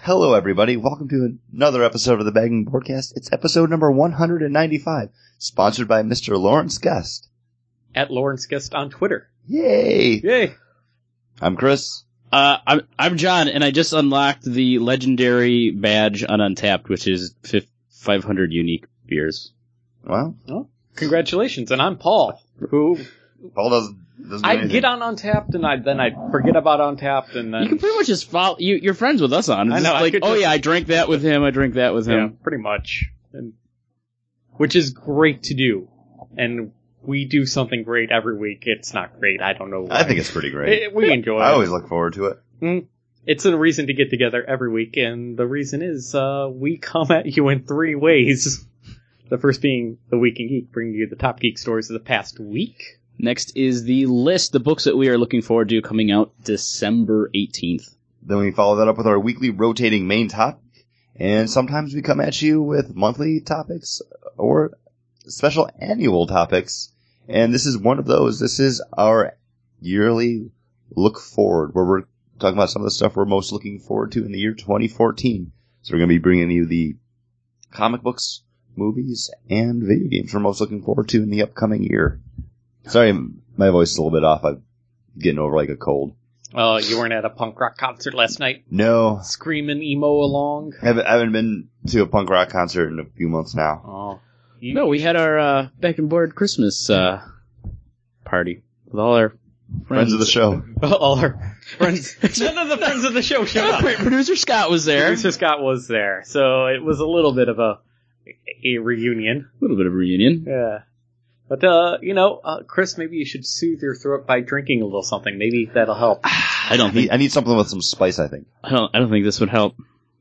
Hello, everybody. Welcome to another episode of the Bagging Podcast. It's episode number 195, sponsored by Mr. Lawrence Guest. At Lawrence Guest on Twitter. Yay! Yay. I'm Chris. Uh, I'm I'm John, and I just unlocked the legendary badge on Untapped, which is fif- 500 unique beers. Well, Congratulations. And I'm Paul, who Paul doesn't, doesn't do I anything. get on Untapped and I then I forget about Untapped and You can then pretty much just follow. You, you're friends with us on. It's I Uh, I know, I Like, could oh just- yeah, I drank that with him. I drank that with yeah, him. pretty much. And which is great to do. And we do something great every week. It's not great. I don't know. Why. I think it's pretty great. It- we enjoy I it. always look forward to it. It's a reason to get together every week, and the reason is uh, we come at you in three ways. The first being the Week in Geek, bringing you the top geek stories of the past week. Next is the list, the books that we are looking forward to coming out December 18th. Then we follow that up with our weekly rotating main topic, and sometimes we come at you with monthly topics or special annual topics. And this is one of those. This is our yearly look forward, where we're talking about some of the stuff we're most looking forward to in the year 2014. So we're going to be bringing you the comic books, movies, and video games we're most looking forward to in the upcoming year. Sorry, my voice is a little bit off. I'm getting over like a cold. Uh, you weren't at a punk rock concert last night, No, screaming emo along. I haven't, I haven't been to a punk rock concert in a few months now. Oh, you, No, we had our uh, back and board Christmas uh, party with all our friends, Friends of the show. all our friends. None of the friends of the show showed up. Producer Scott was there. Producer Scott was there, so it was a little bit of a a reunion. A little bit of reunion. Yeah. But, uh, you know, uh, Chris, maybe you should soothe your throat by drinking a little something. Maybe that'll help. I don't I think need, I need something with some spice, I think. I don't I don't think this would help.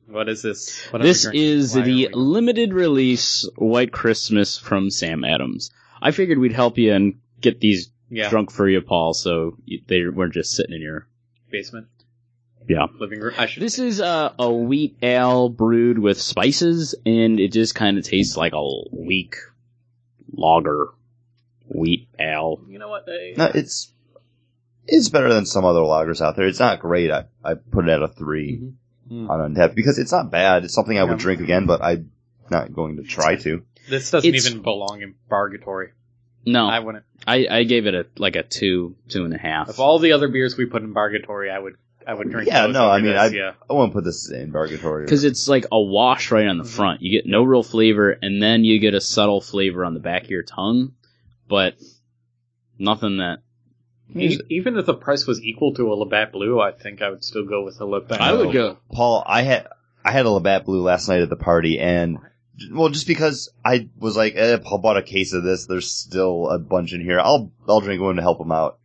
What is this? What are we This drinking? is Why are the we- limited release White Christmas from Sam Adams. I figured we'd help you and get these yeah, drunk for you, Paul, so you, they weren't just sitting in your. basement. Yeah. Living room. I should. This is uh, a wheat ale brewed with spices, and it just kind of tastes like a weak lager wheat ale. you know what? They, No, it's it's better than some other lagers out there. It's not great. I, I put it at a 3 Mm. on Untapped because it's not bad. It's something I would Yeah. drink again, but I'm not going to try to. this doesn't it's- even belong in bargatory. No, I I, wouldn't. I, gave it a like a two, two and a half. Of all the other beers we put in bargatory, I would, I would drink. Yeah, those no, over I mean, this, I'd- yeah. I won't put this in Bargatory. because it's like a wash right on the Mm-hmm. Mhm. front. You get no real flavor, and then you get a subtle flavor on the back of your tongue, but nothing that E- even if the price was equal to a Labatt Blue, I think I would still go with a Labatt. I would Blue. go. Paul, I had I had a Labatt Blue last night at the party, and well, just because I was like, eh, Paul bought a case of this. There's still a bunch in here. I'll I'll drink one to help him out.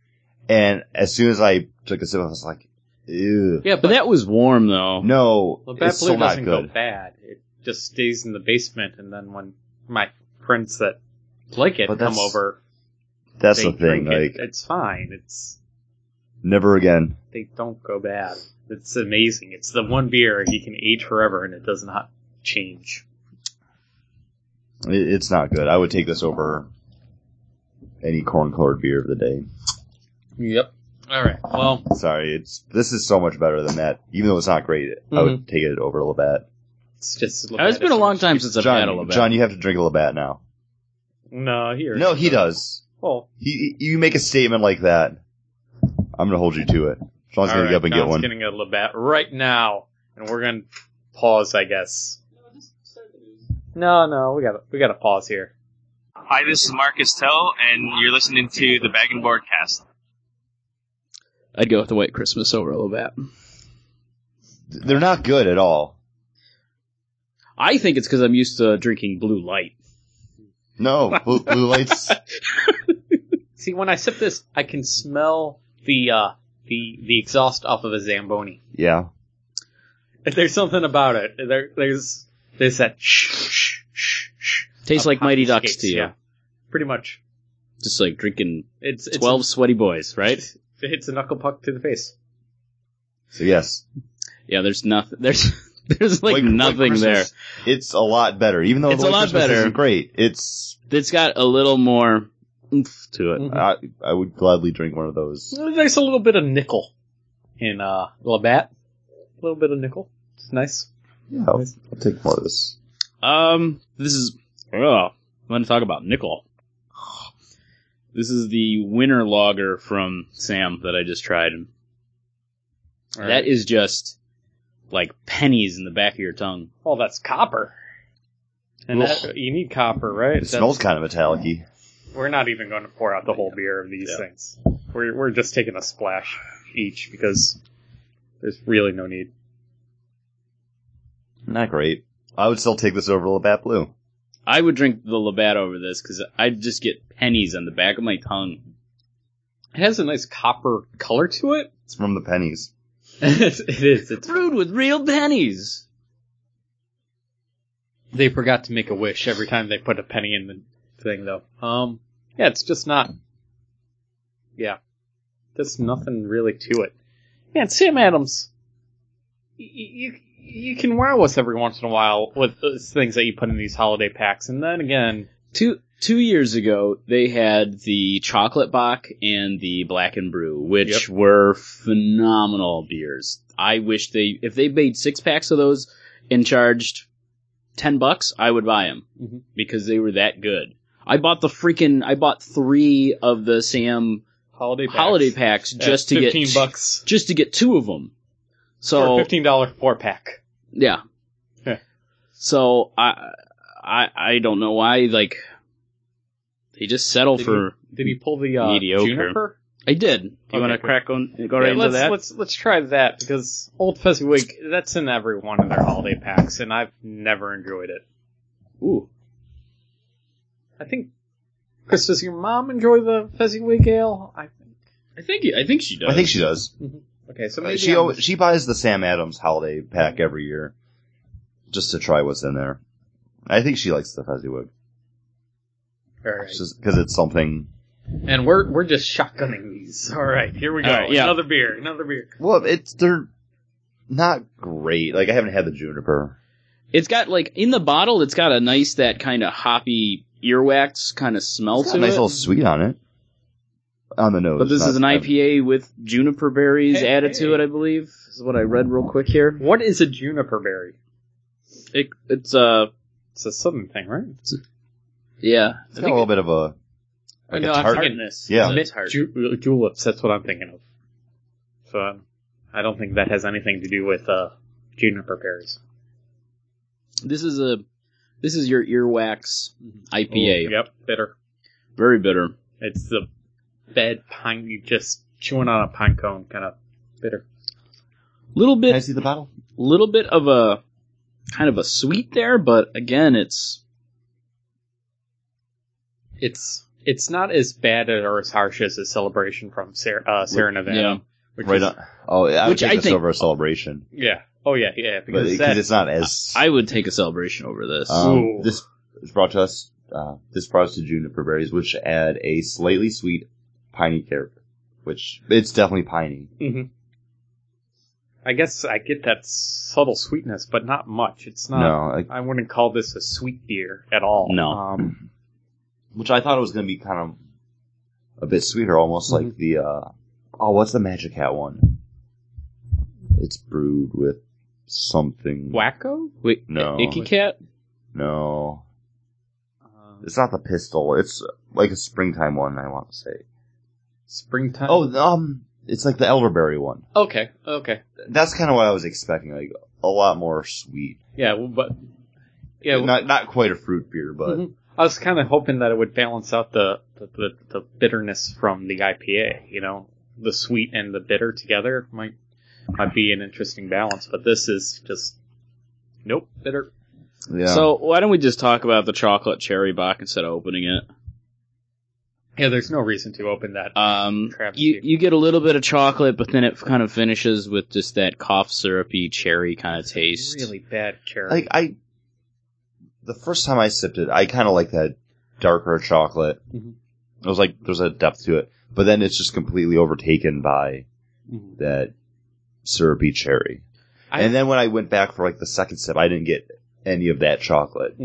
And as soon as I took a sip, I was like, ew, Yeah, But that was warm though. no, Labatt it's Blue still not doesn't go good. bad. It just stays in the basement, and then when my friends that like it But come that's- over, That's they the thing. drink it. Like, It's fine. It's never again. they don't go bad. It's amazing. It's the one beer you can age forever, and it does not change. It, it's not good. I would take this over any corn-colored beer of the day. Yep. All right. Well, Sorry, it's this is so much better than that. Even though it's not great, I Mm-hmm. would take it over Labatt. it's just. it's been a long time since I've had a John, Labatt. John, you have to drink a Labatt now. No, here. No, he does. Well, He, you make a statement like that, I'm gonna hold you to it. Sean's all gonna right, get up and get John's one. getting a Labatt right now, and we're gonna pause, I guess. No, no, we got to we got to pause here. Hi, this is Marcus Tell, and you're listening to the Bag and Board Cast. I'd go with the White Christmas over a Labatt. They're not good at all. I think it's because I'm used to drinking Blue Light. No, blue, blue lights. See, when I sip this, I can smell the uh, the the exhaust off of a Zamboni. Yeah, There's something about it. There, there's there's that shh shh shh shh. Tastes of like Mighty hockey Ducks to skates, you, yeah. Pretty much. just like drinking It's, it's twelve sweaty boys, right? It hits a knuckle puck to the face. so yes, Yeah, there's nothing. There's there's like, White- White nothing there. Christmas, It's a lot better, even though It's the a White lot Christmas better. Isn't great. It's It's got a little more oomph to it. Mm-hmm. I, I would gladly drink one of those. There's a little bit of nickel in uh Labatt. A little bit of nickel. It's nice. Yeah, I'll, I'll take more of this. Um, this is. Oh, I want to talk about nickel. This is the winter lager from Sam that I just tried. All That right. is just like pennies in the back of your tongue. well, that's copper. And Ugh. that, you need copper, right? It That's- smells kind of metallic-y. We're not even going to pour out the whole beer of these Yeah. things. We're we're just taking a splash each because there's really no need. Not great. I would still take this over Labatt Blue. I would drink the Labatt over this because I just get pennies on the back of my tongue. It has a nice copper color to it. It's from the pennies. it is. It's, Brewed with real pennies. they forgot to make a wish every time they put a penny in the thing, though. Um, yeah, it's just not. Yeah, there's nothing really to it. Man, Sam Adams, y- y- you you can wow us every once in a while with those things that you put in these holiday packs, and then again, Two two years ago, they had the chocolate bock and the black and brew, which were phenomenal beers. I wish they if they made six packs of those and charged ten bucks, I would buy them Mhm. because they were that good. I bought the freaking I bought three of the Sam holiday packs, holiday packs at just to fifteen get bucks just to get two of them. for So a fifteen dollar four pack. yeah. Yeah. So I I I don't know why like they just settle Did for. Did he pull the uh, Mediocre. juniper? I did. Do you Okay, want to cool. crack on? Go Yeah, right into let's, that. Let's let's try that because Old Fezziwig that's in every one of their holiday packs, and I've never enjoyed it. Ooh, I think Chris, does your mom enjoy the Fezziwig ale? I think. I think I think she does. I think she does. Okay, so maybe Uh, she I'm- always, she buys the Sam Adams holiday pack every year, just to try what's in there. I think she likes the Fezziwig All right. because it's something. and we're we're just shotgunning these. All right, here we go. All right, yeah. Another beer. Another beer. Well, it's they're not great. Like I haven't had the juniper. it's got like in the bottle. It's got a nice that kind of hoppy earwax kind of smell It's got to a nice it. little sweet on it, on the nose. but this not- is an IPA with juniper berries Hey, added to hey. it. I believe is what I read real quick here. What is a juniper berry? It, it's uh It's a southern thing, right? yeah. It's got a little bit of a like no, a I'm tart. thinking- tartness. Yeah. It's tart. Ju- uh, juleps. That's what I'm thinking of. So um, I don't think that has anything to do with uh, juniper berries. This is a this is your earwax IPA. Ooh, yep, bitter. Very bitter. It's the bed pine. You just chewing on a pine cone, kind of bitter. Little bit Can I see the bottle? little bit of a kind of a sweet there, but again, it's It's it's not as bad or as harsh as a celebration from Ser- uh, Sarah Nevada, yeah. which Right is- on. Oh, yeah, I would Which take I this think- over a celebration, Yeah. Oh yeah, yeah. because Because that, it's not as. I would take a celebration over this. um, Ooh. this is brought to us. Uh, this brought us to juniper berries, which add a slightly sweet, piney character. Which it's definitely piney. Mhm. I guess I get that subtle sweetness, but not much. It's not. no, like, I wouldn't call this a sweet beer at all. No. Um, which I thought it was going to be kind of a bit sweeter, almost Mm-hmm. like the uh, oh, what's the Magic Hat one? It's brewed with something. Wacko. Wait, No. Icky Cat? No, Um, it's not the pistol. It's like a springtime one. I want to say. springtime. Oh, um, it's like the elderberry one. okay. Okay. That's kind of what I was expecting, like a lot more sweet. Yeah, well, but yeah, well, not not quite a fruit beer, but mhm. I was kind of hoping that it would balance out the, the, the, the bitterness from the IPA. You know, the sweet and the bitter together might might be an interesting balance, but this is just nope bitter. Mm-hmm. yeah. So why don't we just talk about the chocolate cherry bock instead of opening it? Yeah, there's no reason to open that. Um, Travesty. you you get a little bit of chocolate, but then it kind of finishes with just that cough syrupy cherry kind of taste. Really bad cherry. like I, the first time I sipped it, I kind of like that darker chocolate. Mhm. It was like there's a depth to it, but then it's just completely overtaken by Mhm. that syrupy cherry. I- and then when I went back for like the second sip, I didn't get any of that chocolate.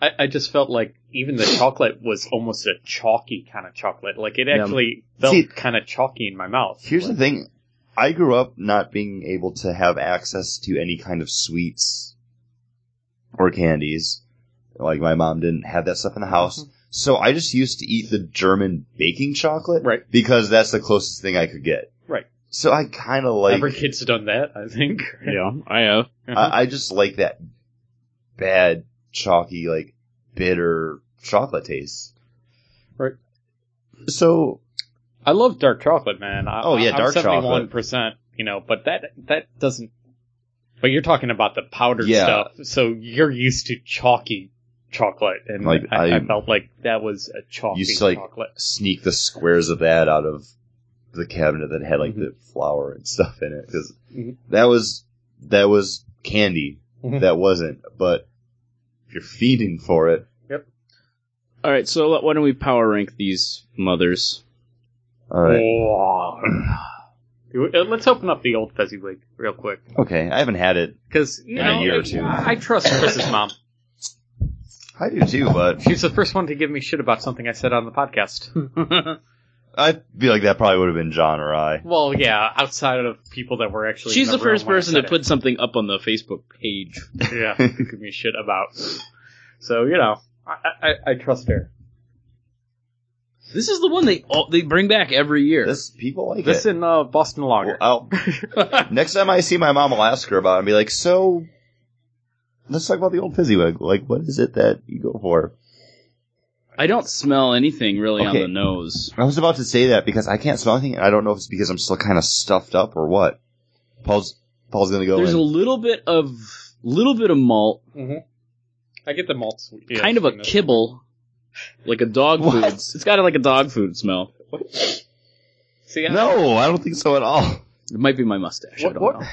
I, I just felt like even the chocolate was almost a chalky kind of chocolate. Like it Yeah. actually felt See- kind of chalky in my mouth. Here's Like, the thing: I grew up not being able to have access to any kind of sweets or candies. Like my mom didn't have that stuff in the house. Mm-hmm. So I just used to eat the German baking chocolate Right. because that's the closest thing I could get. Right. So I kind of like Every kid's done that, I think. Yeah, I have. I, I just like that bad chalky like bitter chocolate taste. Right. So I love dark chocolate, man. I, Oh, yeah, dark chocolate. Seventy-one percent, you know, but that that doesn't. But you're talking about the powdered Yeah. stuff, so you're used to chalky chocolate, and Like, I, I, I- felt like that was a chalky Used to, like- chocolate. sneak the squares of that out of the cabinet that had like the flour and stuff in it because Mhm. that was that was candy Mhm. that wasn't but if you're feeding for it All right, so why don't we power rank these mothers? all right Wow. Uh, Let's open up the old fuzzy league real quick, okay i haven't had it because you In a know, year or I- two. I trust Chris's mom. i do too but She's the first one to give me shit about something I said on the podcast. i feel like that probably would have been john or i well, yeah, outside of people that were actually in She's the room first when I person said to it. put something up on the Facebook page. yeah, give me shit about. So you know, I, I, I trust her. This is the one they all, they bring back every year. this people like This it in uh, Boston Lager. Well, I'll, next time i see my mom i'll ask her about it and be like so let's talk about the old fizzywig like what is it that you go for I don't smell anything really on Okay. the nose. I was about to say that because I can't smell anything, and I don't know if it's because I'm still kind of stuffed up or what. Paul's Paul's gonna go. There's a in. little bit of little bit of malt, I get the malt sweet. kind of a kibble, like a dog What? food. It's got like a dog food smell. See, I- no, I don't think so at all. It might be my mustache. I What, don't what- know.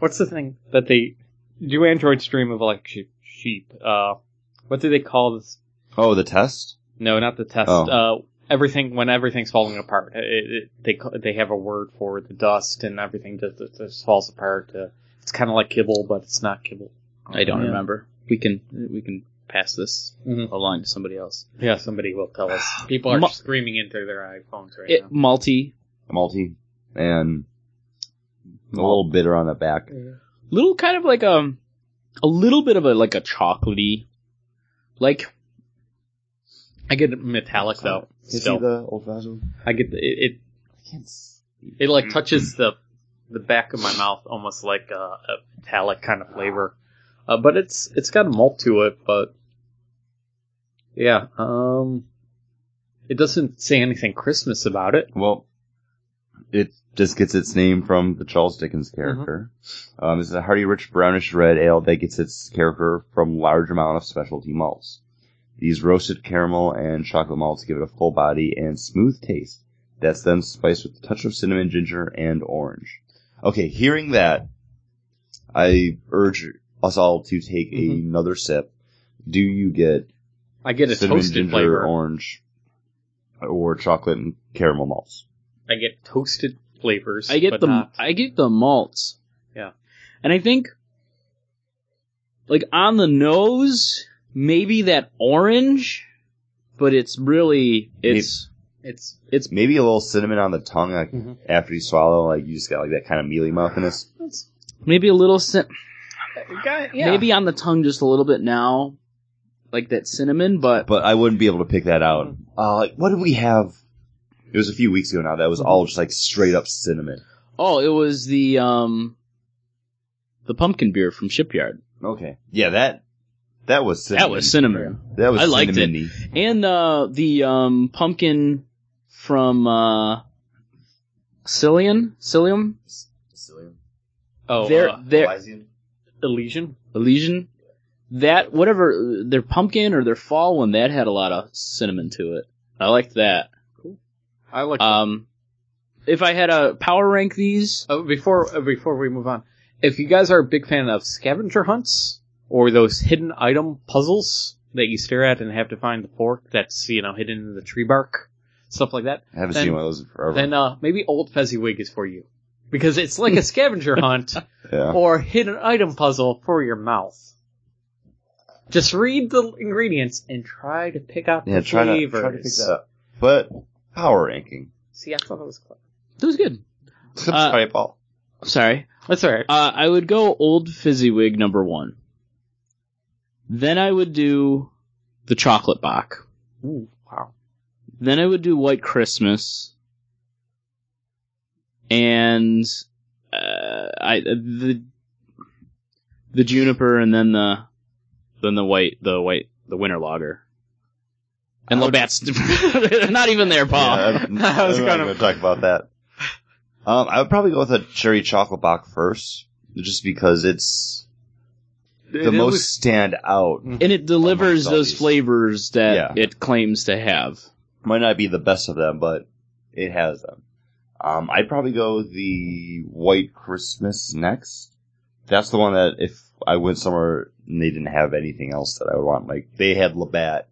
what's the thing that they do? Androids dream of like sheep. sheep. Uh, what do they call this? Oh, the test. No, not the test. Oh. Uh, everything when everything's falling apart, it, it, they ca- they have a word for the dust and everything just, just- just falls apart. Uh, it's kind of like kibble, but it's not kibble. I don't Yeah. remember. We can we can pass this Mhm. along to somebody else. Yeah, somebody will tell us. People are Mu- screaming into their iPhones right It malty, Malty and a little bitter on the back. now. little kind of like um a little bit of a like a chocolatey, like I get metallic though. Can you Still, see the old fashioned? I get the, it, it. It Mm. like touches the the back of my mouth, almost like a, a metallic kind of flavor. Uh, but it's it's got a malt to it, but yeah, um, it doesn't say anything Christmas about it. Well, it just gets its name from the Charles Dickens Mm-hmm. character. Um, it's a hearty, rich, brownish red ale that gets its character from large amount of specialty malts. These roasted caramel and chocolate malts give it a full body and smooth taste. That's then spiced with a touch of cinnamon, ginger, and orange. Okay, hearing that, I urge us all to take Mhm. another sip. Do you get I get a cinnamon, toasted ginger, flavor. orange, or chocolate and caramel malts? I get toasted flavors. I get but the not- I get the malts. Yeah. and I think like on the nose, maybe that orange, but it's really it's it's it's maybe a little cinnamon on the tongue like, Mhm. after you swallow. Like you just got like that kind of mealy mouthiness. it's maybe a little cin- yeah. maybe on the tongue just a little bit now, like that cinnamon, but But I wouldn't be able to pick that out. Uh, like, what did we have? It was a few weeks ago now. That was all just like straight up cinnamon. oh, it was the um the pumpkin beer from Shipyard. Okay, yeah that that was cinnamon. That was cinnamon. That was I liked it. cinnamon-y. And uh, the um, pumpkin from uh, Cillian, Cillium, oh their uh, their Elysian. Elysian, that whatever uh, their pumpkin or their fall one that had a lot of cinnamon to it. I liked that. I like Um, if I had a power rank these, Uh, before uh, before we move on, if you guys are a big fan of scavenger hunts or those hidden item puzzles that you stare at and have to find the fork that's you know hidden in the tree bark, stuff like that, I haven't Then- seen one of those in forever. then uh, maybe Old Fezziwig is for you because it's like a scavenger hunt yeah. or hidden item puzzle for your mouth. Just read the ingredients and try to pick out yeah, the try to, flavors. try to pick that up. But power ranking. See, I thought that was clever. that was good. I'm Uh, sorry, Paul. Sorry. That's alright. Uh, I would go Old Fizzywig number one. Then I would do the Chocolate Bach. Ooh, wow. Then I would do White Christmas, and uh, I the the juniper, and then the then the white the white the winter lager, and I would- Labatt's not even there, Paul. Yeah, I'm, I was going to talk about that. Um, I would probably go with a cherry chocolate box first, just because it's the most stand out. And it Amongst delivers all those these. flavors that Yeah. it claims to have. Might not be the best of them, but it has them. Um, I'd probably go the White Christmas next. That's the one that if I went somewhere and they didn't have anything else that I would want, like they had Labatt,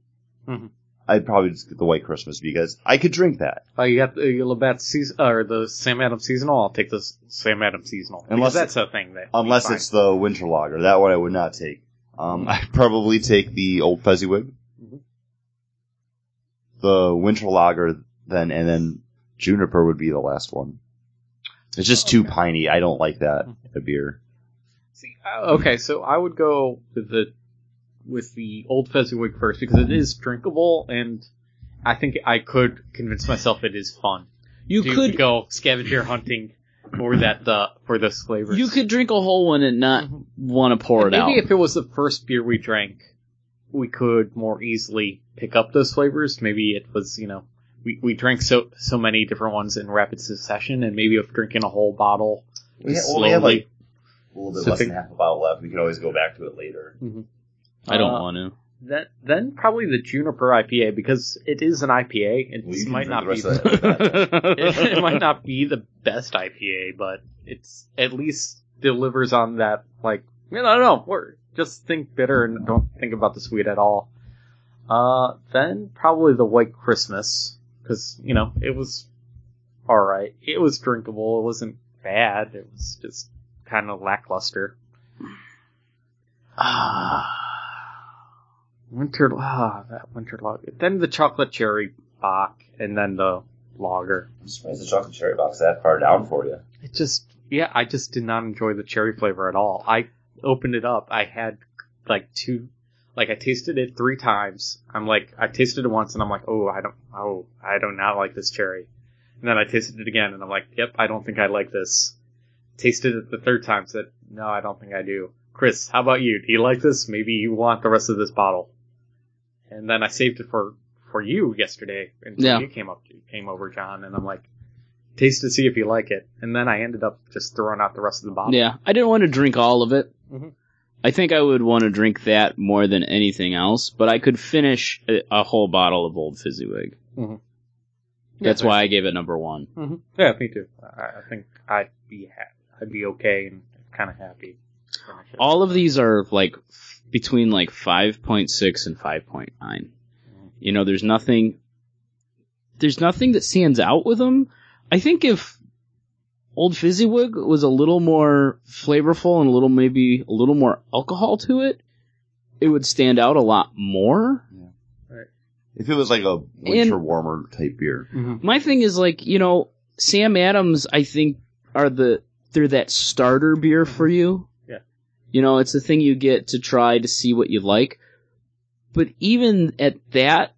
Mm-hmm. Mhm. I'd probably just get the White Christmas because I could drink that. Oh, you got the you Labatt season or the Sam Adams seasonal. I'll take the S- Sam Adams seasonal Unless unless that's a thing that Unless fine. it's the winter lager. That one I would not take. Um, I'd probably take the old Fezziwig. Mhm. The winter lager then, and then juniper would be the last one. It's just too piney. I don't like that a beer. See, uh, okay. So I would go with the with the old Fezziwig first because it is drinkable and I think I could convince myself it is fun. You to could go scavenger hunting for that uh, for those flavors. you could drink a whole one and not Mhm. want to pour it maybe out. if it was the first beer we drank, we could more easily pick up those flavors. Maybe it was you know we, we drank so so many different ones in rapid succession, and maybe if drinking a whole bottle We had, just well, we had slowly. like a little bit So less think- than half a bottle left. We could always go back to it later. I don't uh, want to. Then, then probably the juniper IPA because it is an IPA. It Well, you can might drink the not be rest of that. it, might not be the best IPA, but it's at least delivers on that. Like I don't know, we're just think bitter and don't think about the sweet at all. Uh, then probably the White Christmas because you know it was all right. It was drinkable. It wasn't bad. It was just kind of lackluster. Winter, ah, that winter lager. Then the chocolate cherry bock, and then the lager. I'm surprised the chocolate cherry box that far down for you. It just, yeah, I just did not enjoy the cherry flavor at all. I opened it up. I had like two, like I tasted it three times. I'm like, I tasted it once and I'm like, oh, I don't, oh, I do not like this cherry. And then I tasted it again and I'm like, yep, I don't think I like this. Tasted it the third time, said, no, I don't think I do. Chris, how about you? Do you like this? Maybe you want the rest of this bottle. And then I saved it for, for you yesterday until Yeah. you came up, came over, John, and I'm like, taste to see if you like it. And then I ended up just throwing out the rest of the bottle. Yeah, I didn't want to drink all of it. Mhm. I think I would want to drink that more than anything else, but I could finish a, a whole bottle of Old Fizzywig. That's why I gave it number one. hmm Yeah, me too. I, I think I'd be ha- I'd be okay and kind of happy. All of these are like f- between like 5.6 and 5.9. You know, there's nothing, there's nothing that stands out with them. I think if Old Fizzywig was a little more flavorful and a little, maybe a little more alcohol to it, it would stand out a lot more. If it was like a winter warmer type beer, My thing is like, you know, Sam Adams I think are the they're that starter beer for you. Yeah. You know, it's a thing you get to try to see what you like. But even at that,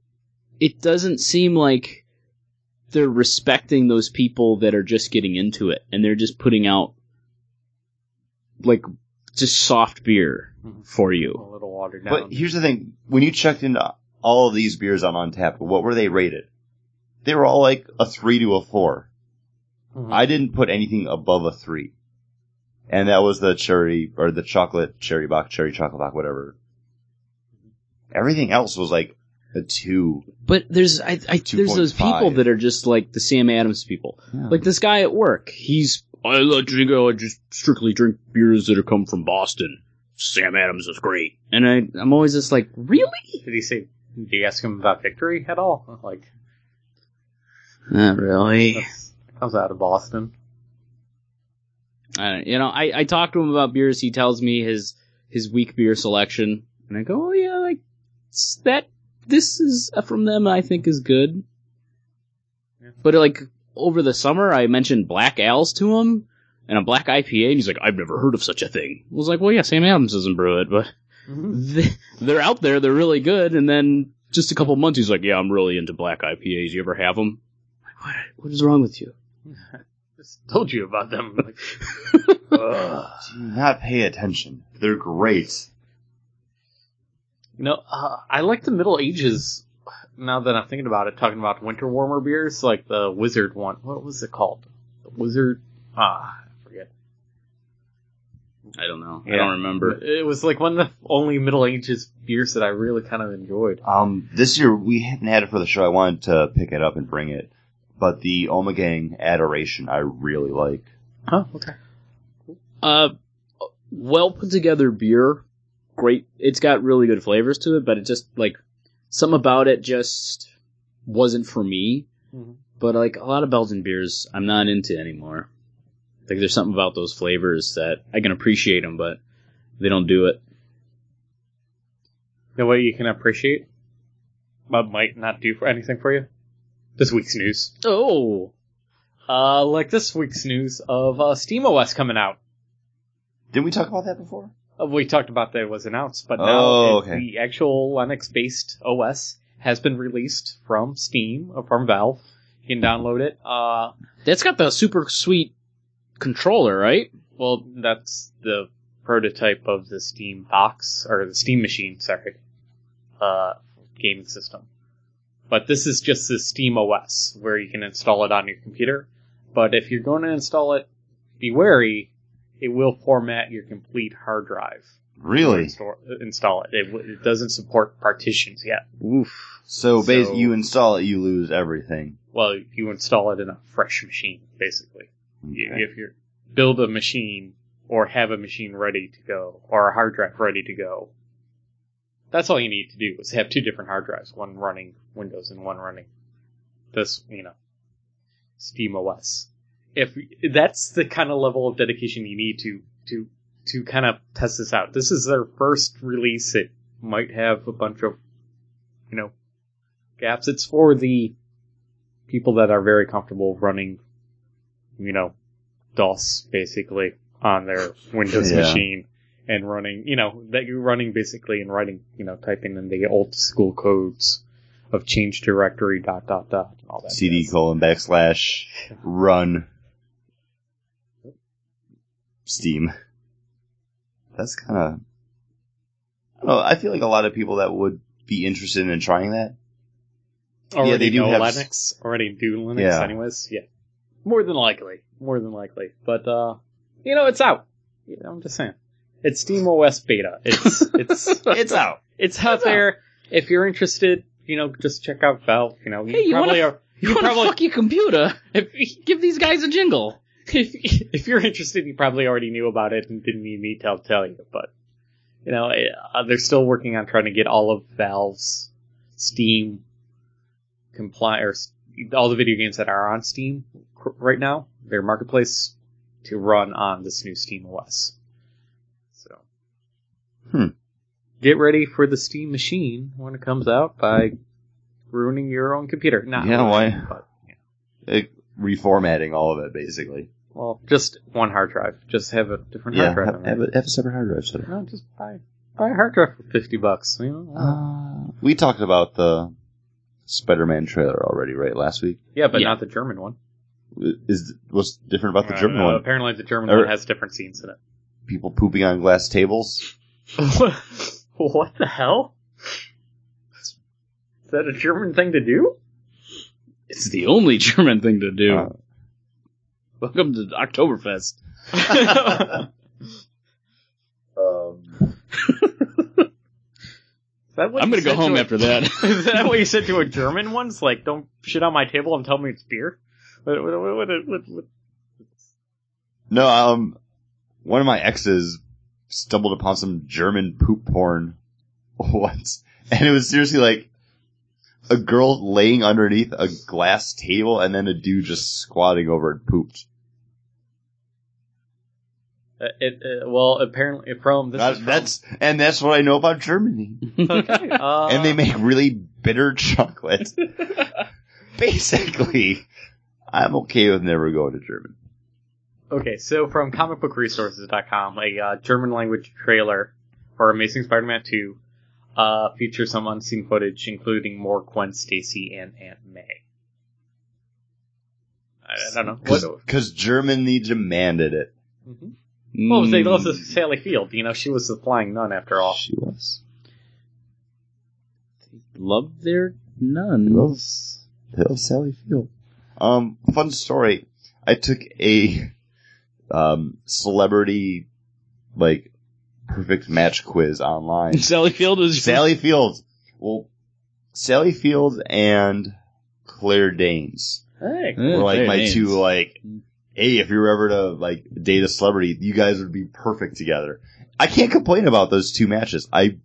it doesn't seem like they're respecting those people that are just getting into it and they're just putting out like just soft beer Mhm. for a you. little watered down. But here's the thing: when you checked into all of these beers on Untapped, what were they rated? They were all like a three to a four. Mhm. I didn't put anything above a three, and that was the cherry or the chocolate cherry bock, cherry chocolate bock, whatever. Everything else was like a two. But there's I, I there's those people 2.5. that are just like the Sam Adams people. Like this guy at work, he's I love drink. I just strictly drink beers that are come from Boston. Sam Adams is great, and I I'm always just like, really? Did he say? Did you ask him about victory at all? Like Not really. that's, comes out of Boston. I, you know, I I talk to him about beers. He tells me his his weak beer selection, and I go, oh yeah, like s- uh, that. This is from them. I think is good, Yeah. but like over the summer I mentioned Black Al's to him and a black IPA, and he's like, I've never heard of such a thing. I was like, well, yeah, Sam Adams doesn't brew it, but they- they're out there, they're really good. And then just a couple months, he's like, yeah, I'm really into black IPAs. You ever have them? Like, what, what is wrong with you? Just told you about them. Like, ugh. Do not pay attention. They're great. You know, uh, I like the Middle Ages. Now that I'm thinking about it, talking about winter warmer beers, like the Wizard one. What was it called? The Wizard. Ah, I forget. I don't know. Yeah. I don't remember. It was like one of the only Middle Ages beers that I really kind of enjoyed. Um, this year we haven't had it for the show. I wanted to pick it up and bring it, but the Omegang Adoration I really like. Huh? Okay. Uh, well put together beer. Great. It's got really good flavors to it, but it just like some about it just wasn't for me. Mhm. But like a lot of Belgian beers, I'm not into anymore. Like there's something about those flavors that I can appreciate them, but they don't do it. No way you can appreciate. But might not do for anything for you. This week's news. Oh, Uh, like this week's news of uh, SteamOS coming out. Didn't we talk about that before? Uh, We talked about that it was announced, but now Oh, it- okay. the actual Linux-based OS has been released from Steam uh, from Valve. You can download it. Uh, that's got the super sweet controller, right? well, that's the prototype of the Steam box or the Steam machine. Sorry, uh, gaming system. But this is just the Steam OS where you can install it on your computer. But if you're going to install it, be wary. It will format your complete hard drive. Really? install, install it. it. w- It doesn't support partitions yet. Oof. So, bas- So- you install it, you lose everything. Well, you install it in a fresh machine, basically. You- Okay. If you build a machine or have a machine ready to go or a hard drive ready to go, that's all you need to do is have two different hard drives, one running Windows and one running this, you know, Steam OS. If that's the kind of level of dedication you need to to to kind of test this out. This is their first release. It might have a bunch of you know gaps. It's for the people that are very comfortable running, you know, DOS basically on their Windows Yeah. machine and running, you know, that you're running basically and writing, you know, typing in the old school codes of change directory dot dot dot and all that. CD jazz. colon backslash run Steam. That's kind of. I don't know. I feel like a lot of people that would be interested in trying that. already Yeah, they do know have- Linux, already do Linux Yeah. anyways. Yeah. More than likely. More than likely. But uh you know, it's out. You know, I'm just saying. It's Steam OS beta. It's it's It's out. it's out It's out. there. If you're interested, you know, just check out Valve. You know, you, Hey, you probably wanna- are You, you want probably to fuck your computer? If, give these guys a jingle. if if you're interested, you probably already knew about it and didn't need me to tell you. But you know, eh, uh, they're still working on trying to get all of Valve's Steam comply or s- all the video games that are on Steam cr- right now, their marketplace, to run on this new Steam OS. So, Hmm. get ready for the Steam machine when it comes out by ruining your own computer. Not Yeah, why- but- It, reformatting all of it, basically. Well, just one hard drive. Just have a different Yeah. hard drive. Have, in have there. a, have a separate hard drive set up. No, just buy buy a hard drive for fifty bucks. You know? Uh, we talked about the Spider-Man trailer already, right? Last week. yeah, but yeah. not the German one. Is what's different about the Uh, German no, one? Apparently, the German Or- one has different scenes in People pooping on glass tables. it. what the hell? Is that a German thing to do? It's the only German thing to do. Uh. Welcome to Oktoberfest. Um, Is that what I'm you gonna go said home a- after that. Is that what you said to a German once? Like, don't shit on my table and tell me it's beer. What, what, what, what, what, what? no, um, one of my exes stumbled upon some German poop porn once, and it was seriously like a girl laying underneath a glass table, and then a dude just squatting over it pooped. Uh, it, uh, well, apparently from this. That- is from- that's and that's what I know about Germany. okay. Uh, and they make really bitter chocolate. Basically, I'm okay with never going to German. Okay, so from comicbookresources.com, a uh, German language trailer for Amazing Spider-Man 2 uh, features some unseen footage, including more Gwen Stacy and Aunt May. I, I don't know. What, Because Germany demanded it. Mhm. Well, they Mm. lost to Sally Field. You know, she was the flying nun after all. She was. Love their nuns. Love, love Sally Field. Um, fun story. I took a um, celebrity, like, perfect match quiz online. Sally Field was Sally Fields. Well, Sally Fields and Claire Danes Hey, Yeah, were like Mm, Claire my Danes. two uh, like. Hey, if you were ever to like date a celebrity, you guys would be perfect together. I can't complain about those two matches. I,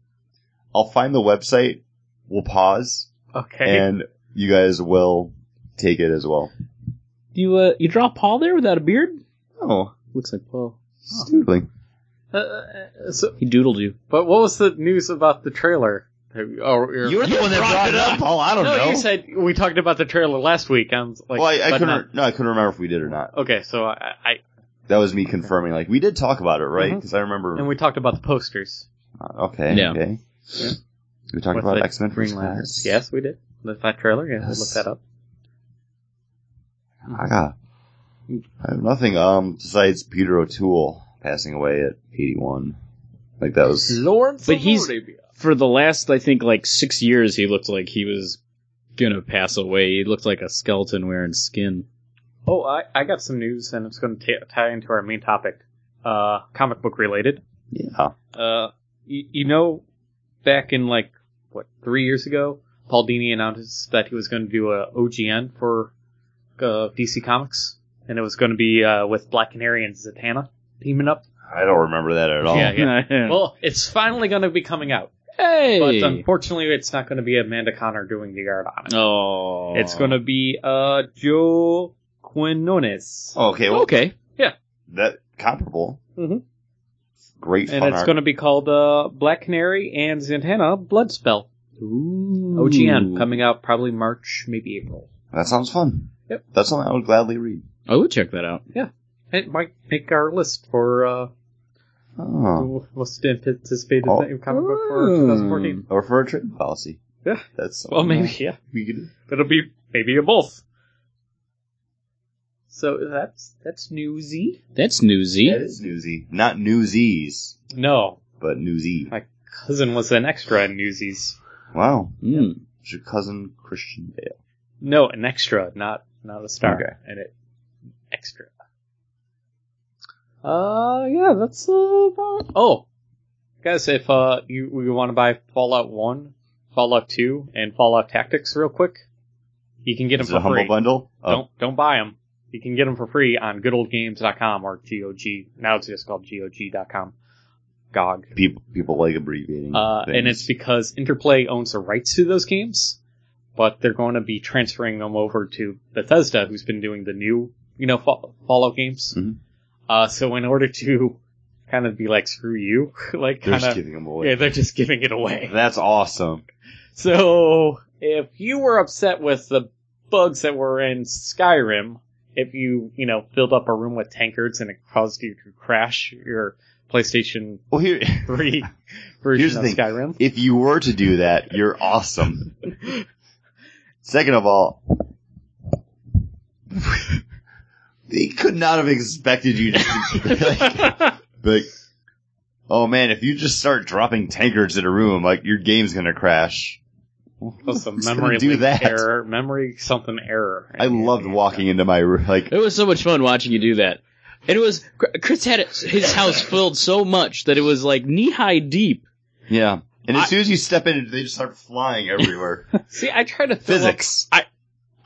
I'll find the website. We'll pause, okay. and you guys will take it as well. You uh, you draw Paul there without a beard? Oh, Looks like Paul. stupidly. Uh, uh, so, He doodled you. but what was the news about the trailer? Oh, you're- were the one that brought it up. Paul. Oh, I don't no, know. you said we talked about the trailer last week. I was like, well, I, I but couldn't. not- No, I couldn't remember if we did or not. Okay, so I, I That was me confirming. Like we did talk about it, right? Mhm. Because I remember. uh, and we talked about the posters. Okay. Yeah. Okay. Yeah. We talked With about the X Men Green Lanterns. Yes, we did. The that trailer. Yeah, we'll look Yes. that up. I got. I have nothing. Um, besides Peter O'Toole passing away at eighty-one. Like that was. Lawrence, But of he's- For the last, I think, like six years, he looked like he was gonna pass away. He looked like a skeleton wearing skin. Oh, I, I got some news, and it's going to ta tie into our main topic, uh, comic book related. Yeah. Uh, you, you know, back in like what three years ago, Paul Dini announced that he was going to do a OGN for uh, DC Comics, and it was going to be uh, with Black Canary and Zatanna teaming up. I don't remember that at all. Yeah, well, Well, it's finally going to be coming out, but hey. unfortunately, it's not going to be Amanda Connor doing the art on it. oh, It's going to be uh, Joe Quinones. Oh, Okay. Well, Okay. that comparable. Mhm. Great. and fun it's art. going to be called uh, Black Canary and Zatanna Bloodspell. Ooh. OGN coming out probably March, maybe April. That sounds fun. Yep. That's something I would gladly read. I would check that out. It might make our list for uh, Oh. the most anticipated Oh. Hmm. thing- comic book for 2014. Or for a trading policy. Yeah. That's Well, something maybe yeah, we could. it'll be maybe a both. So that's that's newsy. That's newsy. That is newsy. Not newsies, No, but newsy. my cousin was an extra in Newsies. Wow. Mm. It's your cousin Christian Bale. No, an extra, not not a star. Okay. And it extra. Uh yeah, that's uh, about Oh. Guys, if uh you we want to buy Fallout 1, Fallout 2 and Fallout Tactics real quick, you can get them Is it a for humble free. bundle? Oh, Don't don't buy them. You can get them for free on goodoldgames.com or GOG. Now it's just called GOG.com. GOG. people people like abbreviating. Uh, things. and it's because Interplay owns the rights to those games, but they're going to be transferring them over to Bethesda, who's been doing the new, you know, Fall- Fallout games. Mhm. Uh, so in order to kind of be like, screw you, like they're kind just of, giving them yeah, away. they're just giving it away. That's awesome. So if you were upset with the bugs that were in Skyrim, if you, you know, filled up a room with tankards and it caused you to crash your PlayStation Well, here, 3 version the of thing. Skyrim, if you were to do that, you're awesome. Second of all, they could not have expected you to be like, be like, oh man, if you just start dropping tankards in a room, like your game's gonna crash. Plus a Who's gonna memory do leak that? error, memory something error. uh, I loved walking into my room, like It was so much fun watching you do that. And it was Chris had it, his house filled so much that it was like knee high deep. yeah. And as I- soon as you step in, they just start flying everywhere. See, I try to fill up- Physics.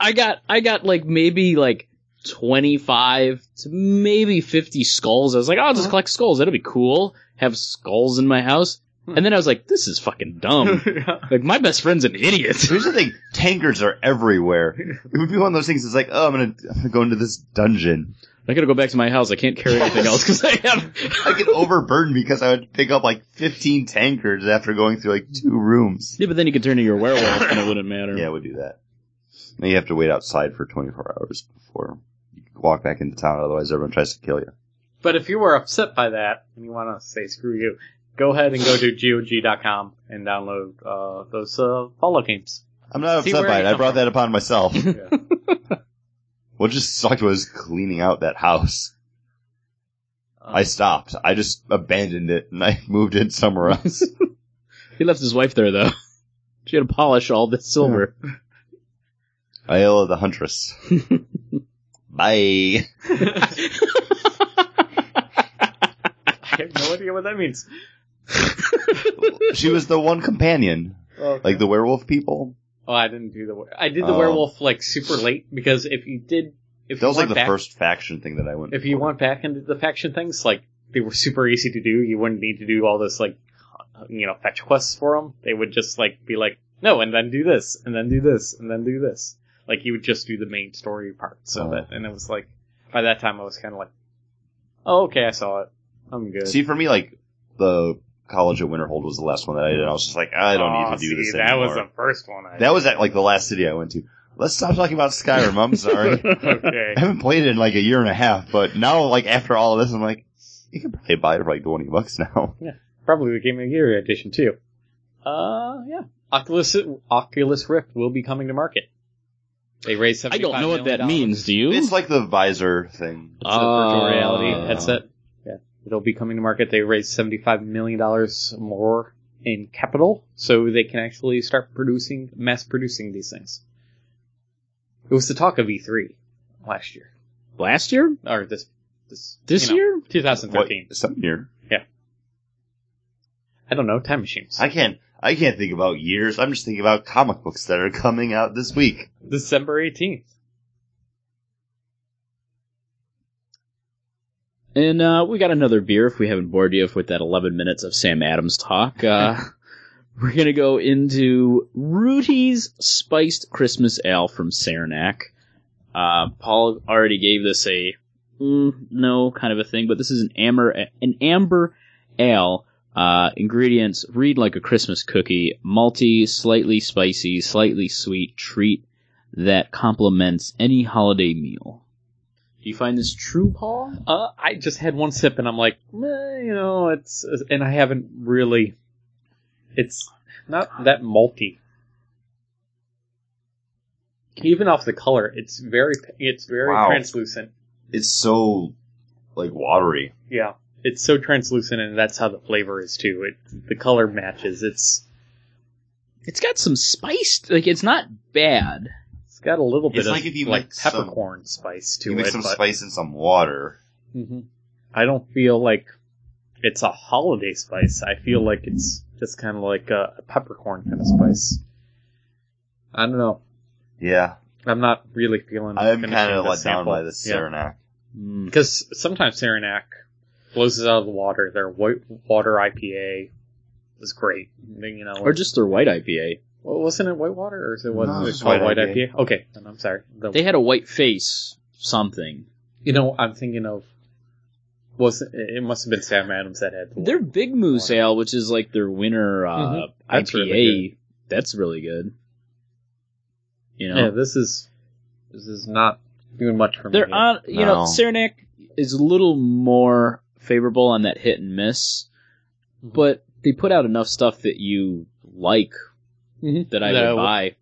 I got I got like maybe like twenty five to maybe fifty skulls. I was like, oh, I'll Uh-huh. just collect skulls. That'll be cool. Have skulls in my house. Hmm. And then I was like, this is fucking dumb. like my best friend's an idiot. Here's the thing: tankards are everywhere. It would be one of those things. It's like, oh, I'm gonna, I'm gonna go into this dungeon. I gotta go back to my house. I can't carry anything else because I have. I get overburdened because I would pick up like 15 tankards after going through like two rooms. yeah, but then you could turn into your werewolf and it wouldn't matter. Yeah, I would do that. And you have to wait outside for 24 hours before you can walk back into town, otherwise everyone tries to kill you. But if you were upset by that and you want to say screw you, go ahead and go to GOG.com and download uh, those uh, Fallout games. I'm not See upset where by you it. I come brought from. that upon myself. Yeah. what just sucked was cleaning out that house. I Uh, stopped. I just abandoned it and I moved it somewhere else. He left his wife there though. She had to polish all the silver. Ayla the Huntress. Bye. I have no idea what that means. She was the one companion, Okay. like the werewolf people. oh, I didn't do the. were- I did the Oh. werewolf like super late because if you did, if That you was like went the back, first faction thing that I went. if you went back into the faction things, like they were super easy to do. You wouldn't need to do all this like, you know, fetch quests for them. They would just like be like, no, and then do this, and then do this, and then do this. Like you would just do the main story parts of Oh. it, and it was like by that time I was kind of like, oh okay, I saw it. I'm good. See, for me, like the College at Winterhold was the last one that I did. I was just like, I don't Aw, need to do see, this That anymore. was the first one. I that was at like the last city I went to. Let's stop talking about Skyrim. I'm sorry. okay. I haven't played it in like a year and a half, but now, like after all of this, I'm like, you can probably buy it for like twenty bucks now. Probably the Game of the Year edition too. Uh, yeah. Oculus Oculus Rift will be coming to market. They raised I seventy. don't know what that means. Do you? It's like the visor thing. It's a virtual Ah. reality headset. Oh. Yeah, it'll be coming to market. They raised seventy-five million dollars more in capital, so they can actually start producing, mass producing these things. It was the talk of E3 last year, last year? or this this This year? two thousand thirteen. What, some year. I don't know time machines. I can't. I can't think about years. I'm just thinking about comic books that are coming out this week. December eighteenth. And uh, we got another beer if we haven't bored you with that 11 minutes of Sam Adams talk. Uh, we're going to go into Rudy's Spiced Christmas Ale from Saranac. Uh, Paul already gave this a mm, no kind of a thing, but this is an amber, an amber ale. Uh, ingredients read like a Christmas cookie, malty, slightly spicy, slightly sweet treat that complements any holiday meal. Do you find this true, Paul? Uh, I just had one sip and I'm like, "Meh, you know, it's and I haven't really. It's not that malty. Even off the color, it's very it's very Wow. translucent. It's so like watery. Yeah, it's so translucent, and that's how the flavor is too. It the color matches. It's It's got some spice. Like it's not bad. it's got a little bit It's of like if you like mix some- peppercorn spice to you it. mix some but spice and some water. Mm-hmm. Mhm. I don't feel like it's a holiday spice. I feel like it's just kind of like a, a peppercorn kind of spice. I don't know. Yeah, I'm not really feeling. I'm kind of let down by this Saranac. because sometimes Saranac blows us out of the water. Their white water IPA was great. You know, Or just their white IPA. well, wasn't it white water or is it No, wasn't it it was called white white IPA. IPA? Okay, then I'm sorry. The- They had a white face something. you know, I'm thinking of was it, it must have been Sam Adams that had the Their Big Moose Ale, which is like their winter uh, Mhm. IPA, That's really that's really good. You know, Yeah, this is this is not doing much for they're me. on. You No. know, Saranac is a little more favorable on that hit and miss, but they put out enough stuff that you like Mhm. that I No, would buy.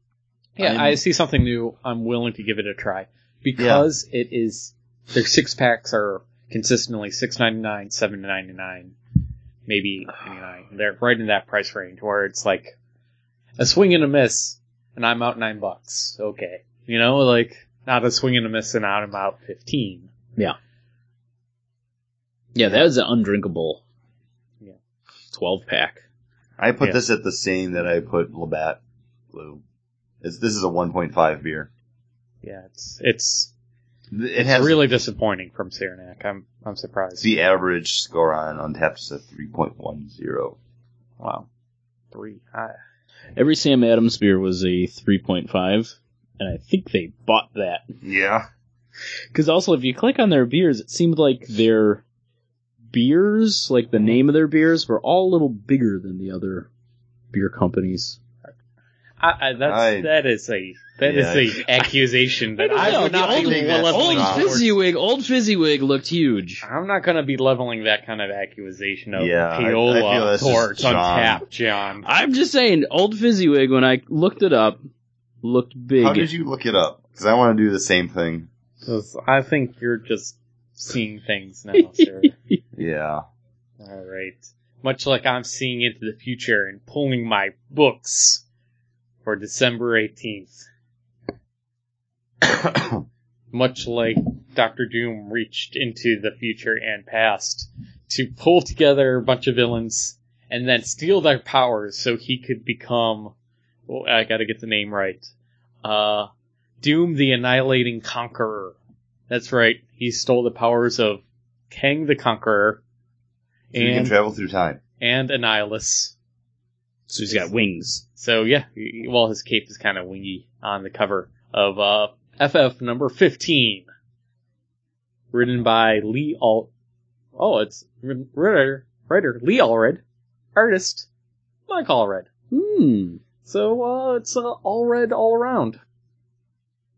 Yeah, I'm- i see something new. I'm willing to give it a try because it is their six packs are consistently six ninety nine, seven ninety nine, maybe ninety nine. They're right in that price range where it's like a swing and a miss, and I'm out nine bucks. Okay, you know, like not a swing and a miss, and I'm out fifteen. Yeah, that is an undrinkable. Yeah. Twelve pack. I put Yeah. this at the same that I put Labatt Blue. It's, this is a 1.5 beer. Yeah, it's it's It has really disappointing from Saranac. I'm I'm surprised. the average score on Untapped is a 3.10. Wow. Three. I, Every Sam Adams beer was a 3.5, and I think they bought that. Yeah. Because also, if you click on their beers, it seemed like their beers, like the name of their beers, were all a little bigger than the other beer companies. I, I, that's I- that is a that is Yeah. a accusation that I, would not be old- leveling. that's old not- towards- Fizzywig, old Fizzywig looked huge. I'm not going to be leveling that kind of accusation of Yeah, I- I feel Paola that's just towards on John. tap, John. I'm just saying, old Fizzywig. When I looked it up, looked big. How did you look it up? Because I want to do the same thing. 'Cause I think you're just seeing things now, sir. Yeah. All right. Much like I'm seeing into the future and pulling my books for December 18th. Much like Doctor Doom reached into the future and past to pull together a bunch of villains and then steal their powers so he could become. Oh, I gotta get the name right. Uh, Doom the Annihilating Conqueror. That's right. He stole the powers of Kang the Conqueror So you can and travel through time. and Annihilus. So he's got wings. So yeah, he- well, his cape is kind of wingy on the cover of uh, FF number fifteen, written by Lee Al. Oh, it's written- writer writer Lee Allred, artist Mike Allred. Hmm. So uh, it's uh, Allred all around.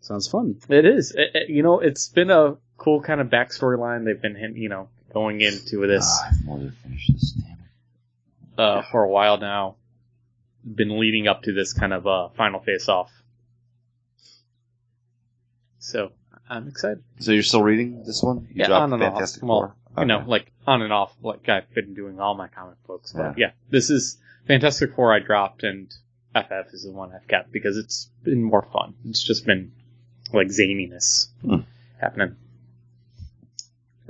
Sounds fun. It is. It, it- you know, it's been a cool kind of backstory line they've been hint- you know going into this. Ah, I've wanted to finish this. Damn it. uh, for a while now, been leading up to this kind of uh, final face off. So I'm excited. So you're still reading this one? You Yeah, dropped on and off. Fantastic Well, Four? You know, Okay. like on and off, like I've been doing all my comic books. But yeah, this is Fantastic Four I dropped, and FF is the one I've kept because it's been more fun. It's just been like zaniness Hmm. happening.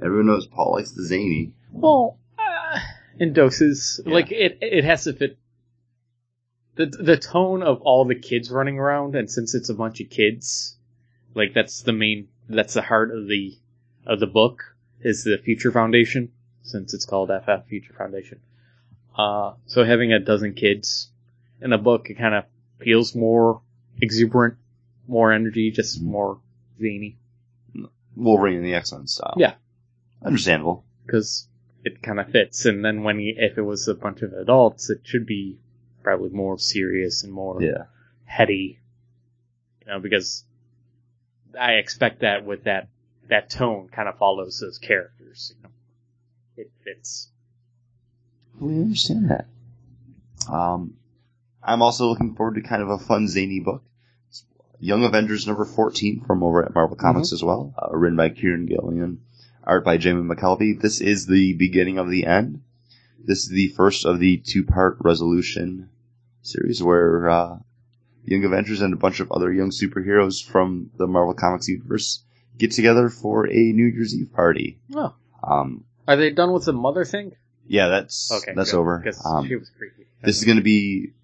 Everyone knows Paul likes the zany. Well, uh, in doses, Yeah. like it, it has to fit the the tone of all the kids running around, and since it's a bunch of kids, like that's the main, that's the heart of the of the book is the Future Foundation, since it's called FF Future Foundation. Uh, so having a dozen kids in a book, it kind of feels more exuberant, more energy, just more zany, Wolverine and the X-Men style. Yeah. Understandable. because it kind of fits. And then when you, if it was a bunch of adults, it should be probably more serious and more Yeah. heady, you know, because I expect that with that that tone kind of follows those characters. You know, it fits. We understand that. Um, I'm also looking forward to kind of a fun zany book. It's Young Avengers number 14 from over at Marvel Comics as well, uh, written by Kieran Gillian, art by Jamie McKelvey. This is the beginning of the end. This is the first of the two-part resolution series where uh, Young Avengers and a bunch of other young superheroes from the Marvel Comics universe get together for a New Year's Eve party. Oh. Um, Are they done with the mother thing? yeah, that's Okay, that's good, over. Because Um, she was creepy. this is going to be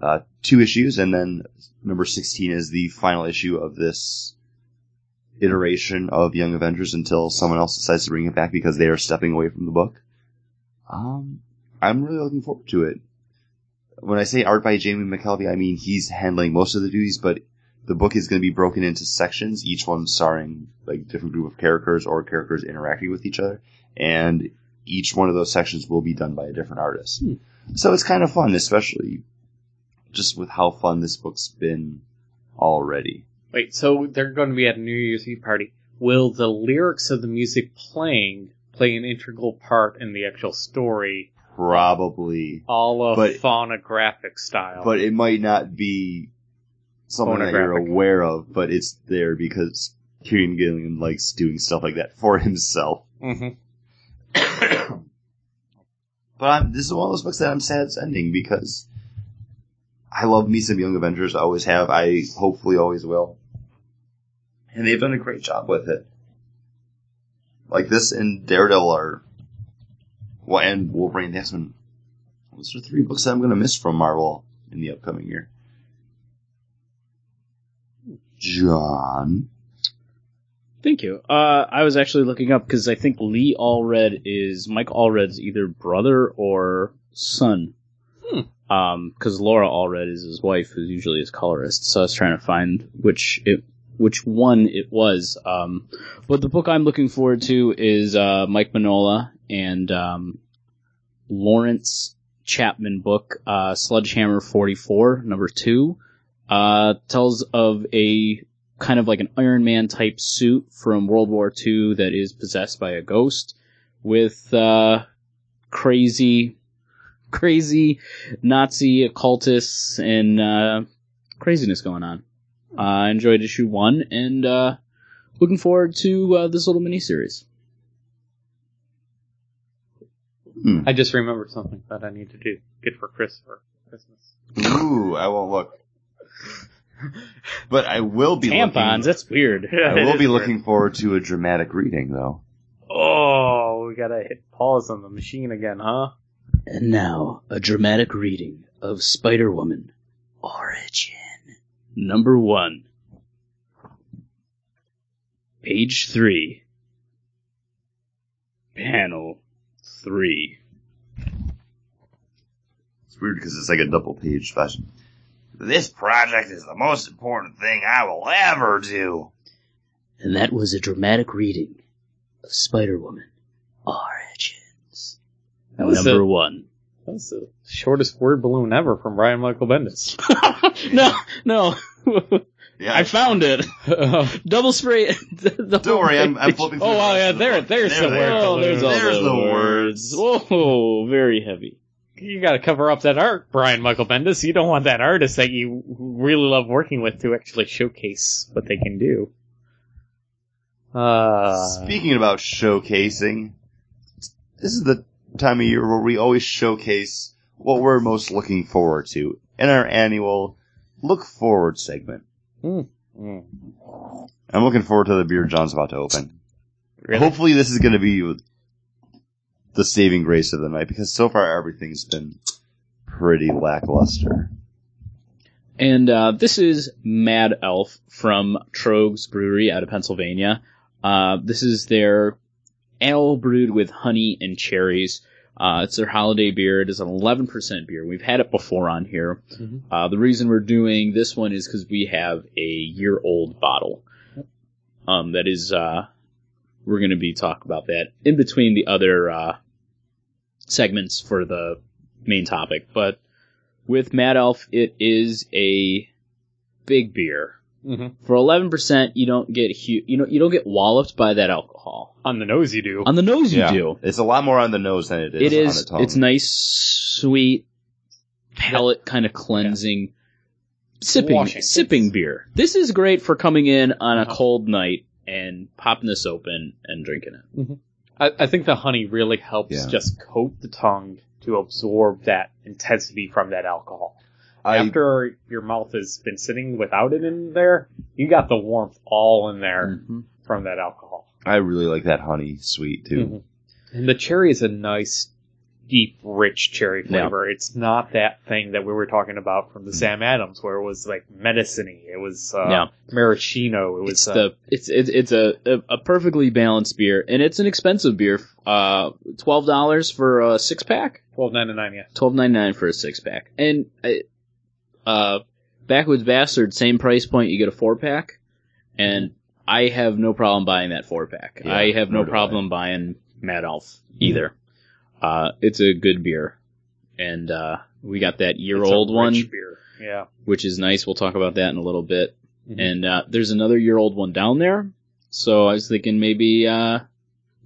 uh, two issues, and then number 16 is the final issue of this iteration of Young Avengers until someone else decides to bring it back because they are stepping away from the book. Um, I'm really looking forward to it. When I say art by Jamie McKelvey, I mean he's handling most of the duties, but the book is going to be broken into sections, each one starring like different group of characters or characters interacting with each other, and each one of those sections will be done by a different artist. So it's kind of fun, especially just with how fun this book's been already. Wait, so they're going to be at a New Year's Eve party. Will the lyrics of the music playing play an integral part in the actual story? Probably. all of But- phonographic style. But it might not be something that you're Phonographic. aware of, but it's there because Kieran Gillian likes doing stuff like that for himself. Mhm. But I'm, this is one of those books that I'm sad it's ending because I love me some Young Avengers. I always have. I hopefully always will. And they've done a great job with it. Like this and Daredevil are, well, and Wolverine and the X-Men. Those are three books that I'm going to miss from Marvel in the upcoming year. John, Thank you. Uh, I was actually looking up because I think Lee Allred is Mike Allred's either brother or son. Hmm. Because Laura Allred is his wife, who's usually his colorist. So I was trying to find which it, which one it was. Um, but the book I'm looking forward to is uh, Mike Manola and um, Lawrence Chapman book, uh, Sledgehammer 44, number two. Uh, tells of a kind of like an Iron Man type suit from World War II that is possessed by a ghost with uh, crazy, crazy Nazi occultists and uh, craziness going on. Uh, I enjoyed issue one and uh, looking forward to uh, this little miniseries. I just remembered something that I need to do. Good for Chris for Christmas. Ooh, I won't look. But I will be Tampons, looking. that's weird. I will be looking forward to a dramatic reading, though. Oh, we gotta hit pause on the machine again, huh? And now, a dramatic reading of Spider Woman Origin. Number one. Page three. Panel three. It's weird because it's like a double page special. This project is the most important thing I will ever do. And that was a dramatic reading of Spider Woman Origins. That was Number a- one. That's the shortest word balloon ever from Brian Michael Bendis. no, no. Yeah, I found it. Double spray. don't worry, I'm, I'm flipping. through Oh, the wow, rest yeah, of the there- book. there's the they word. are. Oh, there's all There's the, the words. words. Whoa, very heavy. you gotta cover up that art, Brian Michael Bendis. You don't want that artist that you really love working with to actually showcase what they can do. Uh, Speaking about showcasing, this is the time of year where we always showcase what we're most looking forward to in our annual look forward segment. mm, I'm looking forward to the beer John's about to open. really? Hopefully, this is going to be the saving grace of the night because so far everything's been pretty lackluster. And uh, this is Mad Elf from Trogues Brewery out of Pennsylvania. Uh, this is their ale brewed with honey and cherries. Uh, it's their holiday beer. It is an 11% beer. We've had it before on here. Mhm. Uh, the reason we're doing this one is because we have a year old bottle. Um, that is, uh, we're going to be talking about that in between the other uh, segments for the main topic. But with Mad Elf, it is a big beer. Mhm. For eleven percent, you don't get hu- you know you don't get walloped by that alcohol. On the nose, you do. On the nose, Yeah. you do. It's a lot more on the nose than it is. It On is. the tongue. It's nice, sweet, palate kind of cleansing, sipping Washing. sipping beer. This is great for coming in on a Uh-huh. cold night and popping this open and drinking it. I, I think the honey really helps Yeah. just coat the tongue to absorb that intensity from that alcohol. I- After your mouth has been sitting without it in there, you got the warmth all in there Hmm. Mm-hmm. from that alcohol. I really like that honey sweet too. Mhm. And the cherry is a nice, deep, rich cherry Yeah. Hmm. flavor. It's not that thing that we were talking about from the Sam Adams, where it was like medicine-y. It was uh, Yeah. maraschino. It was it's uh, the it's it's it's a, a a perfectly balanced beer, and it's an expensive beer. Uh, twelve dollars for a six pack, twelve ninety nine. Yeah, twelve ninety nine for a six pack, and uh, uh, Backwoods Bastard same price point. You get a four pack, and I have no problem buying that four pack. Yeah, I have no nor do I. problem buying Mad Elf either. Uh, it's a good beer, and uh, we got that year It's a old rich one Beer. Yeah. which is nice. We'll talk about that in a little bit. Mm-hmm. Mhm. And uh, there's another year old one down there, so I was thinking maybe uh,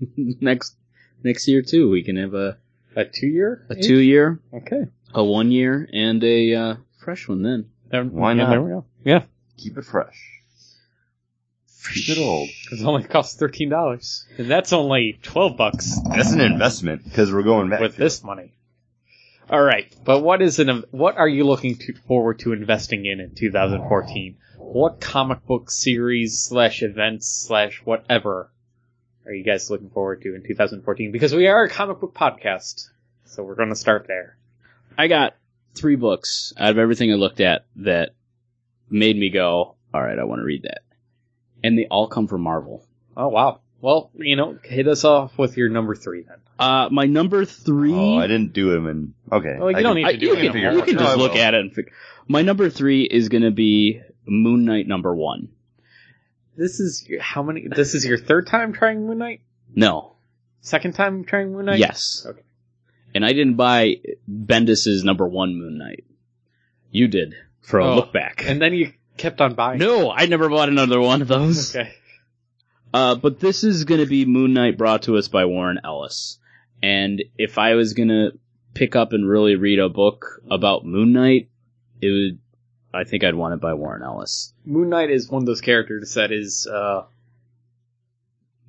next next year too we can have a, A two year. a two year, Okay. a one year, and a uh, fresh one then. Then- Why yeah, not? There we go. Yeah, Keep it fresh. Keep it old. it only costs thirteen dollars, and that's only twelve bucks That's an investment because we're going back. Oh, with to it. this money. All right, but what is an what are you looking to, forward to investing in in 2014? What comic book series slash events slash whatever are you guys looking forward to in 2014? Because we are a comic book podcast, so we're going to start there. I got three books out of everything I looked at that made me go, all right, I want to read that, and they all come from Marvel. Oh wow! Well, you know, hit us off with your number three then. Uh, my number three. Oh, I didn't do him, and okay. Well, you I don't can- need to do you it. can, figure it you out. can No, just I look will. at it and figure. My number three is going to be Moon Knight number one. This is your- how many? This is your third time trying Moon Knight. No, Second time trying Moon Knight. yes, Okay. and I didn't buy Bendis's number one Moon Knight. You did. for a Oh, look back. And then you kept on buying. no, I never bought another one of those. Okay. Uh, but this is going to be Moon Knight brought to us by Warren Ellis. And if I was going to pick up and really read a book about Moon Knight, it would, I think I'd want it by Warren Ellis. Moon Knight is one of those characters that is uh,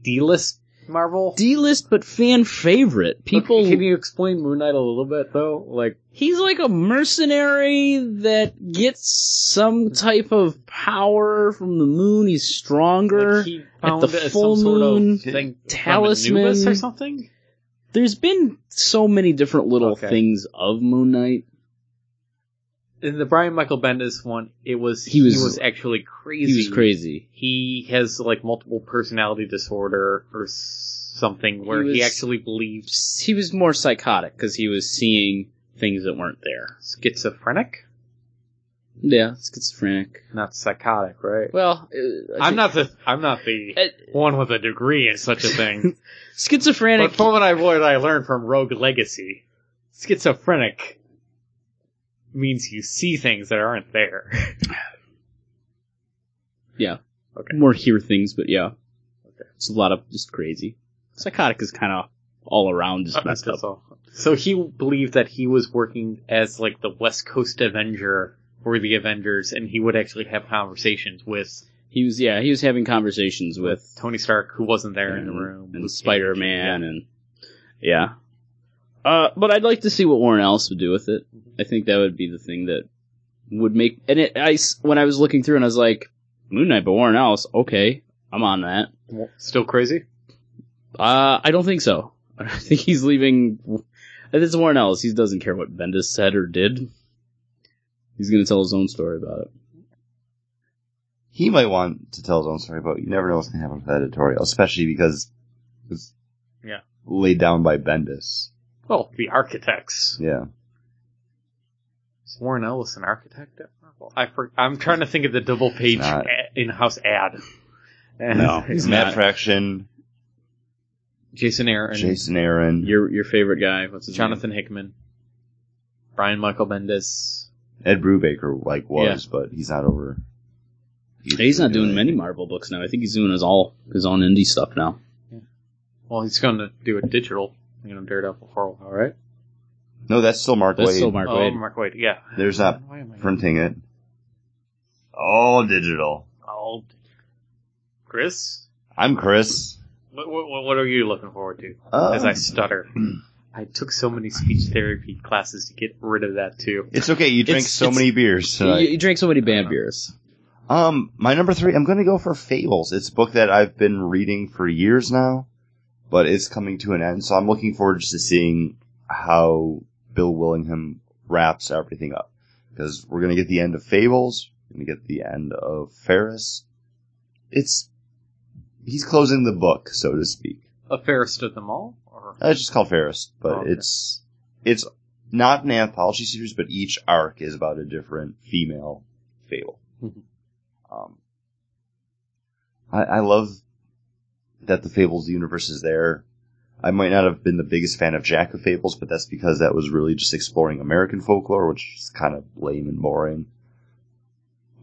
D-list Marvel. D-list, but fan favorite. People, Okay, Can you explain Moon Knight a little bit though? Like, he's like a mercenary that gets some type of power from the moon. He's stronger. like he found the a- full um, some moon, sort of thing from talisman. Anubis or something. There's been so many different little Okay. things of Moon Knight. In the Brian Michael Bendis one, it was He he was, was- actually crazy. He was crazy. He has like multiple personality disorder or s- something where he, was- actually believes He was more psychotic because he was seeing things that weren't there. schizophrenic, Yeah, schizophrenic. not psychotic, right? Well, I'm not the I'm not the Uh, one with a degree in such a thing. schizophrenic. But from what I what I learned from Rogue Legacy, schizophrenic means you see things that aren't there. Yeah. Okay. More hear things, but yeah. It's a lot of just crazy. Psychotic is kind of all around just messed up. So, so he believed that he was working as like the West Coast Avenger or the Avengers, and he would actually have conversations with He was yeah, he was having conversations with Tony Stark, who wasn't there in the and- room, Luke and Cage, Spider Man and yeah. Uh, but I'd like to see what Warren Ellis would do with it. I think that would be the thing that would make and it. I s- when I was looking through and I was like Moon Knight, but Warren Ellis. Okay, I'm on that. yeah. Still crazy. Uh, I don't think so. I think he's leaving. It's Warren Ellis. He doesn't care what Bendis said or did. He's gonna tell his own story about it. He might want to tell his own story, but you never know what's going to happen with that editorial, especially because it's Yeah. laid down by Bendis. Well, the architects. Yeah. Is Warren Ellis an architect at Marvel? I for, I'm trying to think of the double page not. a- in-house ad. No, he's Matt not. Fraction, Jason Aaron, Jason Aaron, Your your favorite guy, what's his Jonathan Hickman, Brian Michael Bendis. Ed Brubaker, like, was, but he's not over. Name? He's not doing many Marvel books now. I think he's doing his all his own indie stuff now. Well, he's going to do a digital. You know, Daredevil for a while, right? No, that's still Mark That's Wade. still Mark oh, Wade. Mark Wade. Yeah. There's not Why am I- printing it. All digital. Oh, Chris, I'm Chris. what, what what are you looking forward to? Uh, As I stutter, I took so many speech therapy classes to get rid of that too. It's okay. You drink It's- so it's- many beers tonight. You, you drank so many bad beers. Um, my number three, I'm going to go for Fables. It's a book that I've been reading for years now, but it's coming to an end. So I'm looking forward just to seeing how Bill Willingham wraps everything up. Because we're going to get the end of Fables. We're going to get the end of Ferris. It's, he's closing the book, so to speak. A fairest of them all, or Uh, It's just called Ferris, but Oh, okay. it's, it's not an anthology series, but each arc is about a different female fable. Mhm. um, I, I love that the Fables universe is there. I might not have been the biggest fan of Jack of Fables, but that's because that was really just exploring American folklore, which is kind of lame and boring.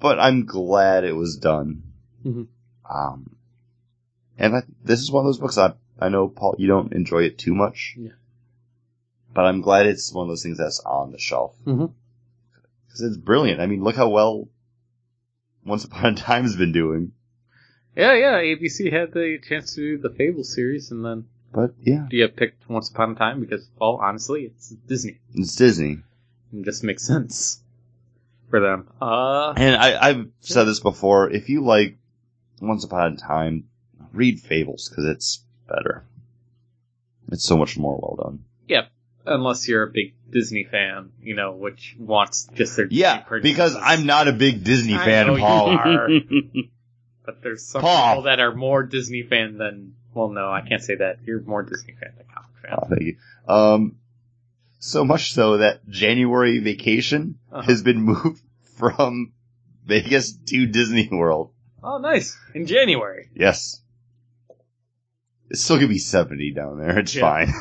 But I'm glad it was done. Mhm. Um, and I, this is one of those books I I know Paul you don't enjoy it too much, Yeah. but I'm glad it's one of those things that's on the shelf Mm-hmm. Mhm. because it's brilliant. I mean, look how well Once Upon a Time's been doing. yeah, yeah. ABC had the chance to do the Fable series, and then But yeah, yeah, picked Once Upon a Time because, well, honestly, it's Disney. it's Disney. It just makes sense for them. Uh, And I, I've said this before. If you like Once Upon a Time, read Fables because it's better. It's so much more well done. unless you're a big Disney fan, you know, which wants just their Disney Yeah, purchases. because I'm not a big Disney I fan, know you Paul. are, but there's some Paul. people that are more Disney fan than. Well, no, I can't say that. You're more Disney fan than comic fan. Oh, thank you. Um, so much so that January vacation Uh-huh. has been moved from Vegas to Disney World. Oh, nice! In January, Yes. It's still gonna be 70 down there. It's Yeah. fine.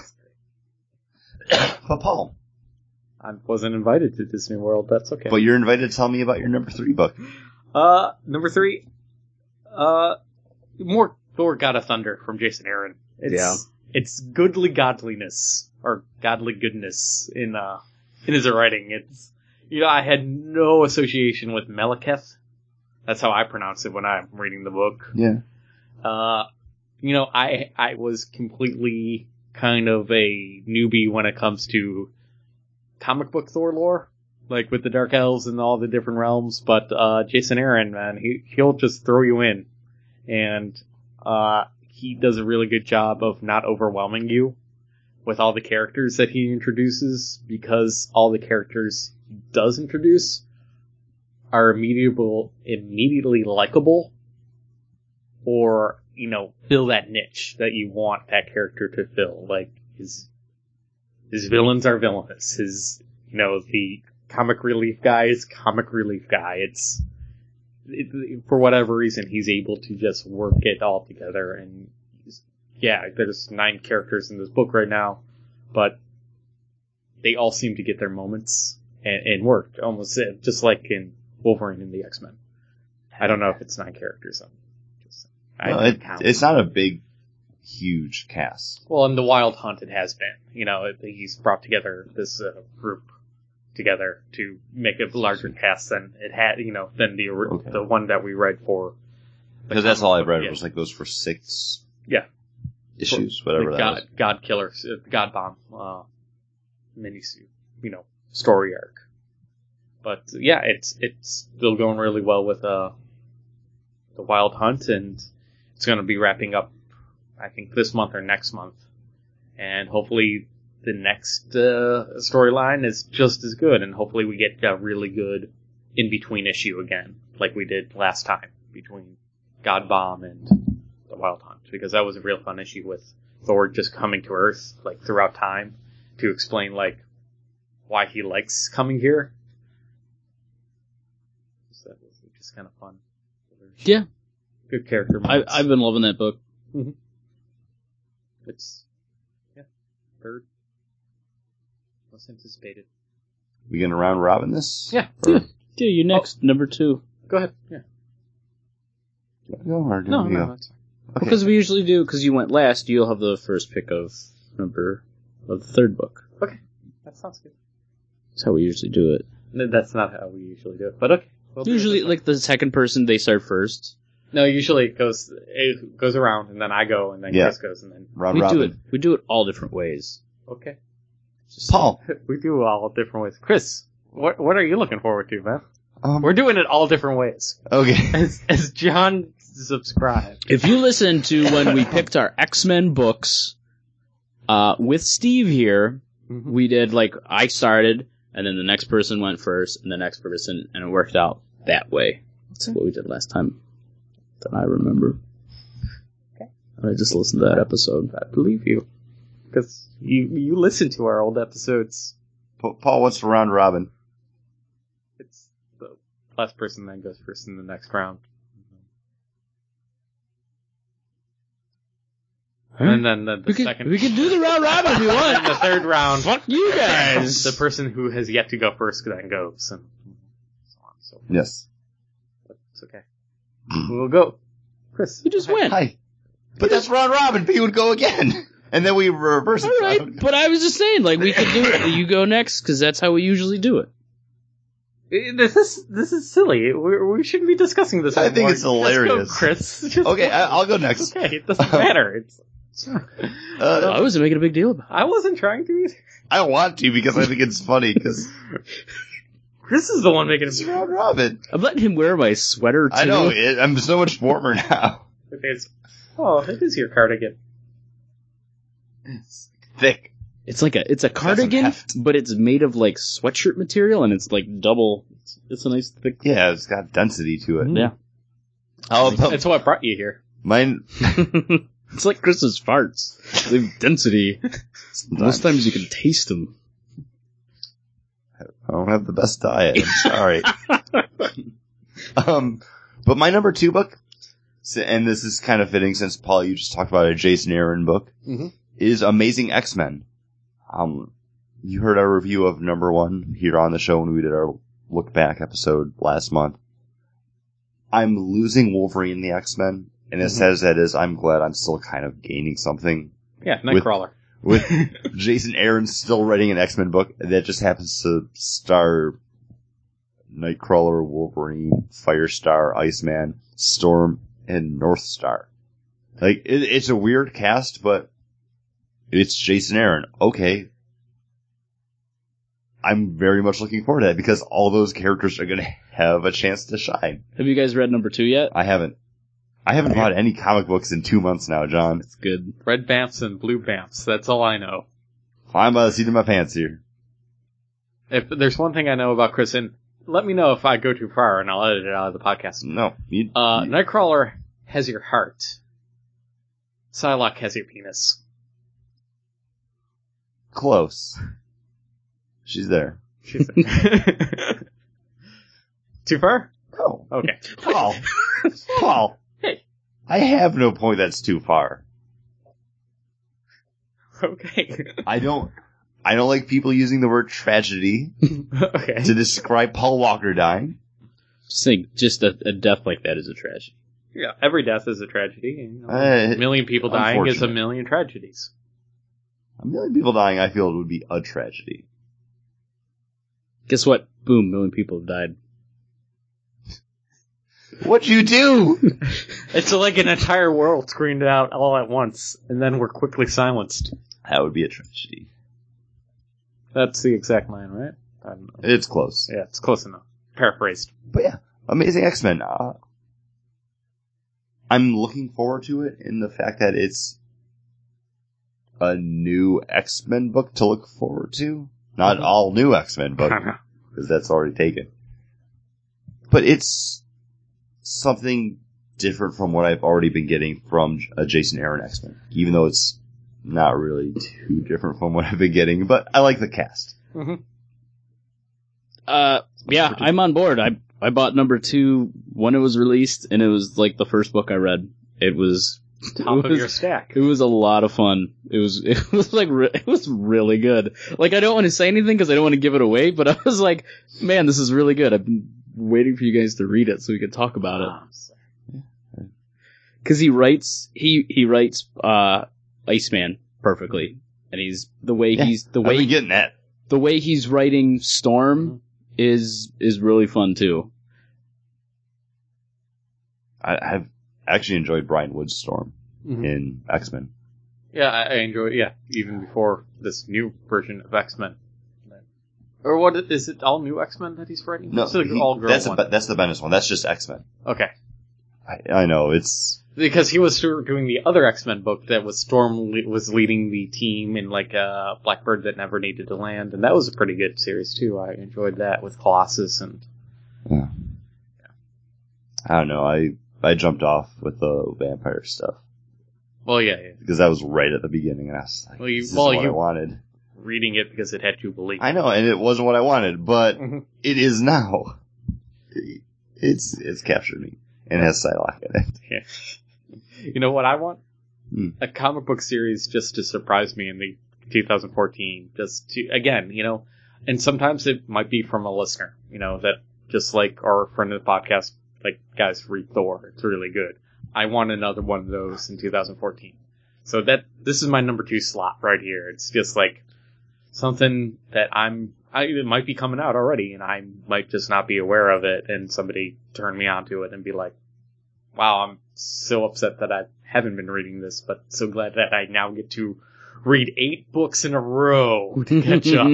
but Paul, I wasn't invited to Disney World. That's okay. But you're invited to tell me about your number three book. Uh, number three, uh, more Thor: God of Thunder from Jason Aaron. It's, it's goodly godliness or godly goodness in uh in his writing. It's you know I had no association with Meliketh. That's how I pronounce it when I'm reading the book. Yeah. Uh, you know, I I was completely kind of a newbie when it comes to comic book Thor lore, like with the Dark Elves and all the different realms. But uh, Jason Aaron, man, he he'll just throw you in, and uh, he does a really good job of not overwhelming you with all the characters that he introduces because all the characters he does introduce are immediately immediately likable or you know fill that niche that you want that character to fill like his his villains are villainous his you know the comic relief guy is comic relief guy it's it, for whatever reason he's able to just work it all together and yeah there's nine characters in this book right now but they all seem to get their moments and, and work almost uh, just like in wolverine and the x-men i don't know if it's nine characters i'm just I No, didn't it- count. it's not a big, huge cast. Well, in the Wild Hunt, it has been. You know, it- he's brought together this uh, group together to make a larger cast than it had. You know, than the ori- Okay. the one that we read for. the Because that's all I comic book, read yeah. was like those for six Yeah. issues, whatever the that God was. God Killer, uh, God Bomb, uh, mini you know, story arc. But yeah, it's it's still going really well with uh the Wild Hunt, and it's going to be wrapping up, I think, this month or next month, and hopefully the next uh, storyline is just as good, and hopefully we get a really good in between issue again, like we did last time between God Bomb and the Wild Hunt, because that was a real fun issue with Thor just coming to Earth, like throughout time, to explain like why he likes coming here. So that was just kind of fun. Yeah. good character. I, moments. I've been loving that book. it's yeah, third most anticipated. We gonna round robin this? Yeah. Or, Yeah, Oh. you next number two Go ahead. Yeah. Do we go or do No, we no, go? that's Okay. because we usually do. Because you went last, you'll have the first pick of number of the third book. fine. That sounds good. That's how we usually do it. No, that's not how we usually do it, but okay. we'll do it Usually, this way. like the second person, they start first. no, usually it goes it goes around, and then I go, and then Yeah. Chris goes, and then round we robin. do it. We do it all different ways. okay. Just- Paul. We do it all different ways. Chris, what what are you looking forward to, man? Um, We're doing it all different ways. okay. As as John subscribed. If you listen to when we picked our X Men books uh, with Steve here, we did like I started, and then the next person went first, and the next person, and it worked out that way. That's what we did last time that I remember. Okay. I just listened to that episode. I believe you, because you you listen to our old episodes. Pa- Paul, what's the round robin? It's the last person that goes first in the next round, and then the, the We could, second we could do the round robin if you and the want. third round. Fuck you guys. The person who has yet to go first then goes, and so on. So Yes. it's okay. We'll go, Chris. you just go ahead. went. Hi. But that's round robin. P would go again, and then we reverse All it. right, but I was just saying, like we could do it. You go next because that's how we usually do it. Eh, This is this is silly. We, we shouldn't be discussing this. I think anymore. it's Just go, hilarious. Chris. Just go. Okay, I, I'll go It's next. okay. It doesn't matter. It's, Uh, I wasn't making a big deal about. I wasn't trying to. either. I want to because I think it's funny because Chris is the one making it's it. round robin. it. I'm letting him wear my sweater too. I know. It, I'm so much warmer now. Okay, it's- oh, it is your cardigan. Thick. It's like a it's a cardigan, heft. but it's made of like sweatshirt material, and it's like double. It's, it's a nice thick. Yeah, it's got density to it. Yeah, How about That's what brought you here. mine? it's like Chris's farts. They have density. Most times you can taste them. I don't have the best diet. I'm sorry. um, but my number two book, s- and this is kind of fitting since Paul, you just talked about a Jason Aaron book, Mhm. is Amazing X Men. Um, you heard our review of number one here on the show when we did our look back episode last month. I'm losing Wolverine and the X Men, and as Mhm. sad as that is, I'm glad I'm still kind of gaining something Yeah, With- Nightcrawler. with Jason Aaron still writing an X Men book that just happens to star Nightcrawler, Wolverine, Firestar, Iceman, Storm, and North Star. Like it, it's a weird cast, but it's Jason Aaron. Okay. I'm very much looking forward to that because all those characters are going to have a chance to shine. Have you guys read number two yet? I haven't, I haven't bought any comic books in two months now, John. It's good. Red Bamps and Blue Bamps. That's all I know. Flying by the seat of my pants here. If there's one thing I know about Chris, and let me know if I go too far, and I'll edit it out of the podcast. No, you, Uh, Nightcrawler has your heart. Psylocke has your penis. Close. She's there. She's too far? Oh, Okay. Paul. Paul. Hey. I have no point that's too far. Okay. I don't. I don't like people using the word tragedy okay. to describe Paul Walker dying. Just think, just a, a death like that is a tragedy. Yeah, every death is a tragedy. and, you know, Uh, a million people dying is a unfortunate. million tragedies. a million people dying, I feel, would be a tragedy. Guess what? Boom, million people have died. What'd you do? It's like an entire world screamed out all at once, and then we're quickly silenced. that would be a tragedy. That's the exact line, right? I don't know. It's close. Yeah, it's close enough. Paraphrased. But yeah, Amazing X Men. Uh, I'm looking forward to it in the fact that it's a new X Men book to look forward to. Not Mm-hmm. all new X Men book because that's already taken. But it's something different from what I've already been getting from a Jason Aaron X Men, even though it's not really too different from what I've been getting. But I like the cast. Mhm. Uh, yeah, I'm on board. I I bought number two when it was released, and it was like the first book I read. It was Top it of was, your stack. It was a lot of fun. It was it was like re- it was really good. Like I don't want to say anything because I don't want to give it away, but I was like, man, this is really good. I've been waiting for you guys to read it so we could talk about Ah. it. Because he writes he he writes uh Iceman perfectly, and he's the way Yeah, he's the I've way been getting that. the way he's writing Storm is is really fun too. I, I've actually enjoyed Brian Wood's Storm. Mhm. in X Men. Yeah, I, I enjoy. Yeah, even before this new version of X Men, or what i- is it? All new X Men that he's writing? No, it's an he- all girl that's one. The, that's the Bendis one. That's just X Men. okay, I, I know it's because he was sort of doing the other X Men book that was Storm le- was leading the team in like uh, Blackbird that never needed to land, and that was a pretty good series too. I enjoyed that with Colossus and I don't know. I I jumped off with the vampire stuff well, yeah, yeah. because that was right at the beginning, and I was like, Well, you- "This is well, what I you- wanted." reading it because it had to believe. I know, and it wasn't what I wanted, but Mhm. it is now. It's it's captured me and it has Psylocke in it. you know what I want? Hmm. A comic book series just to surprise me in the 2014. Just to again, you know, and sometimes it might be from a listener, you know, that just like our friend of the podcast, like guys, read Thor. It's really good. I want another one of those in 2014. So that this is my number two slot right here. It's just like something that I'm. I, it might be coming out already, and I might just not be aware of it. And somebody turn me onto it and be like wow, I'm so upset that I haven't been reading this, but so glad that I now get to read eight books in a row to catch up.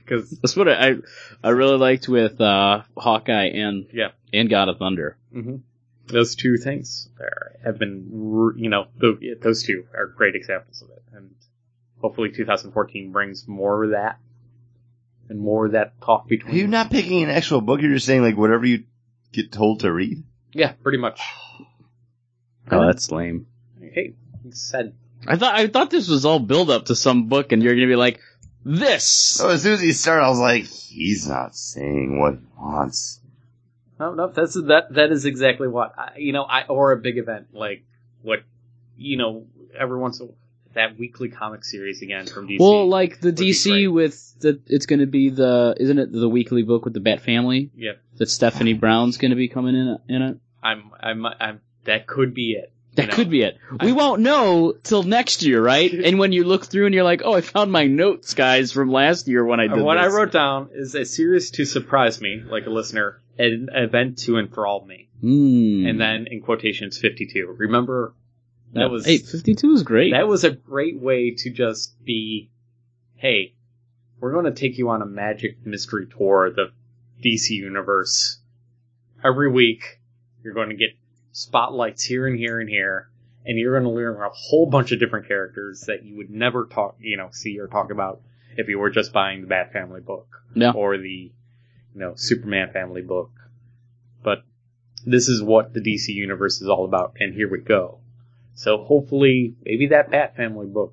Because, That's what I I- I really liked with uh, Hawkeye and Yeah. and God of Thunder. Mm-hmm. those two things there have been, re- you know, tho- yeah, those two are great examples of it. And hopefully 2014 brings more of that and more of that talk Are between. you not picking an actual book? You're just saying like whatever you get told to read. Yeah, pretty much. Oh, that's lame. Hey, you said. I thought I thought this was all build up to some book, and you're gonna be like, this. Oh, So as soon as he started, I was like, "He's not saying what he wants." No, no, that's that. That is exactly what I, you know. I or a big event like what you know every once in a that weekly comic series again from DC. Well, like the would be great. DC with the, it's going to be the isn't it the weekly book with the Bat Family Yep. that Stephanie Brown's going to be coming in in it. I'm, I'm, I'm. That could be it. That You know, could be it. We I- won't know till next year, right? and when you look through and you're like, oh, I found my notes, guys, from last year when I did And what this. I wrote down is a series to surprise me, like a listener, an event to enthrall me, Hmm. and then in quotations, fifty-two. Remember, that was hey, 52 is great. that was a great way to just be, hey, we're going to take you on a magic mystery tour of the DC universe. Every week, you're going to get spotlights here and here and here, and you're going to learn a whole bunch of different characters that you would never talk, you know, see or talk about if you were just buying the Bat Family book Yeah. or the, you know, Superman Family book. But this is what the DC universe is all about, and here we go. So hopefully, maybe that Bat Family book,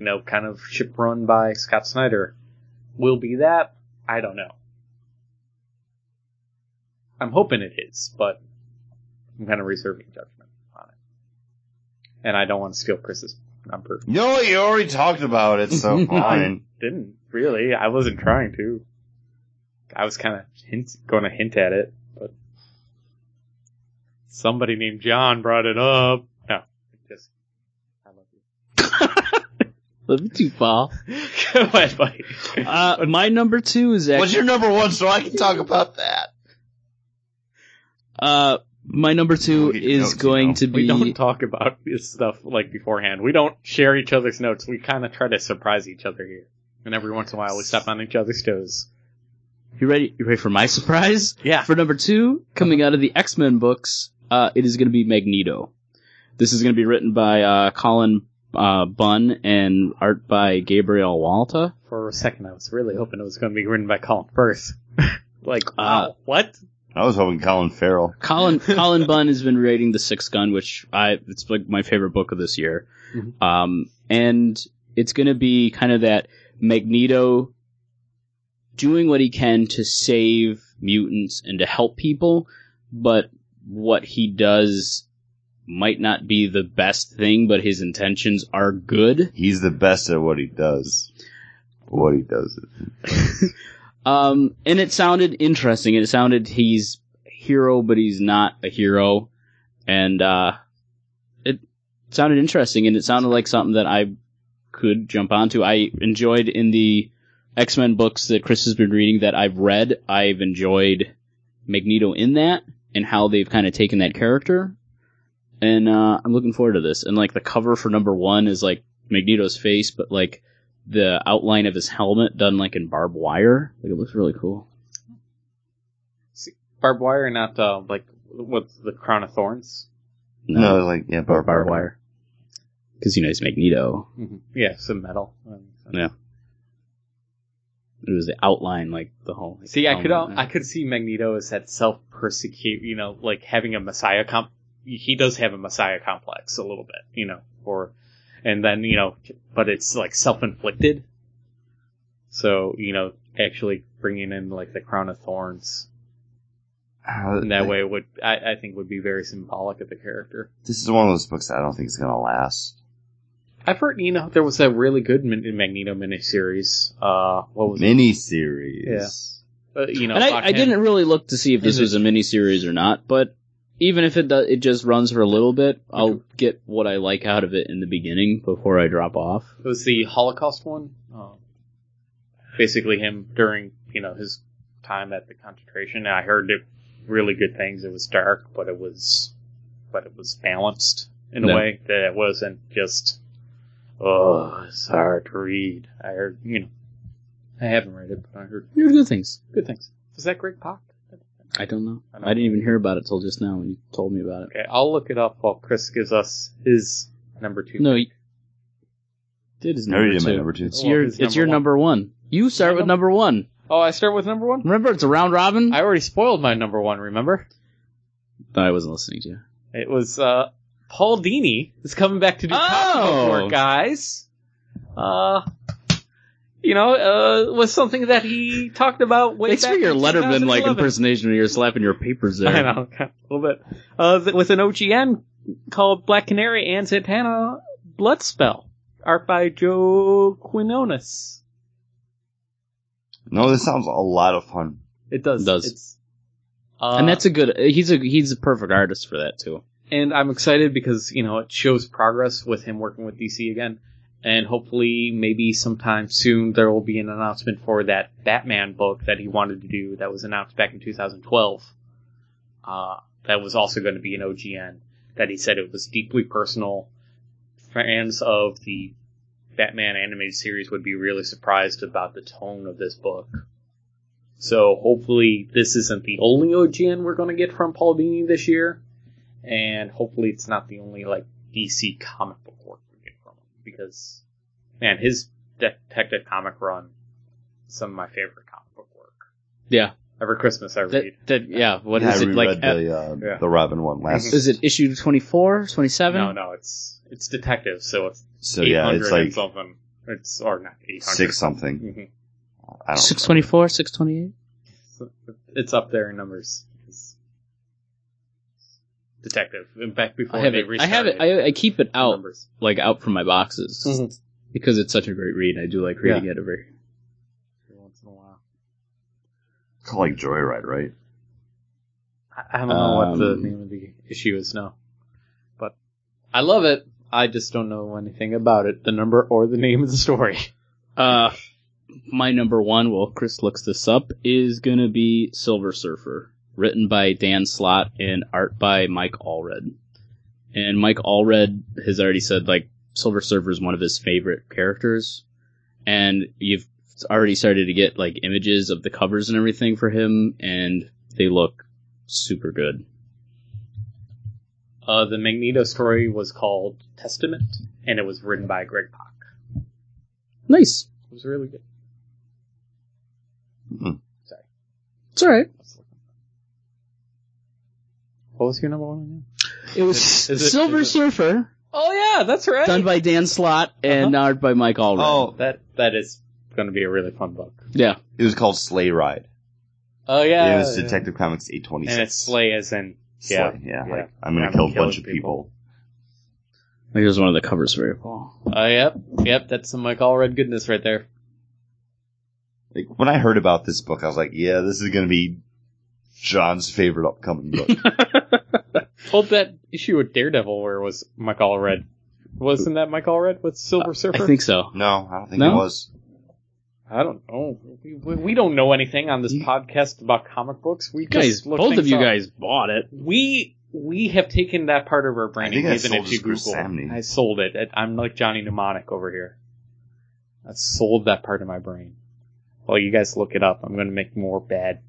you know, kind of ship run by Scott Snyder, will be that. I don't know. I'm hoping it is, but I'm kind of reserving judgment on it. And I don't want to steal Chris's number. No, you already talked about it, so fine. Didn't really. I wasn't trying to. I was kind of hint, going to hint at it, but somebody named John brought it up. No, just I love you. Love you too, Paul. Come on, buddy. Uh, my number two is actually. What's your number one so I can talk about that? Uh, my number two We'll get your is notes, you going know. to We be. don't talk about this stuff like beforehand. We don't share each other's notes. We kind of try to surprise each other here, and every once in a while we step on each other's toes. You ready? You ready for my surprise? Yeah. For number two, coming out of the X Men books, uh, it is going to be Magneto. This is going to be written by uh, Colin uh, Bunn and art by Gabriel Walta. For a second, I was really hoping it was going to be written by Colin Firth. like, Uh, wow, what? I was hoping Colin Farrell. Colin Colin Bunn has been reading The Sixth Gun, which I it's like my favorite book of this year. Mhm. Um, and it's going to be kind of that Magneto doing what he can to save mutants and to help people, but what he does might not be the best thing, but his intentions are good. He's the best at what he does. What he does. Um, and it sounded interesting. It sounded he's a hero, but he's not a hero, and uh, it sounded interesting. And it sounded like something that I could jump onto. I enjoyed in the X Men books that Chris has been reading that I've read. I've enjoyed Magneto in that and how they've kind of taken that character. And uh, I'm looking forward to this. And like the cover for number one is like Magneto's face, but like the outline of his helmet done like in barbed wire. Like it looks really cool. Barbed wire, not uh, like what's the crown of thorns? No, like, yeah, barbed, Barbara. wire. Because you know he's Magneto. Yeah, some metal. Um, Yeah. It was the outline, like the whole. like, See, I could al- helmet. I could see Magneto as that self persecute, you know, like having a messiah comp. He does have a messiah complex a little bit, you know, or and then you know, but it's like self inflicted. So you know, actually bringing in like the crown of thorns Uh, in that way would I, I think would be very symbolic of the character. This is one of those books I don't think is going to last. I've heard you know there was a really good Min- Magneto miniseries. Uh, what was it? Miniseries. Yeah. Uh, you know, and Lock I, I Hand- didn't really look to see if this And was a miniseries or not, but even if it does, it just runs for a little bit. I'll get what I like out of it in the beginning before I drop off. It was the Holocaust one. Um, basically, him during you know his time at the concentration. And I heard it, really good things. It was dark, but it was, but it was balanced in No. a way that it wasn't just. Oh, it's hard to read. I heard you know. I haven't read it, but I heard There were good things. good things. Was that Greg Pak? I don't know. I I, don't didn't even hear about it till just now when you told me about it. Okay, I'll look it up while Chris gives us his number two. No, you did his I already number did my two. number two. It's Well, your his it's your number number one. You start My with number- number one. Oh, I start with number one. Remember, it's a round robin. I already spoiled my number one. Remember? No, I wasn't listening to you. It was uh, Paul Dini is coming back to do comic Oh. book work, guys. Uh, you know, uh, was something that he talked about way Thanks back for your in Letterman like 2011. impersonation. You're slapping your papers there. I know, a little bit. Uh, th- with an OGN called Black Canary and Santana Blood Spell. art by Joe Quinones. No, this sounds a lot of fun. It does. Does. It's, uh, and that's a good. He's a he's a perfect artist for that too. and I'm excited because you know it shows progress with him working with DC again, and hopefully maybe sometime soon there will be an announcement for that Batman book that he wanted to do that was announced back in 2012. Uh, that was also going to be an OGN that he said it was deeply personal. Fans of the Batman animated series would be really surprised about the tone of this book. So hopefully this isn't the only OGN we're going to get from Paul Dini this year and hopefully it's not the only like DC comic book work we get from him because man, his Detective Comic run, is some of my favorite comic book work. Yeah. Every Christmas I read. That, that yeah. What Yeah, is I it like? reread the, uh, yeah. the Robin one last. Is it issue 24, 27? No, no, it's it's detective, so it's so eight yeah, hundred it's and like something. It's or not eight hundred. six something. Mhm. I don't. know. 624, 628? It's up there in numbers. It's detective. In fact, before I have they it. I restarted, have it. I, I keep it the out, Mm-hmm. Numbers. like out from my boxes Mhm. because it's such a great read. I do like reading it every. Every once in a while. It's called like Joyride, right? I I don't know what the Um, name of the issue is now, but I love it. I just don't know anything about it, the number or the name of the story. Uh, my number one, while Chris looks this up, is gonna be Silver Surfer, written by Dan Slott and art by Mike Allred. And Mike Allred has already said like Silver Surfer is one of his favorite characters, and you've already started to get like images of the covers and everything for him, and they look super good. Uh, the Magneto story was called Testament, and it was written by Greg Pak. Nice. It was really good. It's all right. What was your number one? again? It was Is it- Silver is it- Surfer, Oh yeah, that's right. done by Dan Slott and art by Mike Allred. oh, that that is going to be a really fun book. yeah. It was called Sleigh Ride. Oh yeah, it was Detective Comics eight twenty six. and it's Slay as in yeah. yeah, yeah. Like I'm gonna I'm kill a killing bunch of people. I think it was one of the covers for it. Oh yep, yep. That's some Mike Allred goodness right there. Like when I heard about this book, I was like, yeah, this is gonna be John's favorite upcoming book. Hold that issue with Daredevil where it was Mike Allred. Wasn't that Mike Allred with Silver Surfer? I think so. no, I don't think No? it was. I don't know. We, we we don't know anything on this podcast about comic books. We You guys, just look both of things you up. guys bought it. we we have taken that part of our brain I think and I given sold it to this for Google. Samney. I sold it. I- I'm like Johnny Mnemonic over here. I sold that part of my brain. Well, you guys look it up. I'm going to make more bad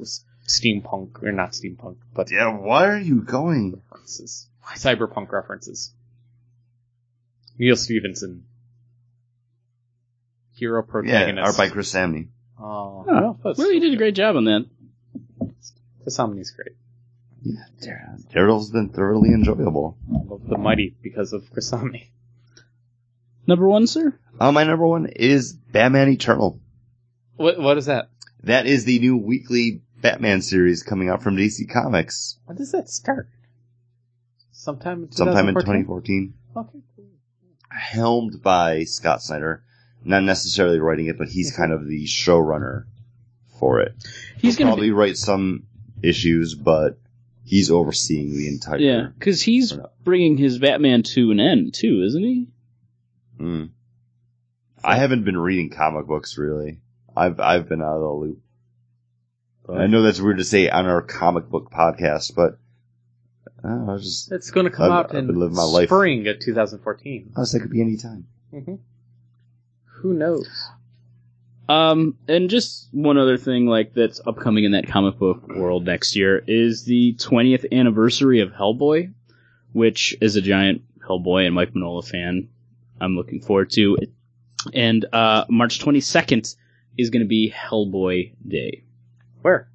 s- steampunk or not steampunk, but Yeah, why are you going? references. Cyberpunk references. Neil Stevenson. Hero Yeah, protagonist. art by Chris Samney. Oh, Huh. no, that's, Well, you did a great job on that. Kasami's great. Daryl's been thoroughly enjoyable. I love the Mighty because of Kasami. Number one, sir. Uh, my number one is Batman Eternal. What, what is that? That is the new weekly Batman series coming out from DC Comics When does that start? Sometime in sometime in 2014? 2014. Okay, cool. Helmed by Scott Snyder. Not necessarily writing it, but he's kind of the showrunner for it. He's He'll gonna probably write some issues, but he's overseeing the entire. be, yeah, because he's bringing his Batman to an end too, isn't he? Mm. I haven't been reading comic books really. I've I've been out of the loop. I know that's weird to say on our comic book podcast, but I don't know, I was just It's going to come I've- out I've in been living my life. spring of 2014. honestly it could be any time. hmm Who knows? Um, and just one other thing, like that's upcoming in that comic book world next year is the 20th anniversary of Hellboy, which is a giant Hellboy and Mike Manola fan. I'm looking forward to. And uh, March 22nd is going to be Hellboy Day. Where?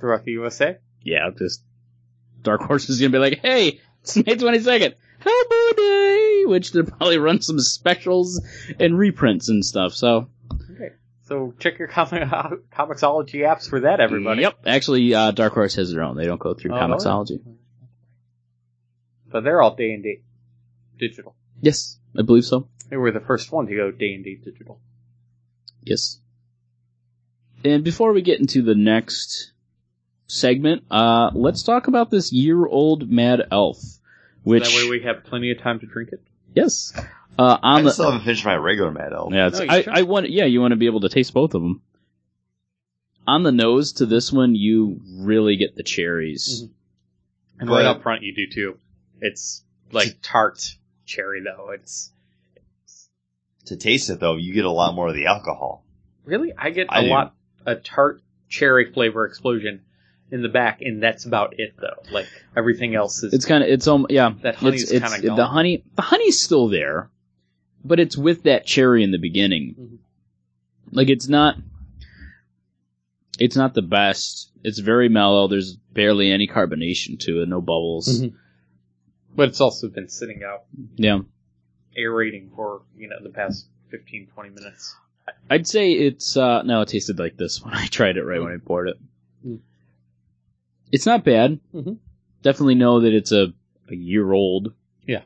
Throughout the USA? yeah, just Dark Horse is gonna be like, hey, it's May twenty second, Hellboy Day, which they'll probably run some specials and reprints and stuff. So Okay. So check your comic- Comixology apps for that, everybody. Yep, actually, uh, Dark Horse has their own. They don't go through Oh, Comixology. So they're all day and date digital. Yes, I believe so. They were the first one to go D and D digital. Yes. And before we get into the next segment, uh, let's talk about this year-old Mad Elf, which that way we have plenty of time to drink it. yes, uh, on I the still haven't finished my regular Mad Elf. Yeah, it's, Oh, No, you I, should. I want. Yeah, you want to be able to taste both of them. On the nose to this one, you really get the cherries. Mm-hmm. And Go right ahead. up front, you do too. It's like tart cherry, though. It's To taste it though, you get a lot more of the alcohol. really I get a I do. lot a tart cherry flavor explosion in the back, and that's about it though. Like everything else is It's kind of it's um yeah. That honey's it's, it's, kinda gone. the honey. The honey's still there, but it's with that cherry in the beginning. Mhm. Like it's not. It's not the best. It's very mellow. There's barely any carbonation to it. No bubbles. Mhm. but it's also been sitting out Yeah. aerating for you know the past 15, 20 minutes. I'd say it's uh no, it tasted like this when I tried it right when I poured it. Mm. It's not bad. Mhm. Definitely know that it's a, a year old. Yeah.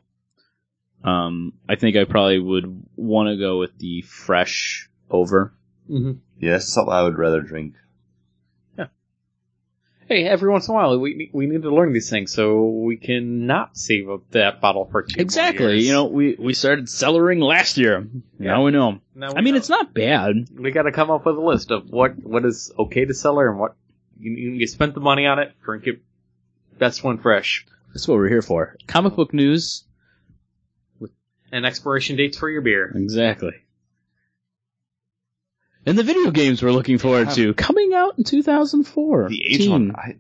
Um, I think I probably would want to go with the fresh over. Mm-hmm. Yeah, that's something I would rather drink. Hey, every once in a while we we need to learn these things so we can not save up that bottle for two more Exactly. years. You know, we we started cellaring last year. Now we know. Now I mean, know. it's not bad. we got to come up with a list of what what is okay to sell her and what you, you spent the money on it. Drink it, best one fresh, That's what we're here for. Comic book news. and expiration dates for your beer. Exactly. And the video games we're looking forward to coming out in 2004. The age one, I,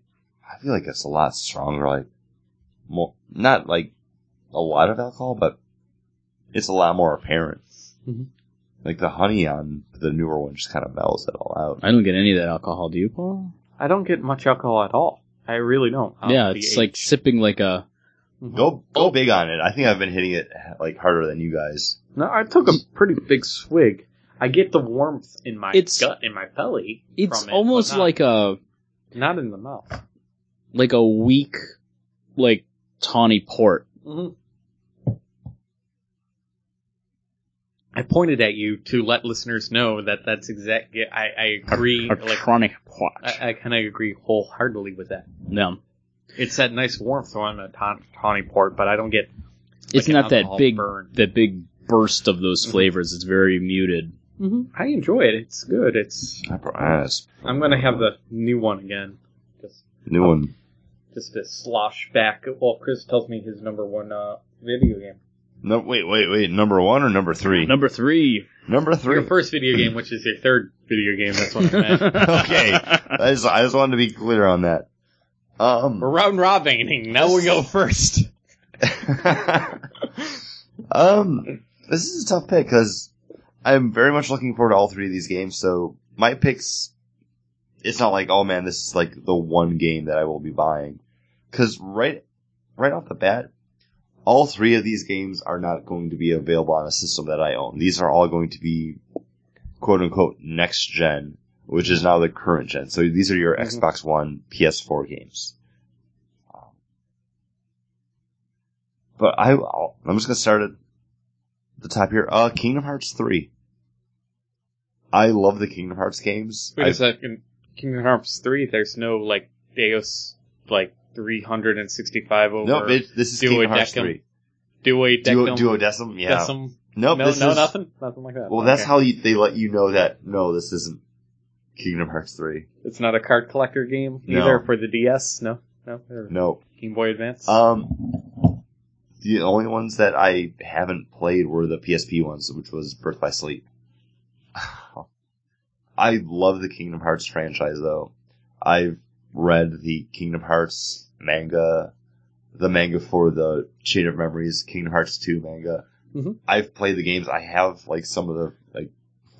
I feel like it's a lot stronger. Like, more not like a lot of alcohol, but it's a lot more apparent. Mhm. Like the honey on the newer one just kind of mellows it all out. I don't get any of that alcohol, do you, Paul? I don't get much alcohol at all. I really don't. Um, yeah, the it's age- like sipping like a. Go go big on it. I think I've been hitting it like harder than you guys. no. I took a pretty big swig. I get the warmth in my It's- gut in my belly. It's from it, almost but not- like a not in the mouth. like a weak, like tawny port. Mhm. Mm-hmm. I pointed at you to let listeners know that that's exact. yeah, I, I agree. a like tonic port. I, I kind of agree wholeheartedly with that. no, It's that nice warmth on a ta- tawny port, but I don't get. it's an not that alcohol big. burn. That big burst of those Mhm. flavors. It's very muted. I enjoy it. It's good. It's. I pro- ah, it's I'm gonna have the new one again, just new one. just to slosh back. Well, Chris tells me his number one uh, video game, No, wait, wait, wait. Number one or number three? Number three. Number your three. first video game, which is your third video game. That's what I meant. okay, I just, I just wanted to be clear on that. Um, We're round robining. Now we go first. um, this is a tough pick because I'm very much looking forward to all three of these games. So my picks, it's not like oh man, this is like the one game that I will be buying because right right off the bat, all three of these games are not going to be available on a system that I own. These are all going to be quote unquote next gen, which is now the current gen. So these are your Mhm. Xbox One, PS4 games. Um, But I, I'll, I'm just gonna start at the top here. Uh, Kingdom Hearts three. I love the Kingdom Hearts games. Wait a I- second. Kingdom Hearts three. There's no like Deus like 365 over no, it, this is Duodecum. Kingdom Hearts three. Duo, duodecum. duodecim, yeah. Decim- Nope, no, this no, is, nothing, nothing like that. Well, that's Okay. how you, they let you know that no, this isn't Kingdom Hearts three. it's not a card collector game No. either for the DS. No, no, or No, Game Boy Advance. Um, the only ones that I haven't played were the PSP ones, which was Birth by Sleep. I love the Kingdom Hearts franchise, though. I've read the Kingdom Hearts manga, the manga for the Chain of Memories, Kingdom Hearts 2 manga. Mhm. I've played the games. I have, like, some of the, like,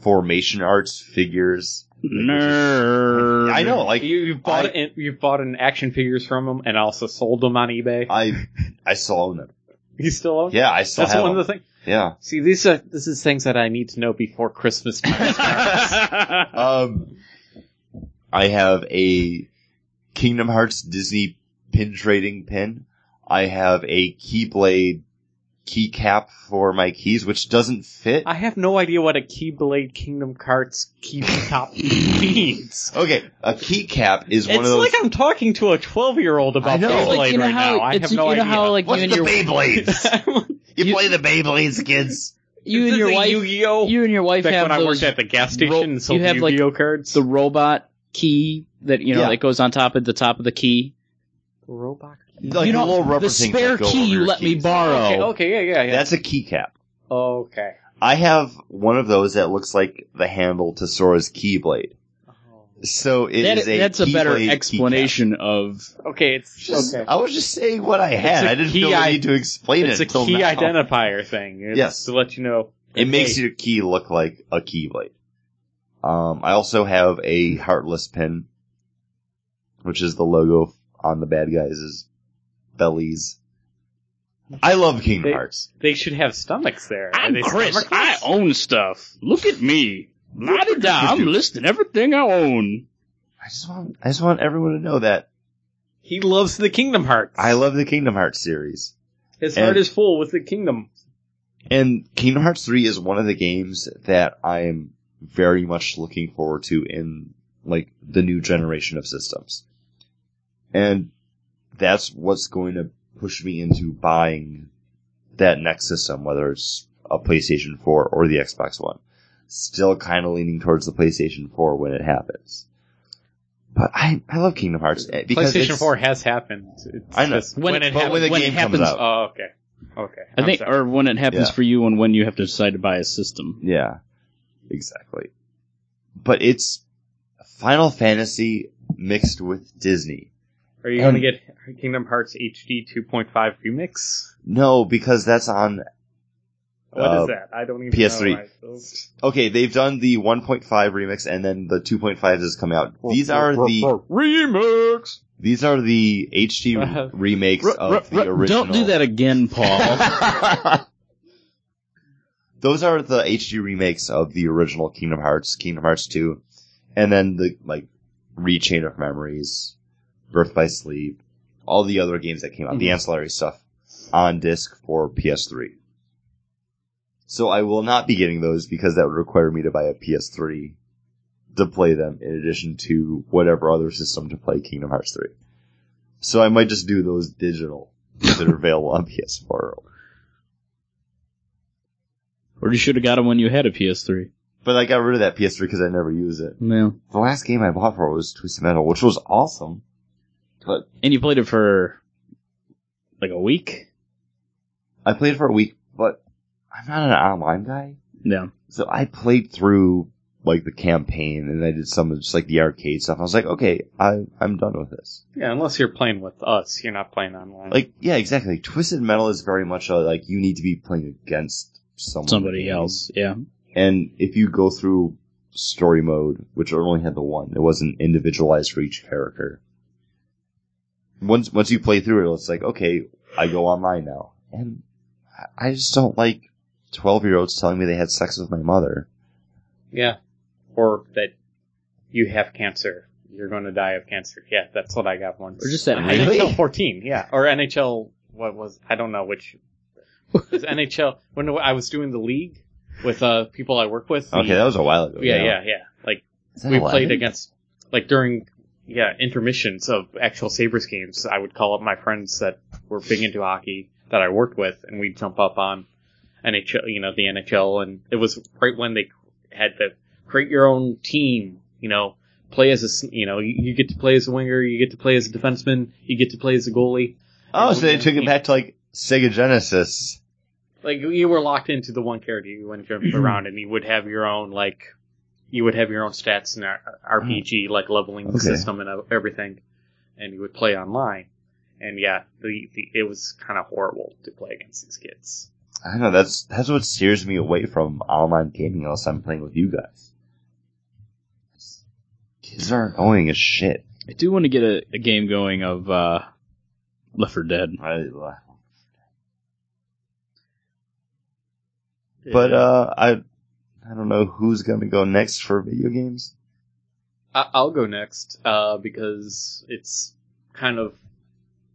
formation arts figures. Nerd. I know, like, you you bought I- it, you bought an action figures from them and also sold them on eBay. I, I still own them. you still own? Yeah, I still that's have one them. of the things. yeah. See, these are this is things that I need to know before Christmas. um, I have a Kingdom Hearts Disney pin trading pin. I have a Keyblade key cap for my keys, which doesn't fit. I have no idea what a Keyblade Kingdom Carts key top means. Okay, a key cap is one It's of those. like I'm talking to a 12 year old I about know. Beyblade It's like, you know right how, now. I it's, have no you know idea. how like What's you and the your Beyblades? you, You- play the Beyblades, kids? you This and is your a wife Yu-Gi-Oh. you and your wife Back have when I worked those at the gas station, ro- and sold you have, like, Yu-Gi-Oh cards. the robot key that you know Yeah. that goes on top of the top of the key. robot. like the you know, little rubber the things spare that go key over you your let me keys. oh, borrow. Okay, okay, yeah, yeah, yeah. That's a key cap. okay. I have one of those that looks like the handle to Sora's keyblade. Oh. So it is That- a that's a better Keyblade key cap. explanation of Okay, it's Just- okay. I was just saying what I had. a I didn't key feel the i- need to explain It's it a until key now. identifier thing. It's Yes. to let you know. It makes hey, your key look like a keyblade. Um, I also have a heartless pin, which is the logo on the bad guys' bellies. I love Kingdom They- Hearts. They should have stomachs there. Are I'm they Chris. stomachless? I own stuff. Look at me. La da da. I'm listing everything I own. I just want, I just want everyone to know that He loves the Kingdom Hearts. I love the Kingdom Hearts series. His and- heart is full with the kingdom. And Kingdom Hearts 3 is one of the games that I am very much looking forward to in like the new generation of systems. And that's what's going to push me into buying that next system, whether it's a PlayStation 4 or the Xbox One. Still kind of leaning towards the PlayStation 4 when it happens. But I, I love Kingdom Hearts eh, because PlayStation it's- 4 has happened. It's I know. just When when, it- it but happens. when the when it game happens, comes out, oh, okay. Okay. I I'm think, sorry. or when it happens Yeah. for you, and when you have to decide to buy a system. Yeah, exactly. But it's Final Fantasy mixed with Disney. Are you going to get Kingdom Hearts HD 2.5 remix? No, because that's on. What is Uh, that? I don't even PS3. know. Okay, they've done the 1.5 remix, and then the 2.5 has come out. These are the remix. these are the HD remakes of the original. Don't do that again, Paul. that. Those are the HD remakes of the original Kingdom Hearts, Kingdom Hearts 2, and then the like Rechain of Memories, Birth by Sleep, all the other games that came out, the ancillary stuff on disc for PS3. So I will not be getting those because that would require me to buy a PS3 to play them in addition to whatever other system to play Kingdom Hearts 3. So I might just do those digital that are available on PS4. or you should have got it when you had a PS3. But I got rid of that PS3 because I never use it. No. The last game I bought for it was Twisted Metal, which was awesome. But And you played it for like a week. I played it for a week, but I'm not an online guy. Yeah. So I played through like the campaign and I did some of just like the arcade stuff. I was like, okay, I, I'm done with this. Yeah, unless you're playing with us, you're not playing online. Like, yeah, exactly. Twisted Metal is very much a, like you need to be playing against someone. Somebody else. Yeah. And if you go through story mode, which only had the one, it wasn't individualized for each character. Once once you play through it, it's like okay, I go online now, and I- I just don't like twelve year olds telling me they had sex with my mother. yeah, or that you have cancer, you're going to die of cancer. Yeah, that's what I got Uh, once. Or just that Really? NHL 14, yeah, or NHL. What was I don't know which. it was NHL when I was doing the league with uh people I work with. the- Okay, that was a while ago. yeah, yeah, yeah, Like Is that we 11? played against like during yeah intermissions of actual Sabres games. I would call up my friends that were big into hockey that I worked with, and we'd jump up on NHL, you know, the NHL, and it was right when they had to create your own team. You know, play as a s- you know you, you get to play as a winger, you get to play as a defenseman, you get to play as a goalie. Oh, so they took it back to like Sega Genesis. Like you were locked into the one character you wouldn't jump around, and you would have your own like you would have your own stats and R- RPG like leveling Okay. system and everything, and you would play online. And yeah, the, the it was kind of horrible to play against these kids. I know that's that's what steers me away from online gaming unless I'm playing with you guys. Kids are annoying as shit. I do want to get a, a game going of uh, Left 4 Dead. I- But uh, I I don't know who's gonna go next for video games. I- I'll go next uh, because it's kind of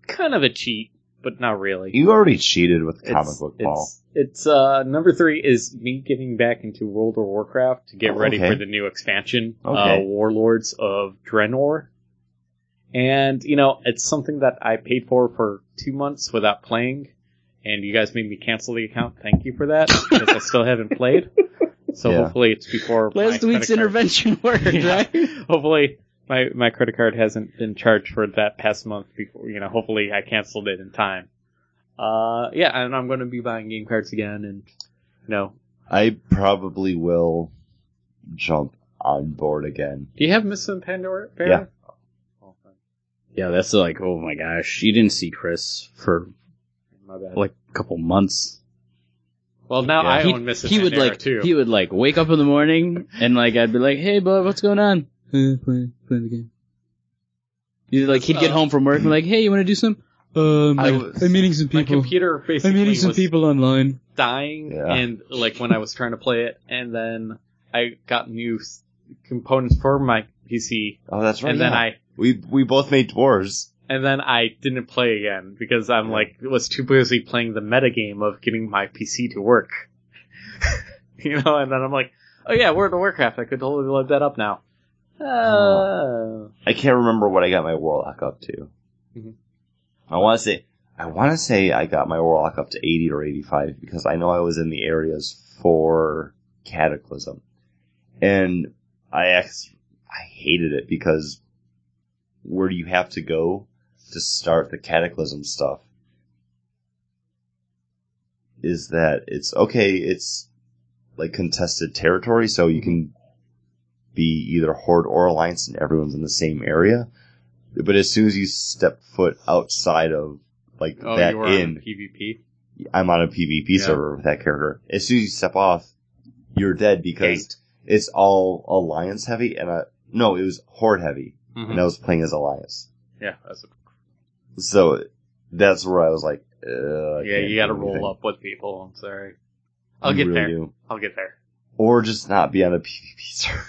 kind of a cheat but not really. You already cheated with comic It's- book, it's- Paul. It's, uh, number three is me getting back into World of Warcraft to get Oh, ready okay. for the new expansion, Okay. uh, Warlords of Draenor. And, you know, it's something that I paid for for two months without playing, and you guys made me cancel the account. Thank you for that, because I still haven't played. So Yeah. hopefully it's before my Last credit week's card- intervention worked, Yeah. right? Hopefully my, my credit card hasn't been charged for that past month before, you know, hopefully I canceled it in time. Uh, yeah, and I'm going to be buying game cards again and, you know, I probably will jump on board again. do you have Miss and Pandora? Baron? Yeah, that's like, oh my gosh, you didn't see Chris for My bad. like a couple months. well, now Yeah. I he, own Miss and he would Pandora like too. he would like wake up in the morning and like I'd be like, hey bud, what's going on? Uh, playing playing the game. He'd like he'd get Uh, home from work and be like, hey, you want to do some? Um, I like, was- I'm meeting some my people. computer I'm basically meeting some was people online. dying, Yeah. and like when I was trying to play it, and then I got new s- components for my PC, Oh, that's right. and then yeah. I we we both made dwarves. and then I didn't play again because I'm like was too busy playing the metagame of getting my PC to work. you know, and then I'm like, oh yeah, World of Warcraft, I could totally load that up now. Uh, I can't remember what I got my warlock up to. Mhm. I want to say I want to say I got my warlock up to eighty or eighty-five because I know I was in the areas for cataclysm, and I ex- I hated it because where do you have to go to start the cataclysm stuff? Is that it's okay? It's like contested territory, so you can be either horde or alliance, and everyone's in the same area. But as soon as you step foot outside of like oh, that you were in, on PvP. I'm on a PvP Yeah. server with that character. As soon as you step off, you're dead because it's all alliance heavy, and I no, it was horde heavy, Mhm. and I was playing as alliance. Yeah, that's a, So that's where I was like, uh, I yeah, can't you got to do roll anything. up with people. I'm sorry, You I'll get really there. do. I'll get there. or just not be on a PvP server.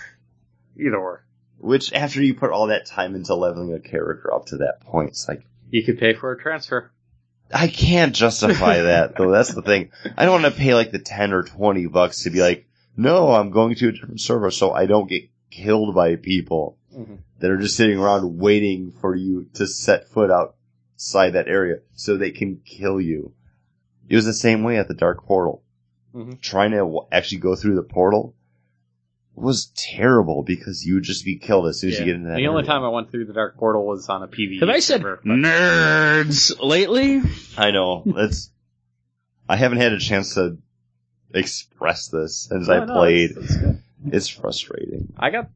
Either or, Which after you put all that time into leveling a character up to that point, it's like. you could pay for a transfer. I can't justify that though. That's the thing. I don't want to pay like the ten or twenty bucks to be like, no, I'm going to a different server so I don't get killed by people Mhm. that are just sitting around waiting for you to set foot outside that area so they can kill you. It was the same way at the Dark Portal. Mhm. Trying to w- actually go through the portal was terrible because you would just be killed as soon as Yeah. you get into that. The only area. time I went through the dark portal was on a PvP. Have I said- server, but- Nerds lately? I know. That's. I haven't had a chance to express this since No, I Oh, no, played. it's- it's good. It's frustrating. I got.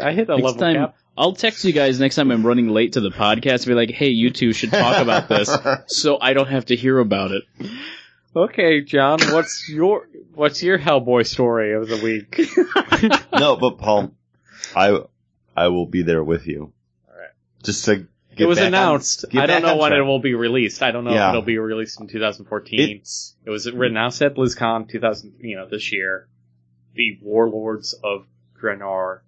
I hit a Next level time- cap. I'll text you guys next time I'm running late to the podcast. Be like, hey, you two should talk about this, so I don't have to hear about it. Okay, John, what's your what's your Hellboy story of the week? no, but Paul, I I will be there with you. Alright. Just to get it was back on- announced. get I don't back know on when track. it will be released. I don't know Yeah. if it'll be released in 2014. It, It's was announced at BlizzCon 2000. You know, this year, the Warlords of Draenor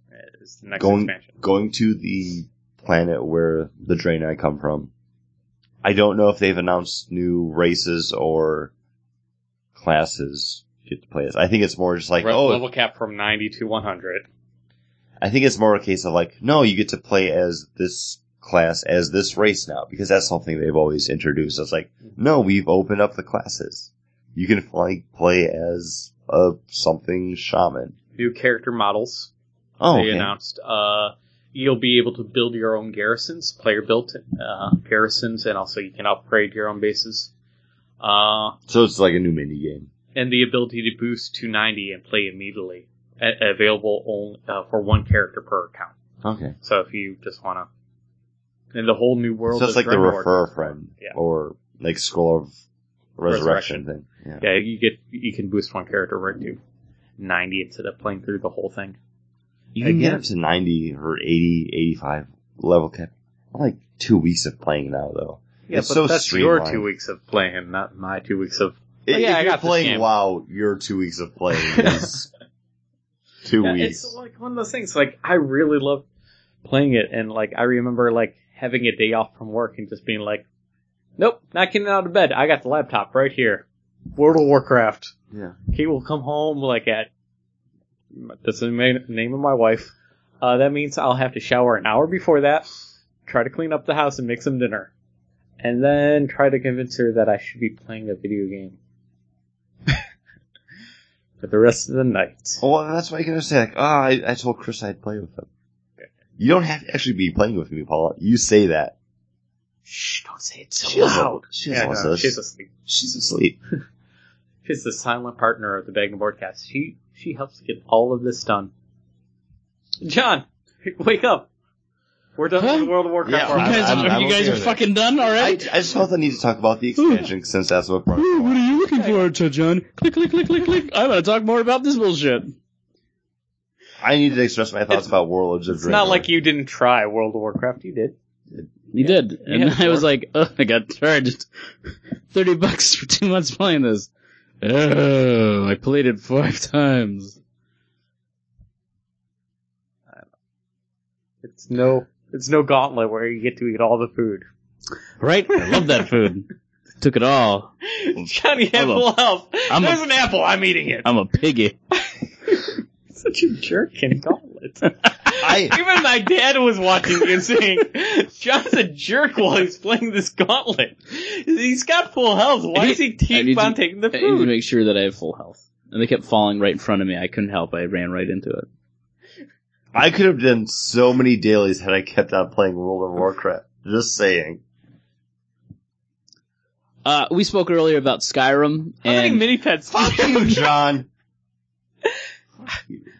is the next Going- expansion. going to the planet where the drain I come from. I don't know if they've announced new races or classes you get to play as. I think it's more just like Re- oh, level cap from 90 to 100. I think it's more a case of like, no, you get to play as this class, as this race now, because that's something they've always introduced. It's like, Mm-hmm. no, we've opened up the classes. You can like play as a something shaman. New character models. Oh, they okay. announced. Uh, you'll be able to build your own garrisons, player built uh, garrisons, and also you can upgrade your own bases. Uh, so it's like a new mini game. and the ability to boost to 90 and play immediately, a- available only, uh, for one character per account. Okay, So if you just want to, and the whole new world. so it's of like the Grimlord. refer a friend Yeah. or like scroll of resurrection, thing. Yeah. Yeah, you get you can boost one character right to 90 instead of playing through the whole thing. You can get up to 90 or 80, 85 level cap. Like two weeks of playing now though. Yeah, It's but so that's your streamlined. two weeks of playing, not my two weeks of If, yeah, if I you're got this playing game. WoW, your two weeks of playing is two Yeah, weeks. It's like one of those things. Like I really love playing it, and like I remember like having a day off from work and just being like, Nope, not getting out of bed. I got the laptop right here. World of Warcraft. Yeah. He will come home like at. That's the ma- name of my wife. Uh, that means I'll have to shower an hour before that, try to clean up the house and make some dinner, and then try to convince her that I should be playing a video game for the rest of the night. Well, that's why you can just say like, oh, I, I told Chris I'd play with him. You don't have to actually be playing with me, Paula. You say that. Shh! Don't say it so She doesn't- She doesn't Yeah, listen no, to this. she's asleep. She's asleep. She's the silent partner of the Bag and Broadcast. She she helps get all of this done. John, wake up! We're done Huh? with the World of Warcraft. Yeah, You I'm- guys, I'm- I'm you okay guys are with it. fucking done I, I already? just felt the need to talk about the expansion since that's what brought Ooh, what it are you looking for, John? Click, click, click, click, click. I want to talk more about this bullshit. up. I needed to express my thoughts about Warlords of it's not like you didn't try World of Warcraft. You did. You did. And Yeah, I was sure. like, oh, I got charged 30 bucks for two months playing this. Oh, I played it five times. It's no it's no gauntlet where you get to eat all the food. Right? I love that food. Took it all. Johnny I'm a- Apple Health. I'm a- There's an apple. I'm eating it. I'm a piggy. Such a jerk in gauntlet. I Even my dad was watching me and saying, John's a jerk while he's playing this gauntlet. He's got full health. Why is he I need keep to- on taking the I need to food? make sure that I have full health. And they kept falling right in front of me. I couldn't help. I ran right into it. I could have done so many dailies had I kept on playing World of Warcraft. Just saying. Uh, we spoke earlier about Skyrim. How many and mini pets? Fuck you, John.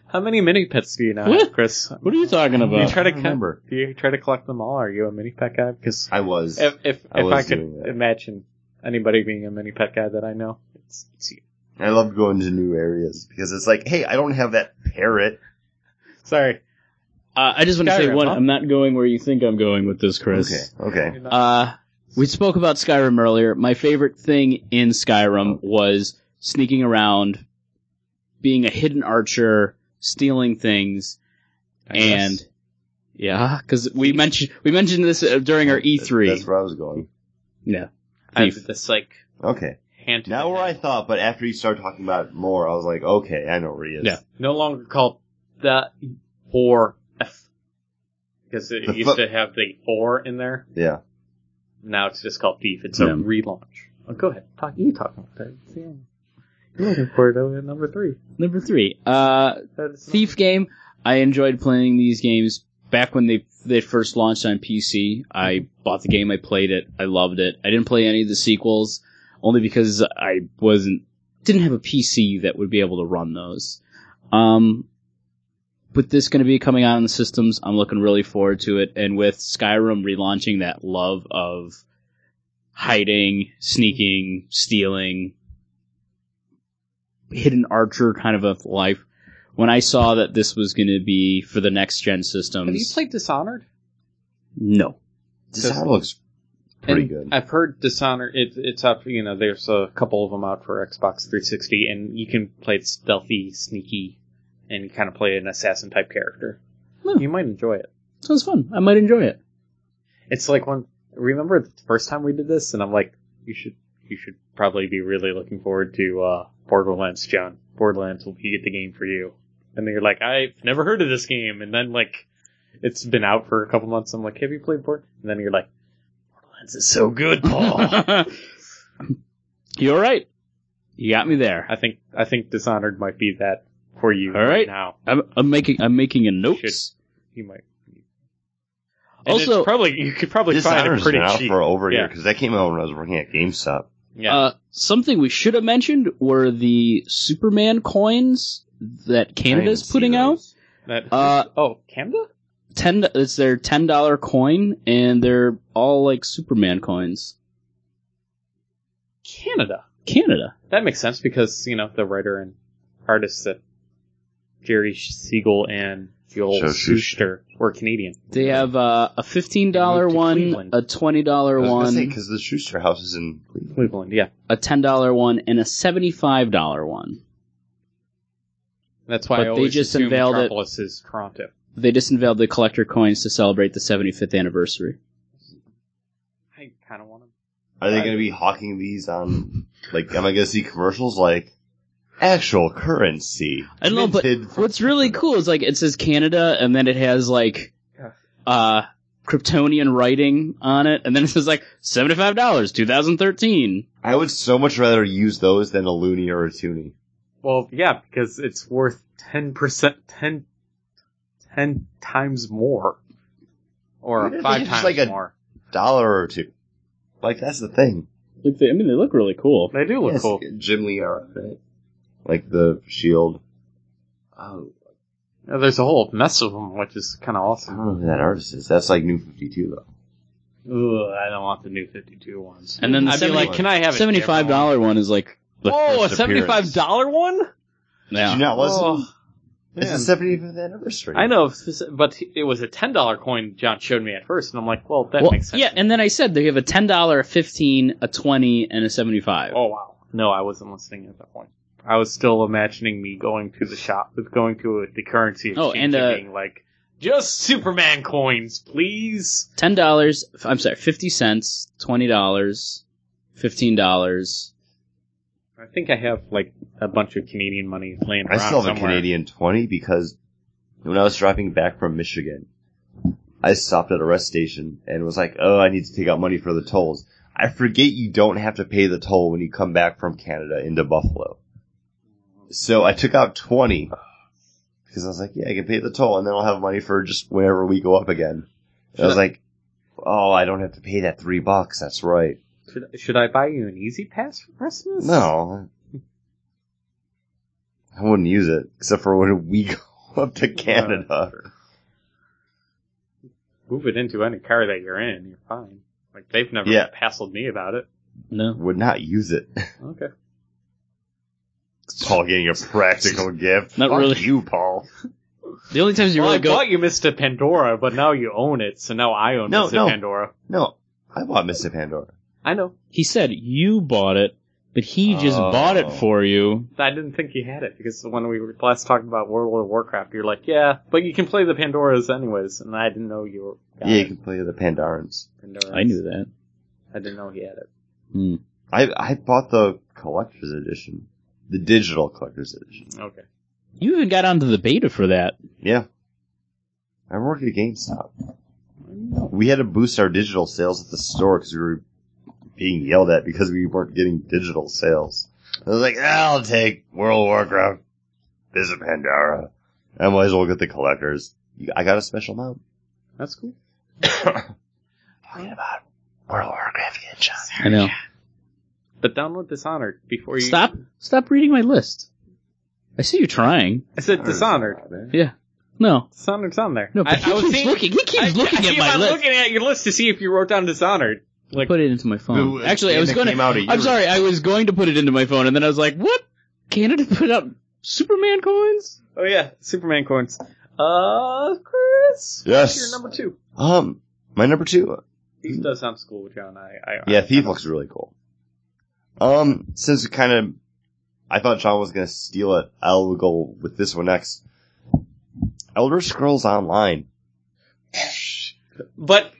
How many mini pets do you know, What? Chris? What are you talking Do you about? try to I co- remember. do you try to collect them all? Are you a mini pet guy? Because I was. if if I I, if was I could doing that. imagine anybody being a mini pet guy that I know, it's, it's you. I love going to new areas because it's like, hey, I don't have that parrot. Sorry, Uh, I just want to say Skyrim, one. huh? I'm not going where you think I'm going with this, Chris. Okay. Uh, we spoke about Skyrim earlier. My favorite thing in Skyrim was sneaking around, being a hidden archer, stealing things, I guess. and yeah, because we mentioned we mentioned this uh, during our E3. That's where I was going. No, I thief. have this like Okay. hand. Not where I thought, but after you started talking about it more, I was like, okay, I know where he is. Yeah. no longer called the or F because it The used fu- to have the or in there. Yeah. Now it's just called Thief. It's a Yeah. relaunch. Oh, go ahead. Talk. You talk about that. Yeah. You're looking forward to it, number three. number three. Uh, That is- Thief game. I enjoyed playing these games back when they they first launched on PC. I bought the game, I played it, I loved it. I didn't play any of the sequels only because I wasn't didn't have a PC that would be able to run those. Um, with this going to be coming out on the systems, I'm looking really forward to it. And with Skyrim relaunching that love of hiding, sneaking, stealing, hidden archer kind of a life. When I saw that this was going to be for the next gen systems, Have you played Dishonored? no. Dishonored looks pretty And good. I've heard Dishonored. It, it's up. You know, there's a couple of them out for Xbox 360, and you can play it stealthy, sneaky, and you kind of play an assassin type character. Hmm. You might enjoy it. Sounds fun. I might enjoy it. It's like when remember the first time we did this, and I'm like, you should you should probably be really looking forward to uh, Borderlands, John. Borderlands will be the game for you. And then you're like, I've never heard of this game. And then like, it's been out for a couple months. I'm like, have you played Borderlands? And then you're like, Borderlands is so good, Paul. You're right. You got me there. I think I think Dishonored might be that for you All right. now. I'm, I'm making I'm making a note. Should- You might. And Also- it's probably you could probably find it Dishonored's pretty been out cheap. for over a year Yeah. because that came out when I was working at GameStop. yeah, Uh, something we should have mentioned were the Superman coins that Canada's putting out. That- uh, oh, Canada. Ten it's their ten dollar coin, and they're all like Superman coins. Canada. Canada. That makes sense because you know the writer and artist that Jerry Siegel and Joel Joe Shuster. Shuster were Canadian. They have uh, a fifteen dollar Moved to one, Cleveland. a twenty dollar one, because the Schuster house is in Cleveland. Cleveland, yeah. a ten dollar one, and a seventy five dollar one. That's why But I they always just assume unveiled it- Metropolis is Toronto. They just unveiled the collector coins to celebrate the seventy fifth anniversary. I kind of want to. Are they going to be hawking these on? Like, am I going to see commercials like actual currency? I don't know, but minted for- What's really cool is like it says Canada, and then it has like uh Kryptonian writing on it, and then it says like seventy five dollars, two thousand thirteen. I would so much rather use those than a loony or a toonie. Well, yeah, because it's worth 10%, 10, 10 times more. Or Even if five it's just times like a- more. Dollar or two. Like that's the thing. Like they, I mean, they look really cool. They do look Yes, cool. Jim Lee era, right? Like the shield. Oh, Yeah, There's a whole mess of them, which is kind of I awesome. don't know who that artist is. That's like New Fifty Two though. Ugh, I don't want the new 52 ones. And then the I'd be 70 like, can I have it? Seventy five dollar one is like the Whoa, Oh, a first appearance. seventy-five dollar one? Did yeah. you not listen? Oh, it's man. the seventy fifth anniversary. I know, but it was a ten dollar coin John showed me at first, and I'm like, well, that Well, makes sense. yeah, and then I said they have a ten dollar, a fifteen, a twenty, and a seventy five. Oh wow. No, I wasn't listening at that point. I was still imagining me going to the shop, going to the currency Oh, exchange and, uh, being like, just Superman coins, please. Ten dollars. I'm sorry, fifty cents, twenty dollars, fifteen dollars. I think I have like a bunch of Canadian money laying I around still have a somewhere. Canadian 20 because when I was driving back from Michigan, I stopped at a rest station and was like, oh, I need to take out money for the tolls. I forget you don't have to pay the toll when you come back from Canada into Buffalo. So I took out 20 because I was like, yeah, I can pay the toll and then I'll have money for just whenever we go up again. And I was like, oh, I don't have to pay that three bucks. That's right. Should, should I buy you an Easy Pass for Christmas? No. I wouldn't use it, except for when we go up to Canada. Uh, Move it into any car that you're in. You're fine. Like they've never Yeah. hassled me about it. No. Would not use it. Okay. Paul getting a practical gift. Not Fuck really. You, Paul. The only times you well, really I go. bought you Mr. Pandora, but now you own it, so now I own No, Mr. no. Pandora. No, I bought Mr. Pandora. I know. He said you bought it, but he just Oh. bought it for you. I didn't think you had it because when we were last talking about World of Warcraft, you're like, yeah, but you can play the Pandoras anyways, and I didn't know you were. got yeah, you it, can play the Pandorans. Pandoras. I knew that. I didn't know he had it. Hmm. I I bought the collector's edition, the digital collector's edition. Okay. You even got onto the beta for that. Yeah, I work at GameStop. We had to boost our digital sales at the store because we were being yelled at because we weren't getting digital sales. I was like, I'll take World of Warcraft, visit Pandora. I might as well get the collectors. You- I got a special mount. That's cool. Talking about World of Warcraft again, John. I know. But download Dishonored before you. Stop! Stop reading my list. I see you trying. I said Dishonored. No, Dishonored's on there. no, but I, he I was keeps seeing- looking. He keeps I- I looking at keep my on list. looking at your list to see if you wrote down Dishonored. Like, Put it into my phone. Who- Actually, I game was that going came out a to. year I'm sorry. I was going to put it into my phone, and then I was like, "What? Canada put out Superman coins? oh yeah, Superman coins. Uh, Chris. Yes. Your number two. Um, my number two. These Hmm. does sound cool, John. I. I Yeah, Thief looks really cool. Um, since we kind of, I thought John was gonna steal it. I'll go with this one next. Elder Scrolls Online. But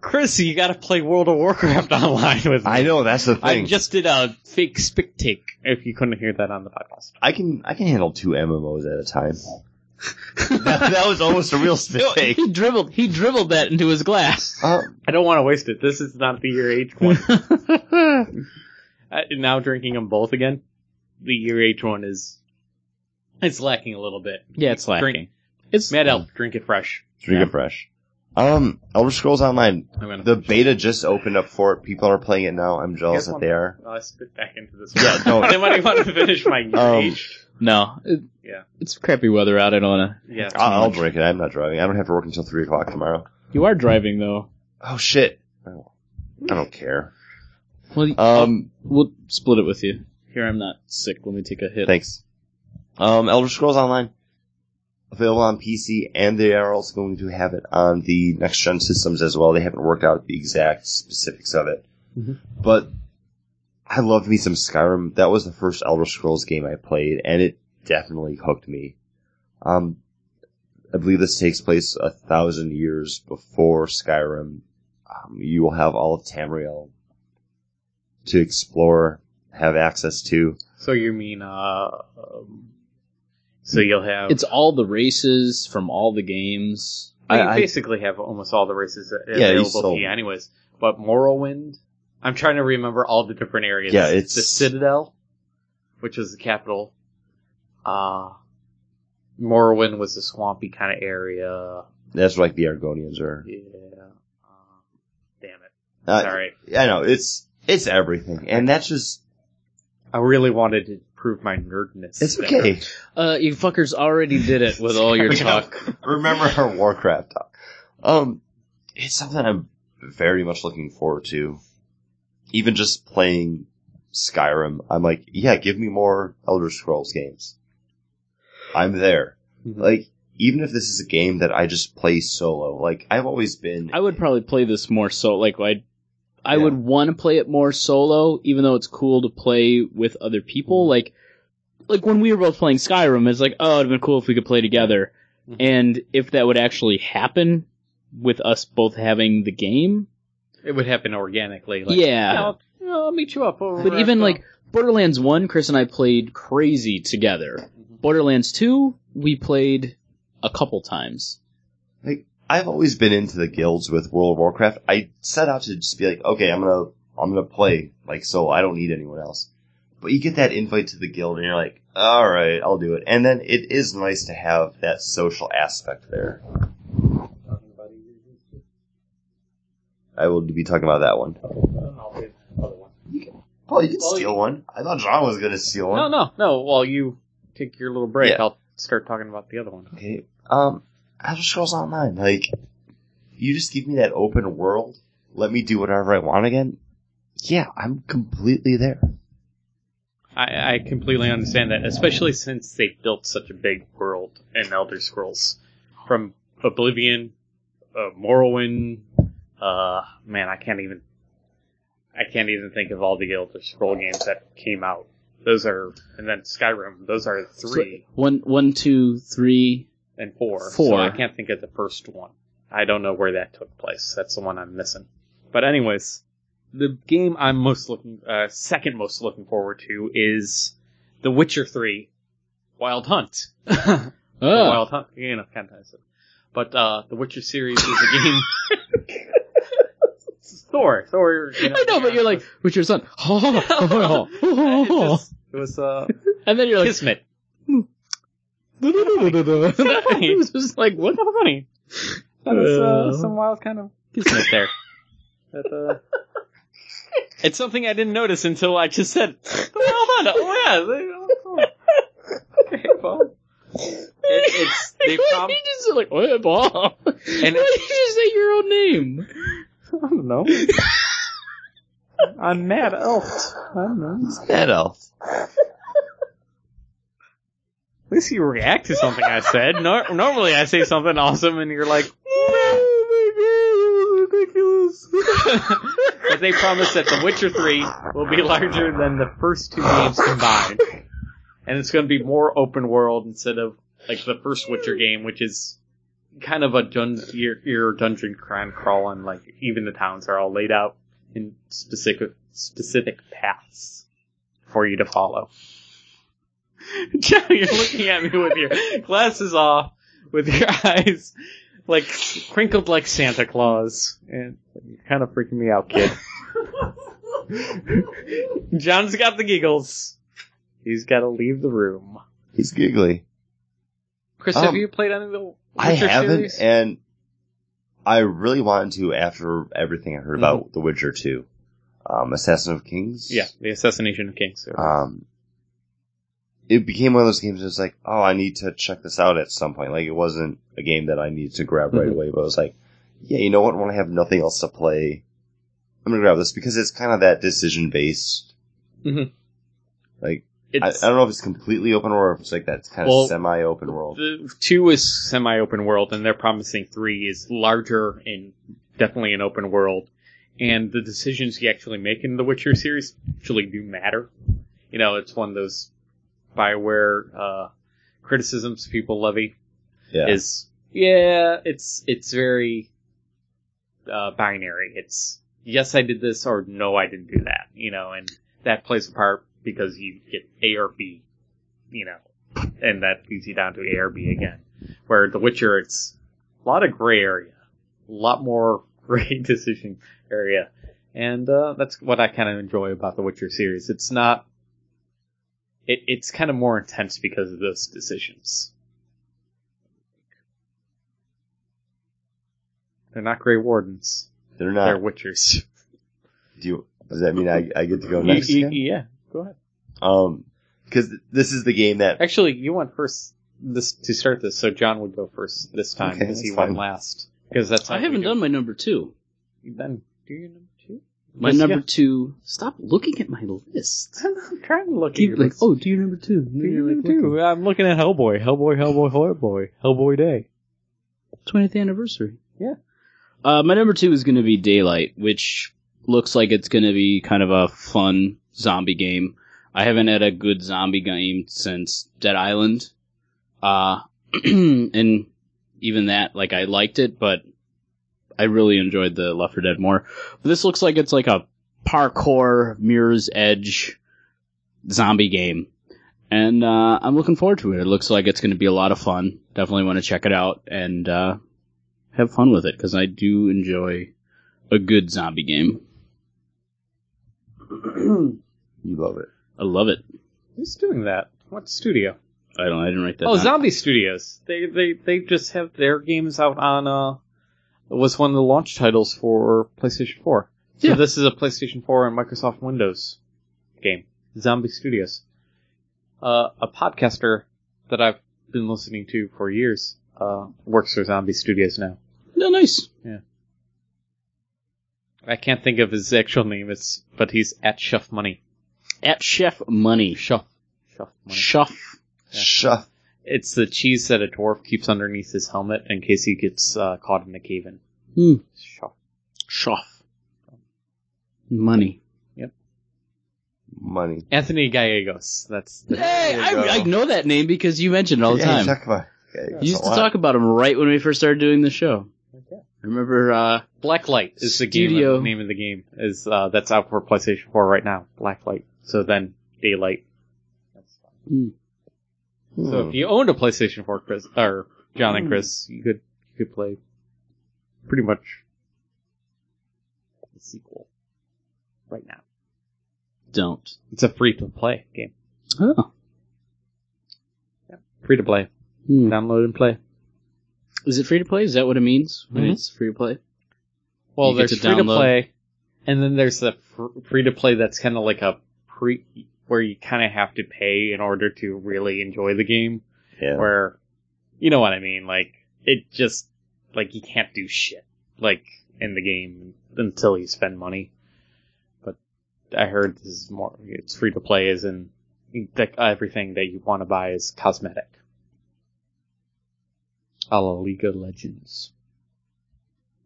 Chris, you got to play World of Warcraft online with me. I know that's the I thing. I, just did a fake spic take. If you couldn't hear that on the podcast, can I can handle two MMOs at a time. that, that was almost a real spit take. He dribbled. He dribbled that into his glass. Um, I don't want to waste it. This is not the year age one. uh, now drinking them both again, the year age one is it's lacking a little bit. yeah, it's lacking. Drink, It's Mad Elf, drink it fresh. drink it fresh. Um, Elder Scrolls Online. I'm gonna. The beta just opened up for it. People are playing it now. I'm jealous Here's that one. they are. I'll Uh, spit back into this. Yeah, one. don't. Anybody want to finish my year Um, age? No. It- Yeah. It's crappy weather out. I don't wanna. Yeah. I'll, I'll drink it. I'm not driving. I don't have to work until three o'clock tomorrow. You are driving though. Oh shit. Oh, I don't care. Well, y- Um, we'll split it with you. Here, I'm not sick. Let me take a hit. thanks. Um, Elder Scrolls Online available on PC, and they are also going to have it on the next gen systems as well. They haven't worked out the exact specifics of it, Mhm. but I loved me some Skyrim. That was the first Elder Scrolls game I played, and it definitely hooked me. Um, I believe this takes place a thousand years before Skyrim. Um, you will have all of Tamriel to explore, have access to. So you mean, uh, um, so you'll have It's all the races from all the games. I, I- I- basically have almost all the races that Yeah, you available sold- to you, anyways. But Morrowind, I'm trying to remember all the different areas. Yeah, it's- the Citadel, which was the capital. Uh Morrowind was the swampy kind of area. That's like the Argonians are. Yeah. Um, damn it. Uh, Sorry. I know it's it's everything, and that's just I really wanted to prove my nerdness. it's there. okay. Uh, you fuckers already did it with all your We talk. Remember her Warcraft talk. Um, it's something I'm very much looking forward to. Even just playing Skyrim, I'm like, yeah, give me more Elder Scrolls games. I'm there. Mhm. Like, even if this is a game that I just play solo, like I've always been. I would probably play this more so. Like I, I Yeah. would want to play it more solo, even though it's cool to play with other people. Like, like when we were both playing Skyrim, it's like, oh, it'd been cool if we could play together. Mhm. And if that would actually happen with us both having the game, It would happen organically. Like, yeah. I'll, I'll meet you up over. But at uh, even the- like Borderlands One, Chris and I played crazy together. Borderlands Two, we played a couple times. I've always been into the guilds with World of Warcraft. I set out to just be like, okay, I'm gonna I'm gonna play like solo. I don't need anyone else. But you get that invite to the guild, and you're like, all right, I'll do it. And then it is nice to have that social aspect there. I will be talking about that one. Paul, you can Well, steal one. I thought John was gonna steal one. No, no, no. While you take your little break, Yeah. I'll start talking about the other one. Okay. Um, Elder Scrolls Online, like, you just give me that open world, let me do whatever I want again. Yeah, I'm completely there. I, I completely understand that, especially since they built such a big world in Elder Scrolls, from Oblivion, uh, Morrowind. Uh, man, I can't even. I can't even think of all the Elder Scroll games that came out. Those are, and then Skyrim. Those are three One, one, two, three. and four. So Four. I can't think of the first one. I don't know where that took place. That's the one I'm missing. But anyways, the game I'm most looking, uh, second most looking forward to is The Witcher Three: Wild Hunt. The Oh, Wild Hunt, you know, kind of. But uh, the Witcher series is a game. Thor, Thor. You I know, but you're like, what's your son? it, just- it was uh, and then you're like, Kismet. it was just like, what? What's so funny? That was uh, some wild kind of kismet there. That, uh, it's something I didn't notice until I just said, "Hold on, oh yeah." they- Okay, well, it, it's they prob- you just like, "Oh, what, Paul? And And Why did you just say your own name? I don't know. I'm mad Oh. elf. I don't know. That elf. At least you react to something I said. Nor normally I say something awesome and you're like, oh my god, ridiculous. but they promised that The Witcher 3 will be larger than the first two games combined. And it's going to be more open world instead of like the first Witcher game, which is kind of a dun- your, your dungeon crime crawl and like even the towns are all laid out in specific specific paths for you to follow. John, you're looking at me with your glasses off, with your eyes like crinkled like Santa Claus, and you're kind of freaking me out, kid. John's got the giggles. He's got to leave the room. He's giggly. Chris, Um, have you played any of the Witcher I haven't, series? and I really wanted to after everything I heard Mm-hmm. about The Witcher 2. Um, Assassin of Kings. yeah, the assassination of King. Cyril. Um, it became one of those games that was like, oh, I need to check this out at some point. Like, it wasn't a game that I needed to grab right Mm-hmm. Mhm. away, but I was like, yeah, you know what? When I have nothing else to play, I'm gonna grab this because it's kind of that decision based. Mhm. Like, I, I It's- don't know if it's completely open world or if it's like that kind of Well, semi open world. The two is semi open world, and they're promising three is larger and definitely an open world. And the decisions you actually make in the Witcher series actually do matter. You know, it's one of those Bioware uh, criticisms people levy Yeah. is yeah, it's it's very uh, binary. It's yes, I did this or no, I didn't do that, you know, and that plays a part because you get A or B, you know, and that leads you down to A or B again. Where The Witcher, it's a lot of gray area, a lot more gray decision area. And uh, that's what I kind of enjoy about the Witcher series. It's not, it, it's kind of more intense because of those decisions. They're not Grey Wardens. They're They're not. Witchers. Do you, does that mean I, I get to go next? Y- y- Again? yeah, go ahead. Um, because this is the game that Actually, you went first this to start this, so John would go first this time Okay, because he that's went fine. last. Because that's how I we haven't do done my number two. it. Then do your number two. My Yes, number yeah. two. Stop looking at my list. I'm trying to look at Keep your like, list. oh, do you number two? Do your number two. I'm looking at Hellboy, Hellboy, Hellboy, Hellboy, Hellboy Day. twentieth anniversary. Yeah. Uh, my number two is going to be Daylight, which looks like it's going to be kind of a fun zombie game. I haven't had a good zombie game since Dead Island, uh, and even that, like, I liked it, but I really enjoyed the Left 4 Dead more. But this looks like it's like a parkour Mirror's Edge zombie game. And uh, I'm looking forward to it. It looks like it's going to be a lot of fun. Definitely want to check it out and uh, have fun with it because I do enjoy a good zombie game. you love it. I love it. Who's doing that? What studio? I don't. I didn't write that. oh, down. Zombie Studios. They they they just have their games out on uh it was one of the launch titles for PlayStation 4. So Yeah. this is a PlayStation 4 and Microsoft Windows game. Zombie Studios. Uh, a podcaster that I've been listening to for years uh, works for Zombie Studios now. no, nice. I can't think of his actual name, it's but he's at Chef Money. At Chef Money. Chef. Chef Money. Chef. Yeah. Shuff. It's the cheese that a dwarf keeps underneath his helmet in case he gets uh, caught in a cave in. Hmm. Chef. Chef. Money. money. Anthony Gallegos. That's the Hey, you go. I, I know that name because you mentioned it all the Yeah, you time. talk about- okay, that's you used a to lot. talk about him right when we first started doing the show. I remember. Uh, Blacklight is the Studio. game. Name of the game is uh, that's out for PlayStation 4 right now. Blacklight. So then Daylight. Hmm. So if you owned a PlayStation 4, Chris or John and Chris, you could you could play pretty much the sequel right now. don't. It's a free to play game. Oh. Free to play. Hmm. Download and play. Is it free to play? Is that what it means when Mhm. it's free to play? Well, You get there's to free to download. play, and then there's the fr- free to play that's kind of like a pre, where you kind of have to pay in order to really enjoy the game. Yeah. Where, you know what I mean? Like it just like you can't do shit like in the game until you spend money. But I heard this is more. It's free to play, as in that everything that you want to buy is cosmetic. A la League of Legends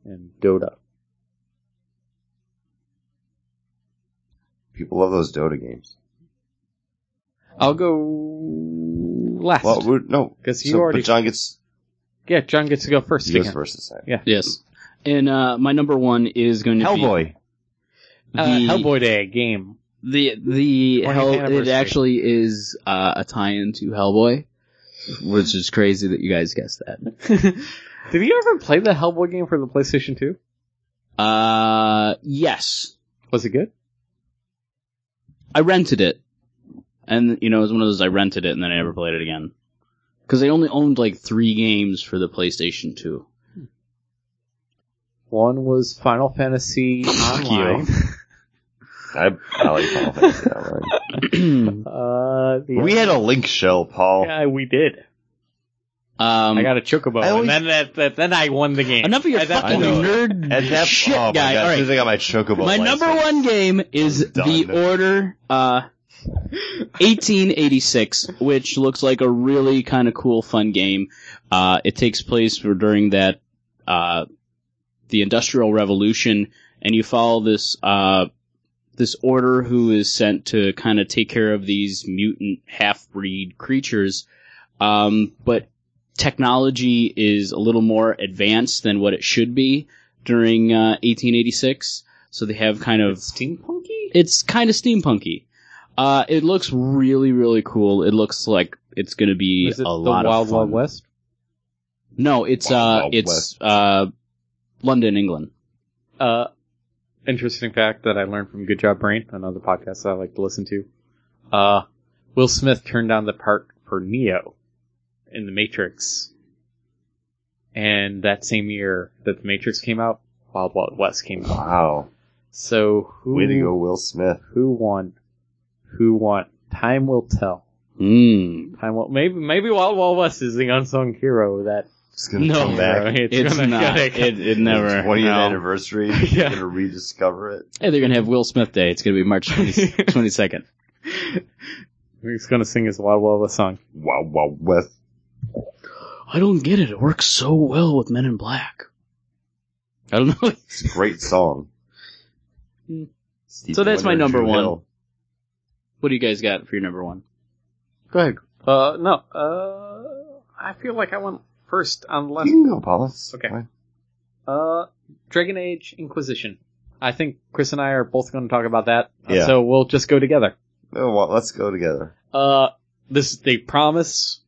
and Dota. people love those Dota games. I'll go last. Well, we're, no, 'Cause you so, already- but John gets yeah, John gets to go first he goes again. first this time. Yes. And uh, my number one is going to Hellboy. be the Uh, Hellboy Day game. the the 20th hell. It anniversary. actually is uh, a tie-in to Hellboy, which is crazy that you guys guessed that. Did you ever play the Hellboy game for the PlayStation 2? Uh, yes, Was it good? I rented it, and you know it was one of those I rented it and then I never played it again because I only owned like three games for the PlayStation Two. One was Final Fantasy Online. I, I like Final Fantasy Online. um, Uh, the We had a link shell, Paul. yeah, we did. Um, I got a chocobo, I always- and then that, that, then I won the game. enough of your At that I fucking know. point- nerd At that shit, oh my guy. God, All right, since I got my chocobo. My license. number one game is I'm done. The Order uh, 1886, which looks like a really kind of cool, fun game. Uh, it takes place for- during that uh, the Industrial Revolution, and you follow this uh, this order who is sent to kind of take care of these mutant half breed creatures. Um, but technology is a little more advanced than what it should be during uh, 1886. So they have kind of Steampunky? it's kind of steampunky. Uh, it looks really, really cool. It looks like it's gonna be Is it a the lot Wild of fun. Wild West? No, it's Wild uh, Wild it's uh, London, England. Uh, interesting fact that I learned from Good Job Brain, another podcast that I like to listen to. Uh, Will Smith turned down the part for Neo in The Matrix. And that same year that The Matrix came out, Wild Wild West came out. Wow. So who Way to go, Will Smith. who won? Who won? Time will tell. Mm. Time will maybe maybe Wild Wild West is the unsung hero of that Just gonna No, come back. It's, It's, gonna not. get it. It, it never. 20th No. anniversary. Yeah. Gonna rediscover it. Hey, they're gonna have Will Smith Day. It's gonna be March 20, 22nd. He's gonna sing his Wild Wild West song. Wow, wow, West. I don't get it. It works so well with Men in Black. I don't know. It's a great song. Hmm. Stevie So that's my Wonder, number Drew one. Hill. what do you guys got for your number one? Go ahead. Uh, no. Uh, I feel like I went first unless You can go, Paula. It's Okay. fine. uh, Dragon Age Inquisition. I think Chris and I are both going to talk about that, uh, Yeah. so we'll just go together. No, Oh, well, let's go together. Uh, this they promise,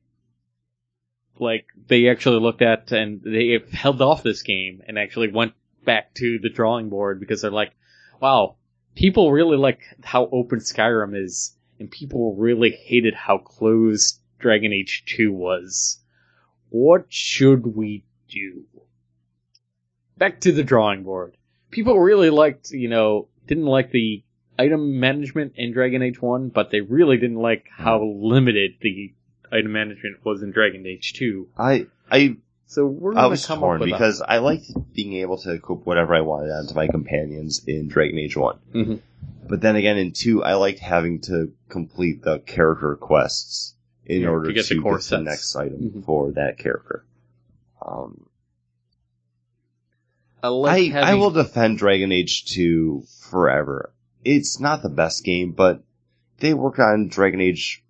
like they actually looked at and they have held off this game and actually went back to the drawing board because they're like, wow, people really like how open Skyrim is, and people really hated how closed Dragon Age Two was. What should we do? Back to the drawing board. People really liked, you know, didn't like the item management in Dragon Age 1, but they really didn't like how Hmm. limited the item management was in Dragon Age 2. I, I, So we're I going was to come up torn with because I liked being able to equip whatever I wanted onto my companions in Dragon Age One. Mhm. But then again, in two, I liked having to complete the character quests in Yeah, order to to get get, the core the sets. next item Mhm. for that character. Um, a, I, like I, I will defend Dragon Age 2 forever. It's not the best game, but they worked on Dragon Age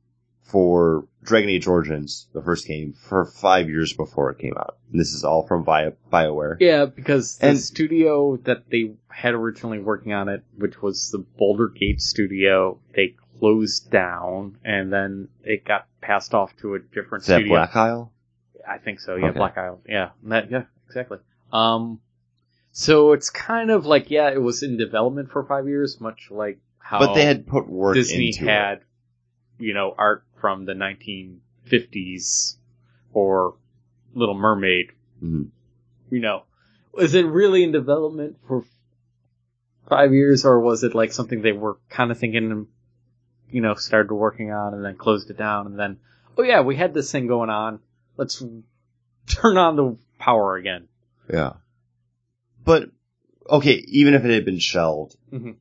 for Dragon Age Origins, the first game, for five years before it came out. And this is all from Bio, BioWare. Yeah, because the And- studio that they had originally working on it, which was the Boulder Gate studio, they closed down and then it got passed off to a different Is that studio. Black Isle? I think so. Yeah, Okay. Black Isle. Yeah, that, yeah, exactly. Um, so it's kind of like yeah, it was in development for five years, much like how But they had put work Disney into it. had, you know, art from the 1950s or Little Mermaid. Mhm. You know, was it really in development for five years, or was it like something they were kind of thinking, you know, started working on and then closed it down, and then oh yeah, we had this thing going on. Let's turn on the power again. Yeah. But, okay, even if it had been shelved, Mhm.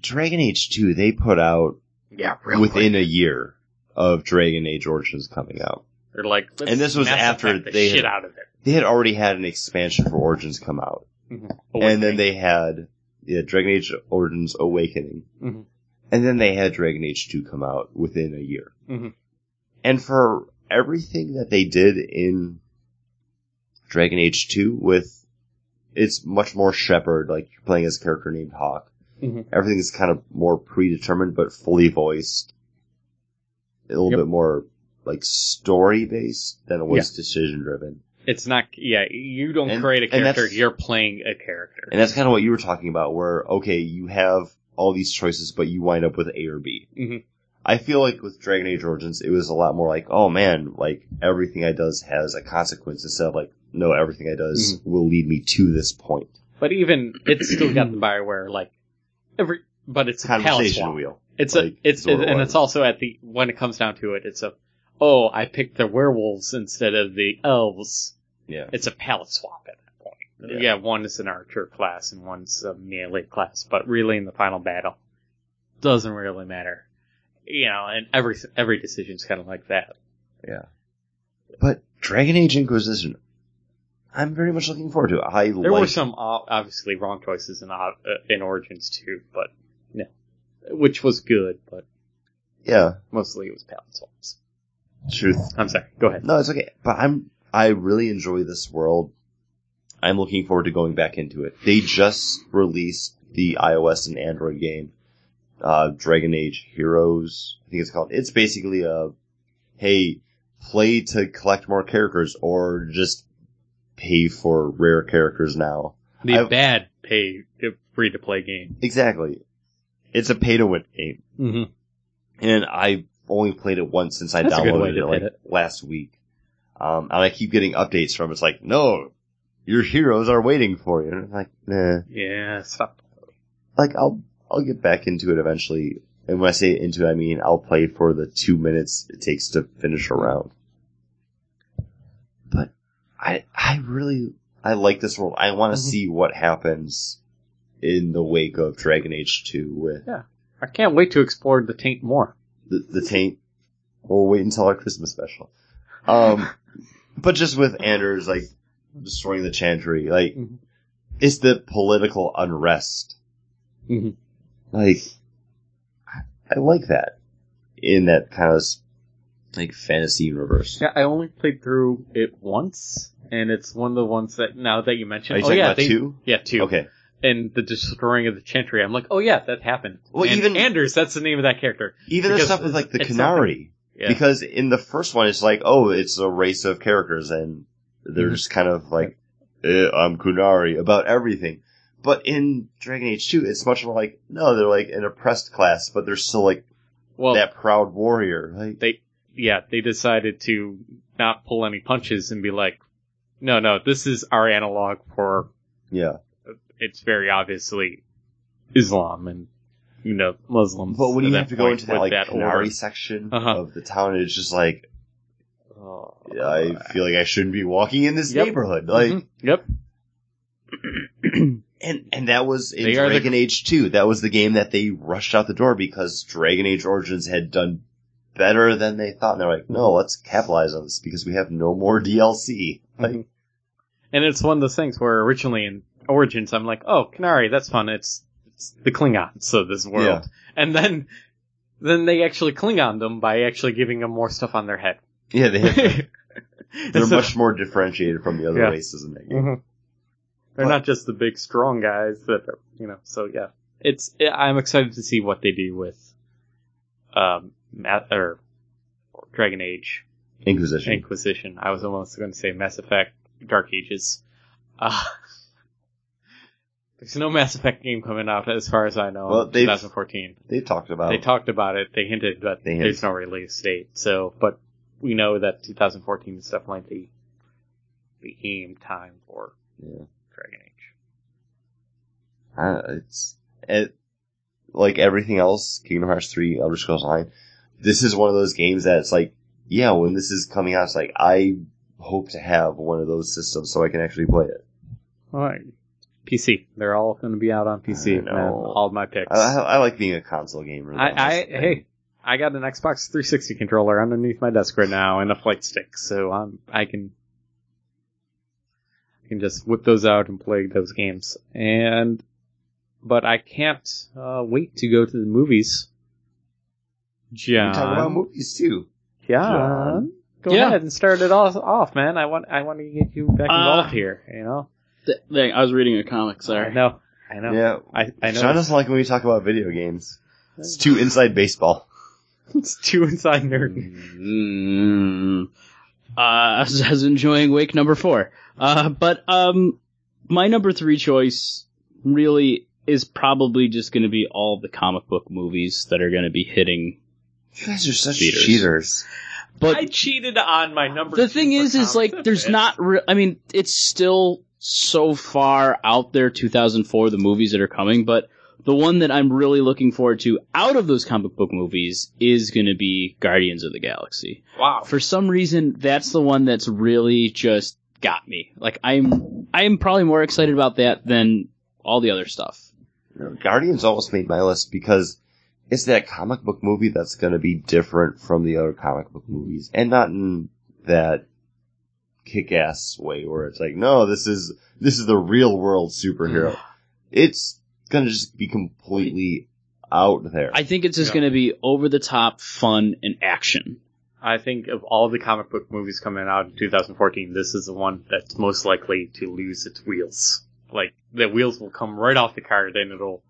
Dragon Age 2, they put out Yeah, within a year of Dragon Age Origins coming out. They're like, let's And this was Mass after Effect the they had- shit out of it, they had already had an expansion for Origins come out, and then they had yeah, Dragon Age Origins Awakening, Mhm. and then they had Dragon Age Two come out within a year. Mhm. And for everything that they did in Dragon Age Two, with it's much more Shepard, like you're playing as a character named Hawk. Mhm. Everything's kind of more predetermined, but fully voiced. A little Yep. bit more like story based than it was decision driven. It's not. Yeah, you don't And- create a and character. that's- You're playing a character. And that's kind of what you were talking about, where okay, you have all these choices, but you wind up with A or B. Mhm. I feel like with Dragon Age Origins, it was a lot more like, oh man, like everything I does has a consequence instead of like, no, everything I does Mm-hmm. will lead me to this point. but even it's still got the Bioware like every. But it's a palette Conversation swap. wheel. It's like, a. It's is what it and was. it's also at the when it comes down to it, it's a. Oh, I picked the werewolves instead of the elves. Yeah. It's a palette swap at that point. Yeah. Yeah, one is an archer class and one's a melee class, but really in the final battle, doesn't really matter. You know, and every every decision's kind of like that. But Dragon Age Inquisition, I'm very much looking forward to. it. I There like were some ob- obviously wrong choices in ob- uh, in Origins too, but yeah, which was good, but yeah, mostly it was palette swaps. truth. I'm sorry. Go ahead. No, it's okay. But I'm I really enjoy this world. I'm looking forward to going back into it. They just released the iOS and Android game, uh, Dragon Age Heroes. I think it's called. It's basically a, hey, play to collect more characters or just pay for rare characters now. The I've- bad pay uh, free to play game. Exactly. It's a pay to win game. Mm-hmm. and I only played it once since I That's a good way downloaded to it like put it. last week. Um, and I keep getting updates from it's like, no, your heroes are waiting for you. And I'm like, nah, Yeah, stop. like I'll I'll get back into it eventually. And when I say into, it, I mean I'll play for the two minutes it takes to finish a round. But I I really I like this world. I want to Mhm. see what happens in the wake of Dragon Age Two with I can't wait to explore the taint more. the, the taint. We'll wait until our Christmas special. Um, but just with Anders, like, destroying the Chantry, like, Mhm. it's the political unrest. Mhm. Like, I- I like that in that kind of, like, fantasy universe. Yeah, I only played through it once, and it's one of the ones that now that you mentioned. Are you oh talking yeah, about they- two? Yeah, two. Okay. And the destroying of the chantry. I'm like, oh yeah, that happened. Well, And even- Anders, that's the name of that character. Even the Because stuff with, like, the it's Canary. Yeah. Because in the first one, it's like, oh, it's a race of characters, and they're Mhm. just kind of like, eh, I'm Kunari about everything. But in Dragon Age 2, it's much more like, no, they're like an oppressed class, but they're still like well, that proud warrior. Like, yeah, they decided to not pull any punches and be like, no, no, this is our analog for yeah. it's very obviously Islam and you know Muslims. But when you at Mm-hmm. that have to go point into that with like Kunari order. section Uh-huh. of the town, it's just like, Oh. I feel like I shouldn't be walking in this Yep. neighborhood. Like, Mhm. yep, And and that was in They are the- Dragon Age 2. That was the game that they rushed out the door because Dragon Age Origins had done better than they thought. And they're like, no, let's capitalize on this because we have no more DLC. Like, Mhm. and it's one of those things where originally in Origins, I'm like, oh, Canary, that's fun. It's, it's the Klingons of this world, and then then they actually Klingon them by actually giving them more stuff on their head. yeah, they have, they're So- much more differentiated from the other Yeah. races in that game. Mhm. They're But- not just the big strong guys that are, you know. So yeah, it's I'm excited to see what they do with um Ma- or Dragon Age Inquisition. Inquisition. I was almost going to say Mass Effect Dark Ages. Uh, there's no Mass Effect game coming out as far as I know. Well, in they've- 2014. They talked about They talked about it. They hinted that They there's hinted. no release date. So, but we know that 2014 is definitely the the aim time for Yeah. Dragon Age. Uh, it's it, like everything else, Kingdom Hearts 3, Elder Scrolls Online. This is one of those games that it's like, yeah, when this is coming out, it's like, I hope to have one of those systems so I can actually play it. All right. PC. They're all going to be out on PC. I know. man. All my picks. I, I I like being a console gamer. I, I hey, I got an Xbox 360 controller underneath my desk right now and a flight stick, so I'm I can I can just whip those out and play those games. And but I can't uh, wait to go to the movies. we talk about John, movies too. John, go Yeah. ahead and start it all off, man. I want I want to get you back Uh, Ah. involved here. You know, Th- thing, I was reading a comic. I Sorry. know, I know, Yeah, I, I know. John doesn't like when we talk about video games. It's too inside baseball. it's too inside nerd. Mm. Uh, I was I was enjoying Wake number four. Uh, but um, my number three choice really is probably just going to be all the comic book movies that are going to be hitting. You guys are such Cheaters. cheaters. But I cheated on my number. the two thing for is, is like comics. there's not. Re- I mean, it's still so far out there. 2004, the movies that are coming, but the one that I'm really looking forward to out of those comic book movies is going to be Guardians of the Galaxy. wow. for some reason that's the one that's really just got me like i'm i'm probably more excited about that than all the other stuff No, Guardians almost made my list because it's that comic book movie that's going to be different from the other comic Mm-hmm. book movies, and not in that kick-ass way where it's like, no, this is this is the real world superhero. it's going to just be completely out there. i think it's just Yeah. going to be over the top fun and action I think of all the comic book movies coming out in 2014, this is the one that's most likely to lose its wheels. Like the wheels will come right off the cart, and it'll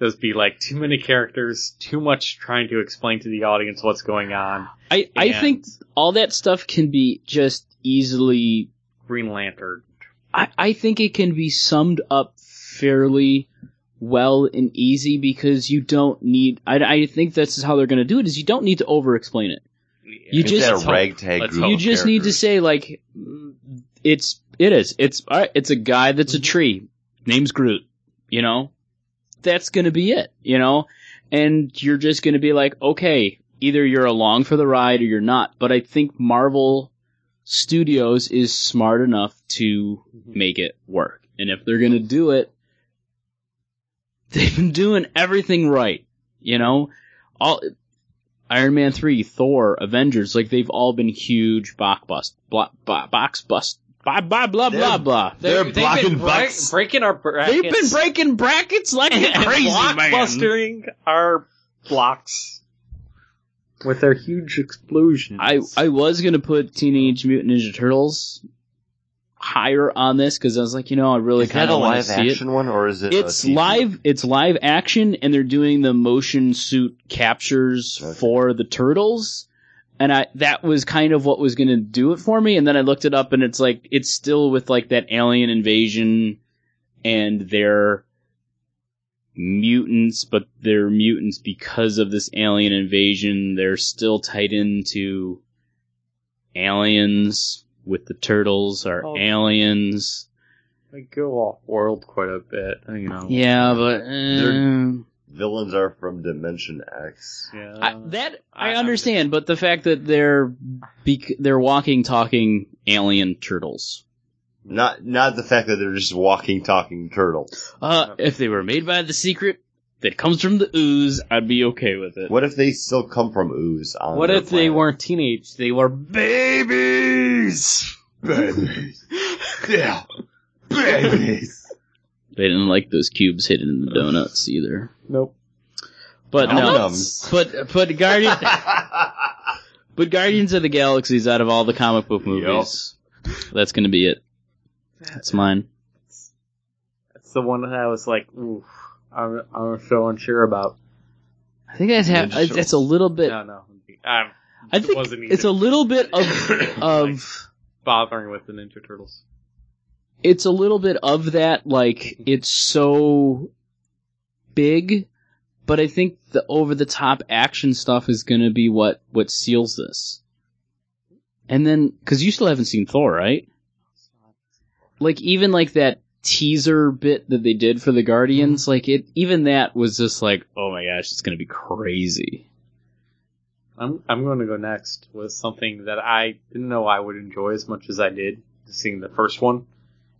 just be like too many characters, too much trying to explain to the audience what's going on. I, I And- think all that stuff can be just easily. Green Lantern. I, I think it can be summed up fairly well and easy because you don't need. I, I think this is how they're going to do it. Is you don't need to over explain it. You It's just that Let's hope. ragtag Let's group. hope. you of just need to characters. say like it's it is it's all right, it's a guy that's Mm-hmm. a tree name's groot you know that's gonna be it you know and you're just gonna be like okay either you're along for the ride or you're not but i think marvel studios is smart enough to Mm-hmm. make it work and if they're gonna do it they've been doing everything right you know all Iron Man 3, Thor, Avengers, like they've all been huge box bust, blo- bo- box bust, blah, blah, blah, blah, They're- blah. They're They've blocking been bra- bucks. breaking our brackets. They've been breaking brackets like and crazy. blockbustering our blocks with their huge explosions. I, I was going to put Teenage Mutant Ninja Turtles higher on this because I was like, you know, I really Is that kind a of want to live see it. action one or is it? a It's TV? live, it's live action and they're doing the motion suit captures Okay. for the turtles. And I, that was kind of what was going to do it for me. And then I looked it up and it's like, it's still with like that alien invasion and their mutants, but they're mutants because of this alien invasion. They're still tied into aliens with the turtles are Oh. aliens. They go off world quite a bit, you know. Yeah, but They're- Villains are from Dimension X. Yeah. I, that I- Uh, I, I'm understand, but the fact that they're bec- they're walking, talking alien turtles. Not not the fact that they're just walking, talking turtles. Uh, if they were made by the secret that comes from the ooze, I'd be okay with it. What if they still come from ooze? On what their if they planet? weren't teenage? They were Babies! Babies. yeah. Babies. They didn't like those cubes hidden in the donuts either. nope. But no, Donuts? but but Guardian, but Guardians of the Galaxies out of all the comic book movies, that's gonna be it. That's mine. That's the one that I was like, oof, I'm I'm so unsure about. I think that's ha- Ninja it's a little bit. no, no, I'm I it think wasn't it's either. a little bit of of. bothering with the Ninja Turtles. it's a little bit of that like it's so big but i think the over the top action stuff is going to be what what seals this and then cuz you still haven't seen thor right like even like that teaser bit that they did for the guardians like it even that was just like oh my gosh it's going to be crazy I'm I'm going to go next with something that I didn't know I would enjoy as much as I did seeing the first one,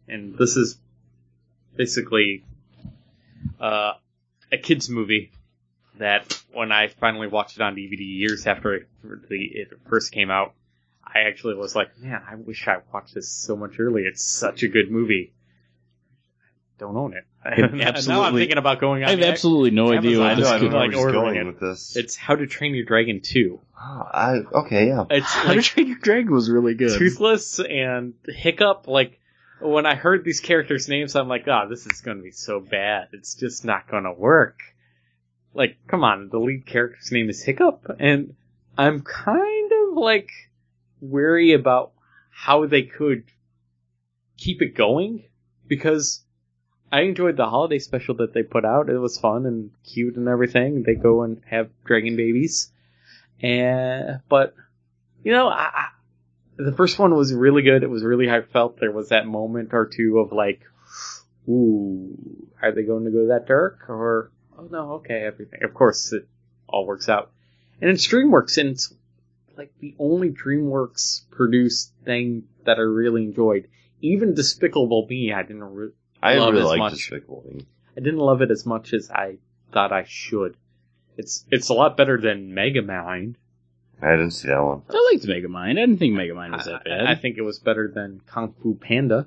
and this is basically uh, a kids movie that when I finally watched it on DVD years after it, the, it first came out, I actually was like, man, I wish I watched this so much earlier. It's such a good movie. I don't own it. now I'm absolutely- thinking about going. On i have the- absolutely no idea Amazon, I what know. this I could don't know Like where he's ordering going it. with this. It's How to Train Your Dragon two. Ah, I, okay, yeah. It's How to like Train Your Dragon was really good. Toothless and Hiccup, like when I heard these characters' names, I'm like, oh, this is gonna be so bad. It's just not gonna work. Like, come on, the lead character's name is Hiccup, and I'm kind of like wary about how they could keep it going because I enjoyed the holiday special that they put out. It was fun and cute and everything. They go and have dragon babies, and but you know, I, I, the first one was really good. It was really heartfelt. There was that moment or two of like, ooh, are they going to go that dark? Or, oh no, okay, everything. Of course, it all works out. And it's DreamWorks, and it's like the only DreamWorks produced thing that I really enjoyed. Even Despicable Me, I didn't re- I Love really as like much. Despicable Me. I didn't love it as much as I thought I should. It's it's a lot better than Megamind. I didn't see that one. I liked Megamind. I didn't think Megamind was I, that bad. I think it was better than Kung Fu Panda.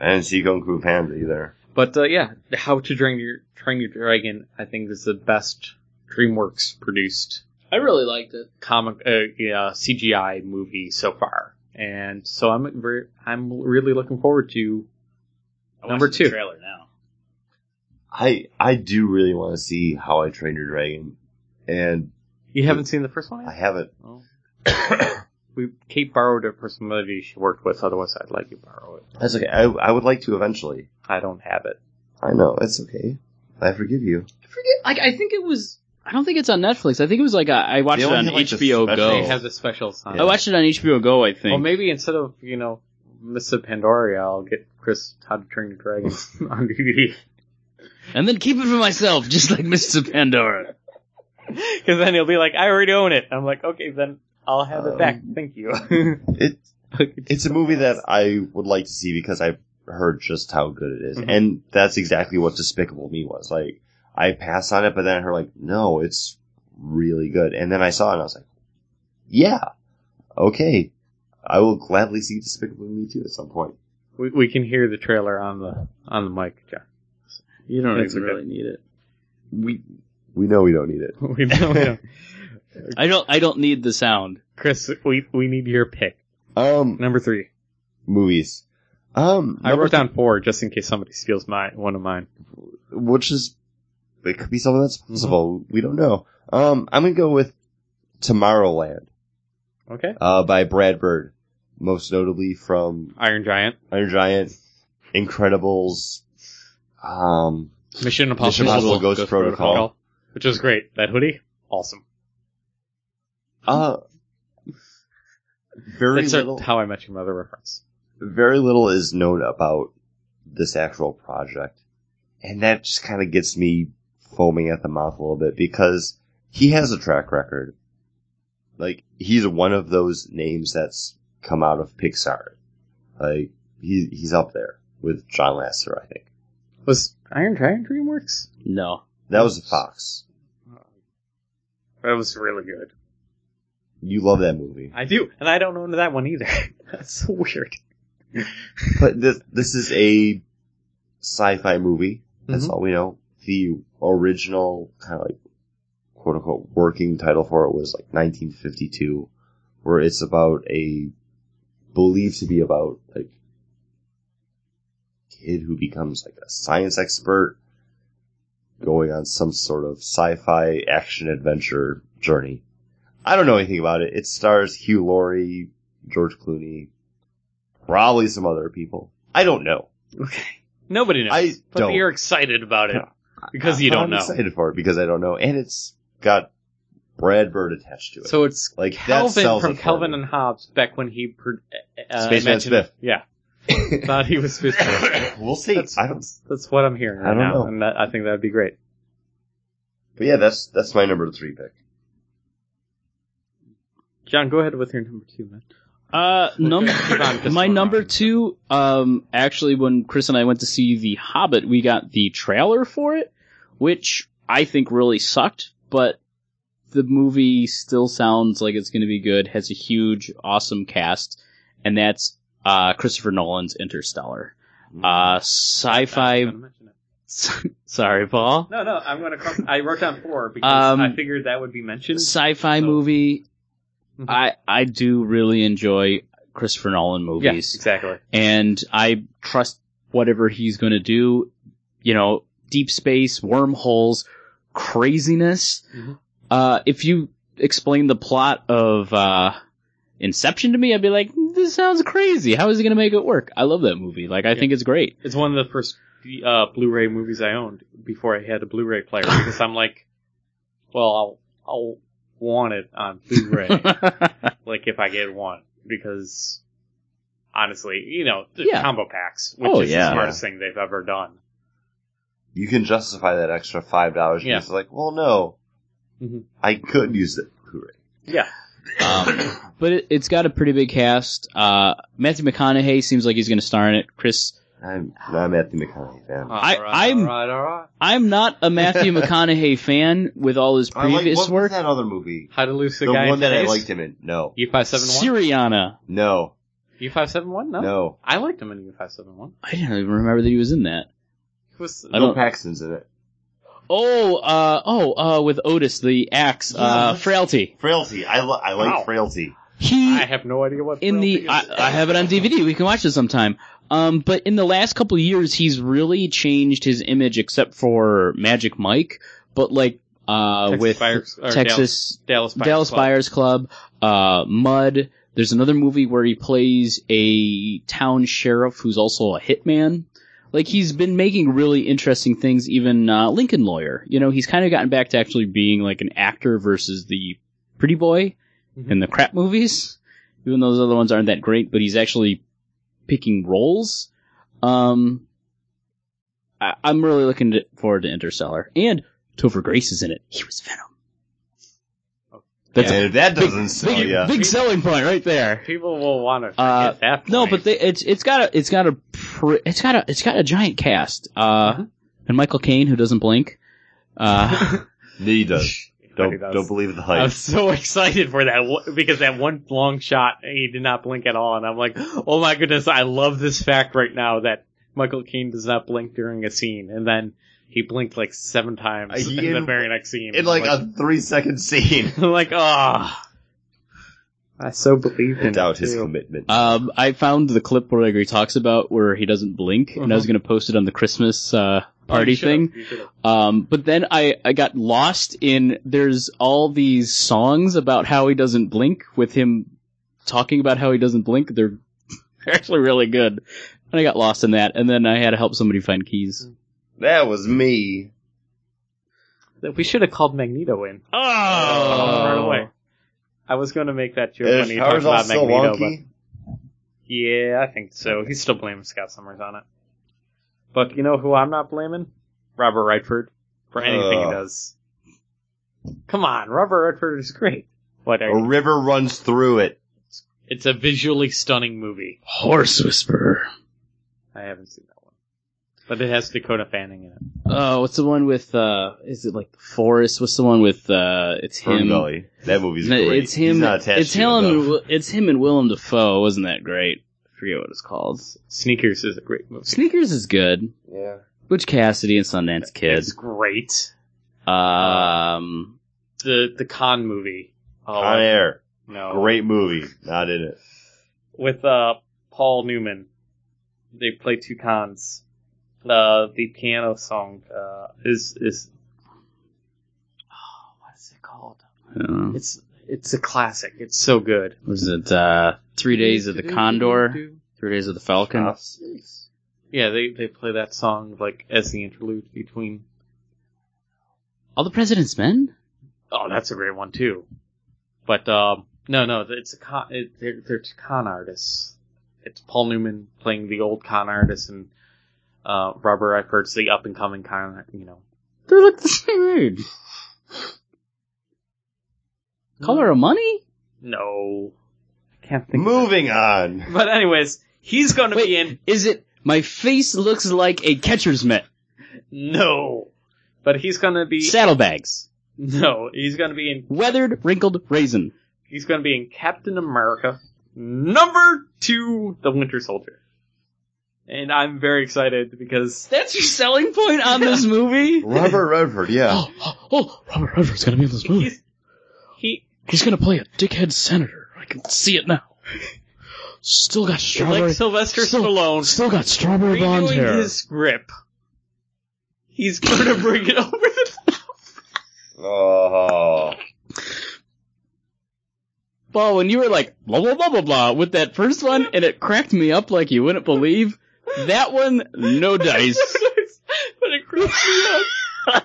I didn't see Kung Fu Panda either. But uh, yeah, How to Train Your Train Your Dragon, I think is the best DreamWorks produced. I really liked it. comic uh, yeah, CGI movie so far, and so I'm very, I'm really looking forward to. I Number watched the two. trailer now. I I do really want to see How I Trained Your Dragon, and You haven't seen the first one I yet. haven't. Oh. we Kate borrowed it for somebody she worked with. Otherwise, I'd let you borrow it. That's okay. I I would like to eventually. I don't have it. I know it's okay. I forgive you. I forget. Like I think it was. I don't think it's on Netflix. I think it was like I I watched They it only on have, like, the HBO special- Go. They They have the specials on. Yeah. Oh. I watched it on HBO Go. I think. Well, maybe instead of you know Mr. Pandoria, I'll get Chris How to Train Your Dragon on DVD and then keep it for myself, just like Mr. Pandora. because then he'll be like, I already own it. I'm like, okay, then I'll have it back. Thank you. It it's a movie that I would like to see because I heard just how good it is. Mhm. and that's exactly what Despicable Me was. Like I passed on it, but then I heard like, no, it's really good. And then I saw it, and I was like, yeah, okay, I will gladly see Despicable Me too at some point. we, we can hear the trailer on the on the mic, John. You don't That's even okay. really need it. We we know we don't need it. We know, we know. I don't. I don't need the sound. Chris, we we need your pick. Um, Number three. movies. Um, I number wrote down four just in case somebody steals my one of mine. which is it could be something that's possible. We don't know. Um, I'm gonna go with Tomorrowland, Okay. uh, by Brad Bird, most notably from Iron Giant, Iron Giant, Incredibles, um, Mission Mission Impossible, Impossible Ghost, Protocol. which is great. That hoodie, awesome. Uh, very That's a little, How I Met Your Mother reference. very little is known about this actual project, and that just kind of gets me foaming at the mouth a little bit because he has a track record. like he's one of those names that's come out of Pixar. Like he he's up there with John Lasseter, I think. Was Iron Giant DreamWorks? No. That was Fox. That was really good. You love that movie, I do, and I don't own that one either. That's so weird. but this this is a sci-fi movie. That's Mhm. all we know. The original kind of like quote unquote working title for it was like 1952, where it's about a believed to be about like kid who becomes like a science expert going on some sort of sci-fi action adventure journey. I don't know anything about it. It stars Hugh Laurie, George Clooney, probably some other people. I don't know. Nobody knows. I but don't. you're excited about it Yeah. because you don't I'm know. excited for it because I don't know, and it's got Brad Bird attached to it. So it's like that Calvin sells it from for Calvin me. and Hobbes back when he pr- uh, Spaceman imagined- Smith. Yeah, thought he was Spaceman. we'll see. That's- I don't. That's what I'm hearing I right don't now, know. and that, I think that'd be great. But yeah, that's that's my number three pick. John, go ahead with your number two, man. Uh, number Keep on, just my one number round. two. Um, actually, when Chris and I went to see The Hobbit, we got the trailer for it, which I think really sucked. But the movie still sounds like it's going to be good. Has a huge, awesome cast, and that's uh, Christopher Nolan's Interstellar. Uh, I sci-fi. was gonna mention it. sorry, Paul. No, no, I'm gonna. Cross, I wrote down four because Um, I figured that would be mentioned. Sci-fi So- movie. Mhm. I I do really enjoy Christopher Nolan movies. yeah, exactly. and I trust whatever he's going to do. You know, deep space, wormholes, craziness. Mm-hmm. Mhm. Uh, if you explain the plot of uh, Inception to me, I'd be like, this sounds crazy. How is he going to make it work? I love that movie. Like, I think it's great. It's one of the first uh, Blu-ray movies I owned before I had a Blu-ray player because I'm like, well, I'll, I'll want it on Blu-ray. like if I get one because honestly, you know, the Yeah. combo packs, which Oh, is yeah. the smartest thing they've ever done. You can justify that extra five dollars Yeah. because, like, well, no, Mhm. I could use it. Yeah, Um, but it, it's got a pretty big cast. Uh, Matthew McConaughey seems like he's going to star in it. Chris I'm not a Matthew McConaughey fan. Uh, I- I'm- right, all right. I'm not a Matthew McConaughey fan with all his I like- previous what was work. that other movie? How to lose the, The guy one that I in liked him in. No, U five seven one. Syriana. no, U five seven one. No, no. I liked him in U five seven one. I didn't even remember that he was in that. It was I Bill don't- Paxton's in it. Oh, uh, oh, uh, with Otis the axe, uh, Yeah. frailty. Frailty. I, lo- I like frailty. He I have no idea what in the I, I have it on DVD. We can watch it sometime. Um, but in the last couple of years, he's really changed his image, except for Magic Mike. But like uh, Texas with Fires- or Texas Dallas Buyers Dallas Club. Buyers Club, uh, Mud. There's another movie where he plays a town sheriff who's also a hitman. Like he's been making really interesting things. Even uh, Lincoln Lawyer. You know, he's kind of gotten back to actually being like an actor versus the pretty boy Mhm. in the crap movies. Even though those other ones aren't that great, but he's actually picking roles. Um, I, I'm really looking to, forward to Interstellar, and Topher Grace is in it. He was Venom. That's and if that doesn't sell big, ya- big selling point right there. People will want to forget Uh, that. Point. No, but they, it's it's got a it's got a pr- it's got a it's got a giant cast. Uh, and Michael Caine who doesn't blink. Uh, he does. Don't He does. don't believe the hype. I'm so excited for that wo- because that one long shot he did not blink at all, and I'm like, oh my goodness, I love this fact right now that Michael Caine does not blink during a scene, and then he blinked like seven Uh, times he- in, the in- very next scene. in like a three second scene. I'm like, ah, I so believe in I doubt it, his too. Uh, commitment. um, I found the clip where he talks about where he doesn't blink, and I was going to post it on the Christmas uh, Uh-huh. party You should've- thing. you should've. Um, but then I, I got lost in there's all these songs about how he doesn't blink with him talking about how he doesn't blink. They're actually really good. And I got lost in that. And then I had to help somebody find keys. that was me. We should have called Magneto in. Oh, right away. I was going to make that joke His when he talked power's all about still Magneto, but wonky. Yeah, I think so. He's still blaming Scott Summers on it. But you know who I'm not blaming? Robert Redford for anything Ugh. he does. Come on, Robert Redford is great. What? Are A Oh. you- river runs through it. It's a visually stunning movie. Oh, Horse Whisperer. I haven't seen that one, but it has Dakota Fanning in it. Oh, what's the one with, uh, is it like the forest? What's the one with, uh, it's Fern him. Gully. That movie's No, great. It's him. He's not attached it's to him. it, and though. Wi- It's him and Willem Dafoe. Wasn't that great? I forget what it's called. Sneakers is a great movie. Sneakers is good. Yeah. Which Cassidy and Sundance Kid. It's great. Um, The the con movie. Oh On air. no, Great movie. Not in it. with uh Paul Newman. They play two cons. Uh, the piano song uh, is is oh, what is it called? uh, It's it's a classic. It's so good. was it uh, Three Days of the Condor? Three Days of the Falcon? Uh, Yeah, they they play that song like as the interlude between. All the President's Men? Oh, that's a great one too. But um, no, no, it's a con. It, they're they're two con artists. It's Paul Newman playing the old con artist and uh, Robert Eckhart's the up and coming con. You know, They look the same age. Color of Money? No. I can't think of Moving on. it. But anyways, he's gonna be in Is it My Face Looks Like a Catcher's Mitt? No. But he's gonna be Saddlebags. No, he's gonna be in Weathered, wrinkled raisin. he's gonna be in Captain America number two the Winter Soldier. And I'm very excited because That's your selling point on this movie? Robert Redford, yeah. Oh, oh, oh, Robert Redford's gonna be in this movie. he's he He's gonna play a dickhead senator. I can see it now. Still got like strawberry. Sylvester So- Stallone Still got strawberry blonde redoing hair. his grip. He's gonna bring it over the top. Oh. Well, when you were like blah blah blah blah blah with that first one, and it cracked me up like you wouldn't believe. That one, no dice. but it cracks me up.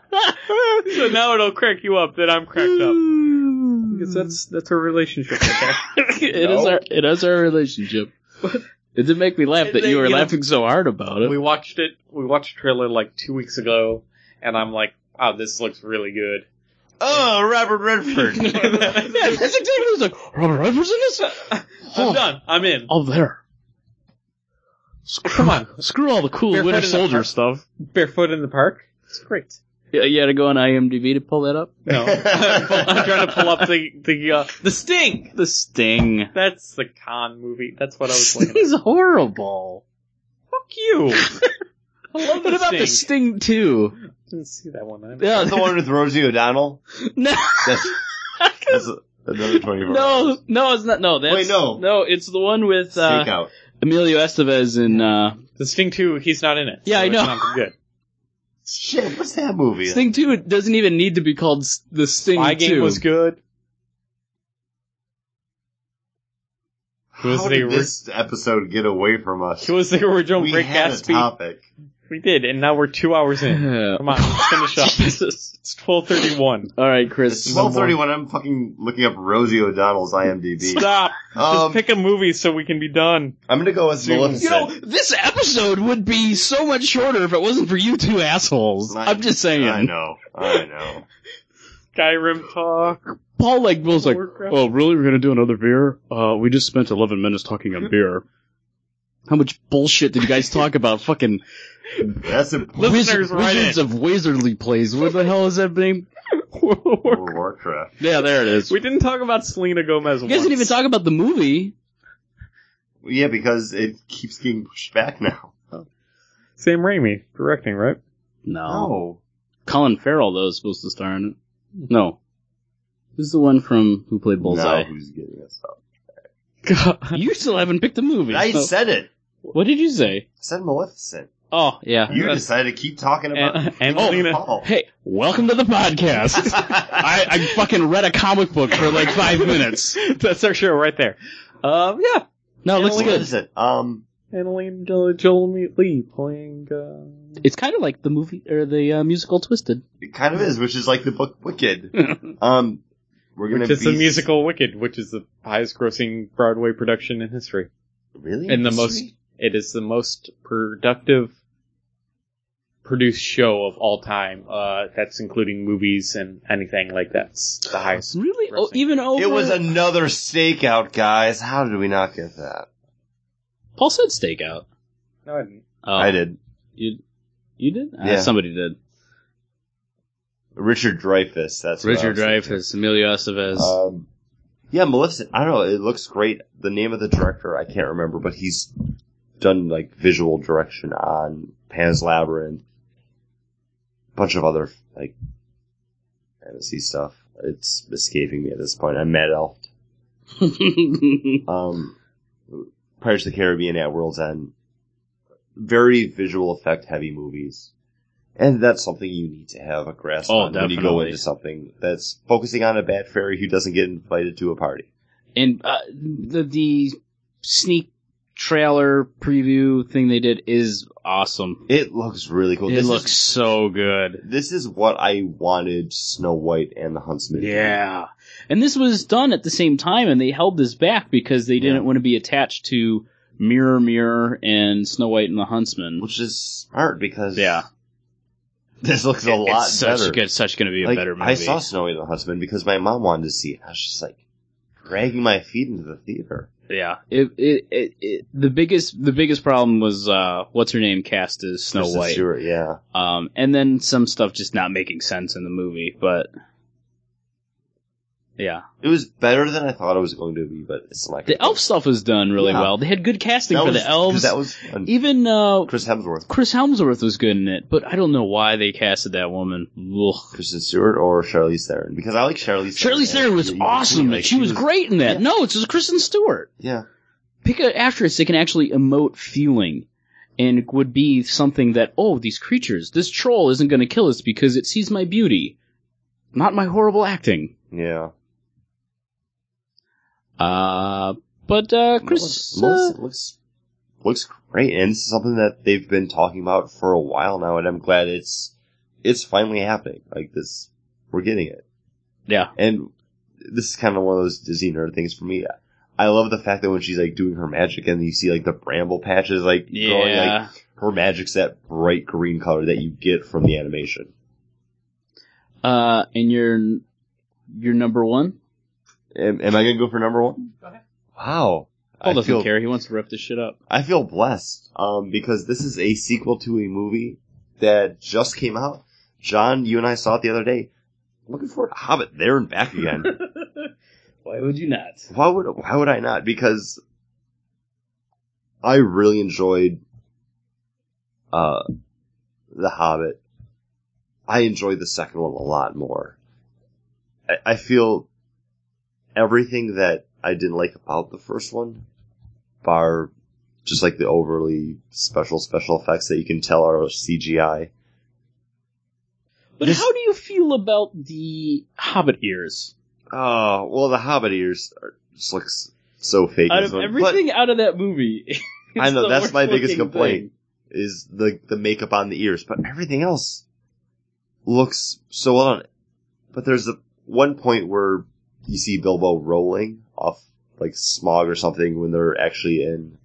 so now it'll crack you up that I'm cracked up. Because that's that's our relationship right it is our it is our relationship. It did make me laugh It- that you were you know- laughing so hard about there. we it. watched it we watched a trailer like two weeks ago and I'm like, wow, this looks really good. Oh, Robert Redford. And then I Yeah, said, that's exactly what it's like. Robert Redford's in this? I'm done. I'm in. Oh, there. Screw, Come on. Screw all the cool Barefoot in Winter the Soldier park. stuff. Barefoot in the park. It's great. Yeah, you had to go on IMDb to pull that up. No, I'm, pull- I'm trying to pull up the the uh, the stink. The Sting. That's the con movie. That's what I was looking at. Sting's horrible. Fuck you. I love What about the Sting too? Didn't see that one. I- Yeah, That's the one with Rosie O'Donnell. no, That's, that's a- another twenty-four. no, no, it's not. No, that's Wait, no. no, it's the one with uh, Stakeout. Emilio Estevez and uh, The Sting 2, he's not in it. Yeah, I it's know. not good. Shit, what's that movie? Sting Two. It doesn't even need to be called S- the Sting My game Two. was good. It was, How the, did this episode get away from us? it was the original we Rick had a Gatsby. topic. We did, and now we're two hours in. Come on, let's finish up. Jesus. It's 1231. All right, It's Chris. twelve thirty-one. I'm fucking looking up Rosie O'Donnell's IMDb. Stop. Um, Just pick a movie so we can be done. I'm gonna go with Dude, You know, Maleficent. this episode would be so much shorter if it wasn't for you two assholes. My- I'm just saying. I know. I know. Skyrim talk. Paul like was like, Warcraft. "Oh, really? We're gonna do another beer? Uh, we just spent 11 minutes talking on beer. How much bullshit did you guys talk about? Fucking That's a Listeners, Wizards, write Wizards of Wizardly plays. What the hell is that name? we World of Warcraft. Yeah, there it is. didn't talk about Selena Gomez. You guys didn't even talk about the movie. Yeah, because it keeps getting pushed back now. Sam Raimi directing, right? No. Oh, Colin Farrell though is supposed to star in it. No, who's the one from who played now Bullseye? who's getting us up? You still haven't picked the movie. I so- said it. what did you say? I said Maleficent. Oh yeah. You decided to keep talking about And, uh, oh, Angelina. Paul. Hey, welcome to the podcast. I, I fucking read a comic book for like five minutes. That's our show right there. Um, yeah, No, it looks What good. is it? Um, Annalene Jo- Joel Lee playing. Uh... It's kind of like the movie or the uh, musical Twisted. it kind of is, which is like the book Wicked. Um, we're gonna Which is be the musical Wicked, which is the highest grossing Broadway production in history. Really? and the most it is the most productive produced show of all time. Uh that's including movies and anything like that's the highest. Really? Oh, Interesting. even over. It was another stakeout, guys. How did we not get that? Paul said stakeout. No, I didn't. Oh, I did. You, you did? Uh, Yeah. somebody did. Richard Dreyfuss. That's what I Richard was thinking. Dreyfuss, Emilio Estevez. Um, yeah, Maleficent. I don't know. It looks great. The name of the director, I can't remember, but he's done like visual direction on Pan's Labyrinth, a bunch of other like fantasy stuff. It's escaping me at this point. I'm mad elf. Um, Pirates of the Caribbean at World's End. Very visual effect heavy movies. And that's something you need to have a grasp Oh, on when you go definitely. into something that's focusing on a bad fairy who doesn't get invited to a party. and uh, the the sneak trailer preview thing they did is awesome. It looks really cool. it this looks Is, so good. this is what I wanted Snow White and the Huntsman. to be. Yeah, and this was done at the same time, and they held this back because they didn't Yeah. want to be attached to Mirror Mirror and Snow White and the Huntsman. Which is smart because Yeah, this looks a lot it's better. such good. Such going to be a Like, better movie. I saw Snow White and the Huntsman because my mom wanted to see it. I was just like dragging my feet into the theater. Yeah, it, it, it, it the biggest the biggest problem was uh, what's her name cast as Snow Kristen White. Stewart, yeah. Um, and then some stuff just not making sense in the movie, but yeah, It was better than I thought it was going to be, but it's not. the elf stuff was done really Yeah. well. They had good casting for was, the elves. That was fun. Even uh, Chris Hemsworth, Chris Helmsworth was good in it, but I don't know why they casted that woman. Ugh. Kristen Stewart, or Charlize Theron because I like Charlize. Shirley Theron was Yeah, awesome. like, she, was, great in that. yeah. No, it's just Kristen Stewart. Yeah, Pick an actress that can actually emote feeling. And it would be something that, oh, these creatures, this troll isn't going to kill us because it sees my beauty, not my horrible acting. yeah. Uh, but uh, Chris, uh, Melissa looks looks great, and this is something that they've been talking about for a while now, and I'm glad it's it's finally happening. Like this, we're getting it. yeah, And this is kind of one of those Disney nerd things for me. I love the fact that when she's like doing her magic, and you see like the bramble patches like growing, like yeah. her magic's that bright green color that you get from the animation. Uh, and you're you're number one. Am, am I gonna go for number one? Wow. Paul I doesn't feel, care. He wants to rip this shit up. I feel blessed, um, because this is a sequel to a movie that just came out. John, you and I saw it the other day. Looking forward to Hobbit there and back again. Why would you not? why would why would I not? Because I really enjoyed uh The Hobbit, I enjoyed the second one a lot more. I, I feel everything that I didn't like about the first one, bar just like the overly special special effects that you can tell are CGI. But how do you feel about the Hobbit ears? Oh well, the Hobbit ears are, just looks so fake. in Out this of one. But- everything out of that movie, it's I know the that's my worst biggest looking complaint is the the makeup on the ears, but everything else looks so well done. But there's a one point where you see Bilbo rolling off like smog or something when they're actually in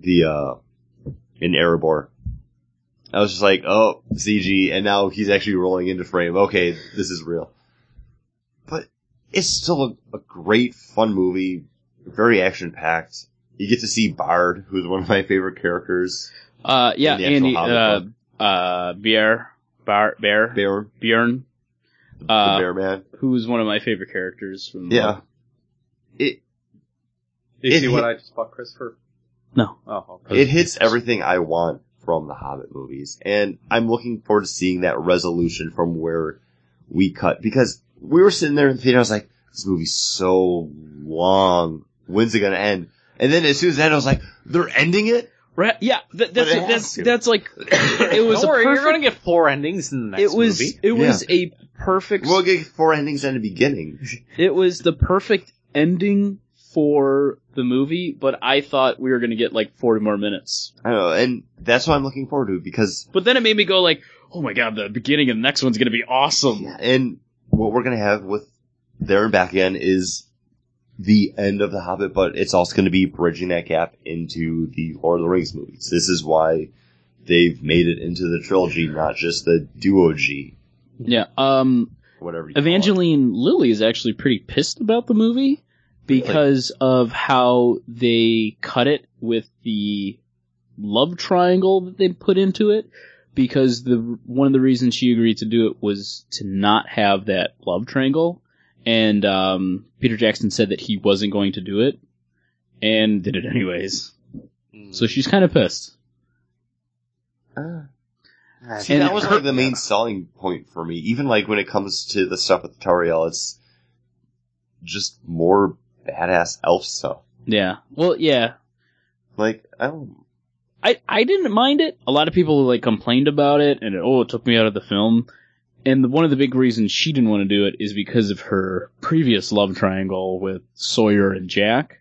the uh in Erebor. I was just like, oh, CG, and now he's actually rolling into frame. Okay, this is real. But it's still a, a great, fun movie, very action packed. You get to see Bard, who's one of my favorite characters. thing. Uh, yeah, In the actual Andy, uh, Hobbit uh, Bear, Bar, Bear, Bear, Bjorn, the Uh, Bear Man. who's one of my favorite characters from Yeah. It Do you It see what hit- I just bought Chris for? No. Oh, okay. it hits everything I want from the Hobbit movies, and I'm looking forward to seeing that resolution from where we cut because we were sitting there in the theater. I was like, "This movie's so long. When's it gonna end?" And then as soon as it ended, I was like, "They're ending it." Right, yeah, that, But that's it has that's to. that's like it was Don't a worry, perfect. you're gonna get four endings in the next it was movie. it was a perfect. We'll get four endings and a beginning. It was the perfect ending for the movie, but I thought we were gonna get like forty more minutes. I don't know, and that's what I'm looking forward to because But then it made me go like, oh my god, the beginning of the next one's gonna be awesome. Yeah, and what we're gonna have with there and back end is the end of the Hobbit, but it's also gonna be bridging that gap into the Lord of the Rings movies. This is why they've made it into the trilogy, not just the duogy, Yeah. Um, whatever. You call it. Evangeline Lilly is actually pretty pissed about the movie because of how they cut it with the love triangle that they put into it. Because the one of the reasons she agreed to do it was to not have that love triangle, and um, Peter Jackson said that he wasn't going to do it, and did it anyways. So she's kind of pissed. See, And Ah. that was like her- the main selling point for me. Even like when it comes to the stuff with Tariel, it's just more badass elf stuff. Yeah. Well, yeah. Like I don't I, I didn't mind it. A lot of people like complained about it and oh, it took me out of the film. And the, one of the big reasons she didn't want to do it is because of her previous love triangle with Sawyer and Jack,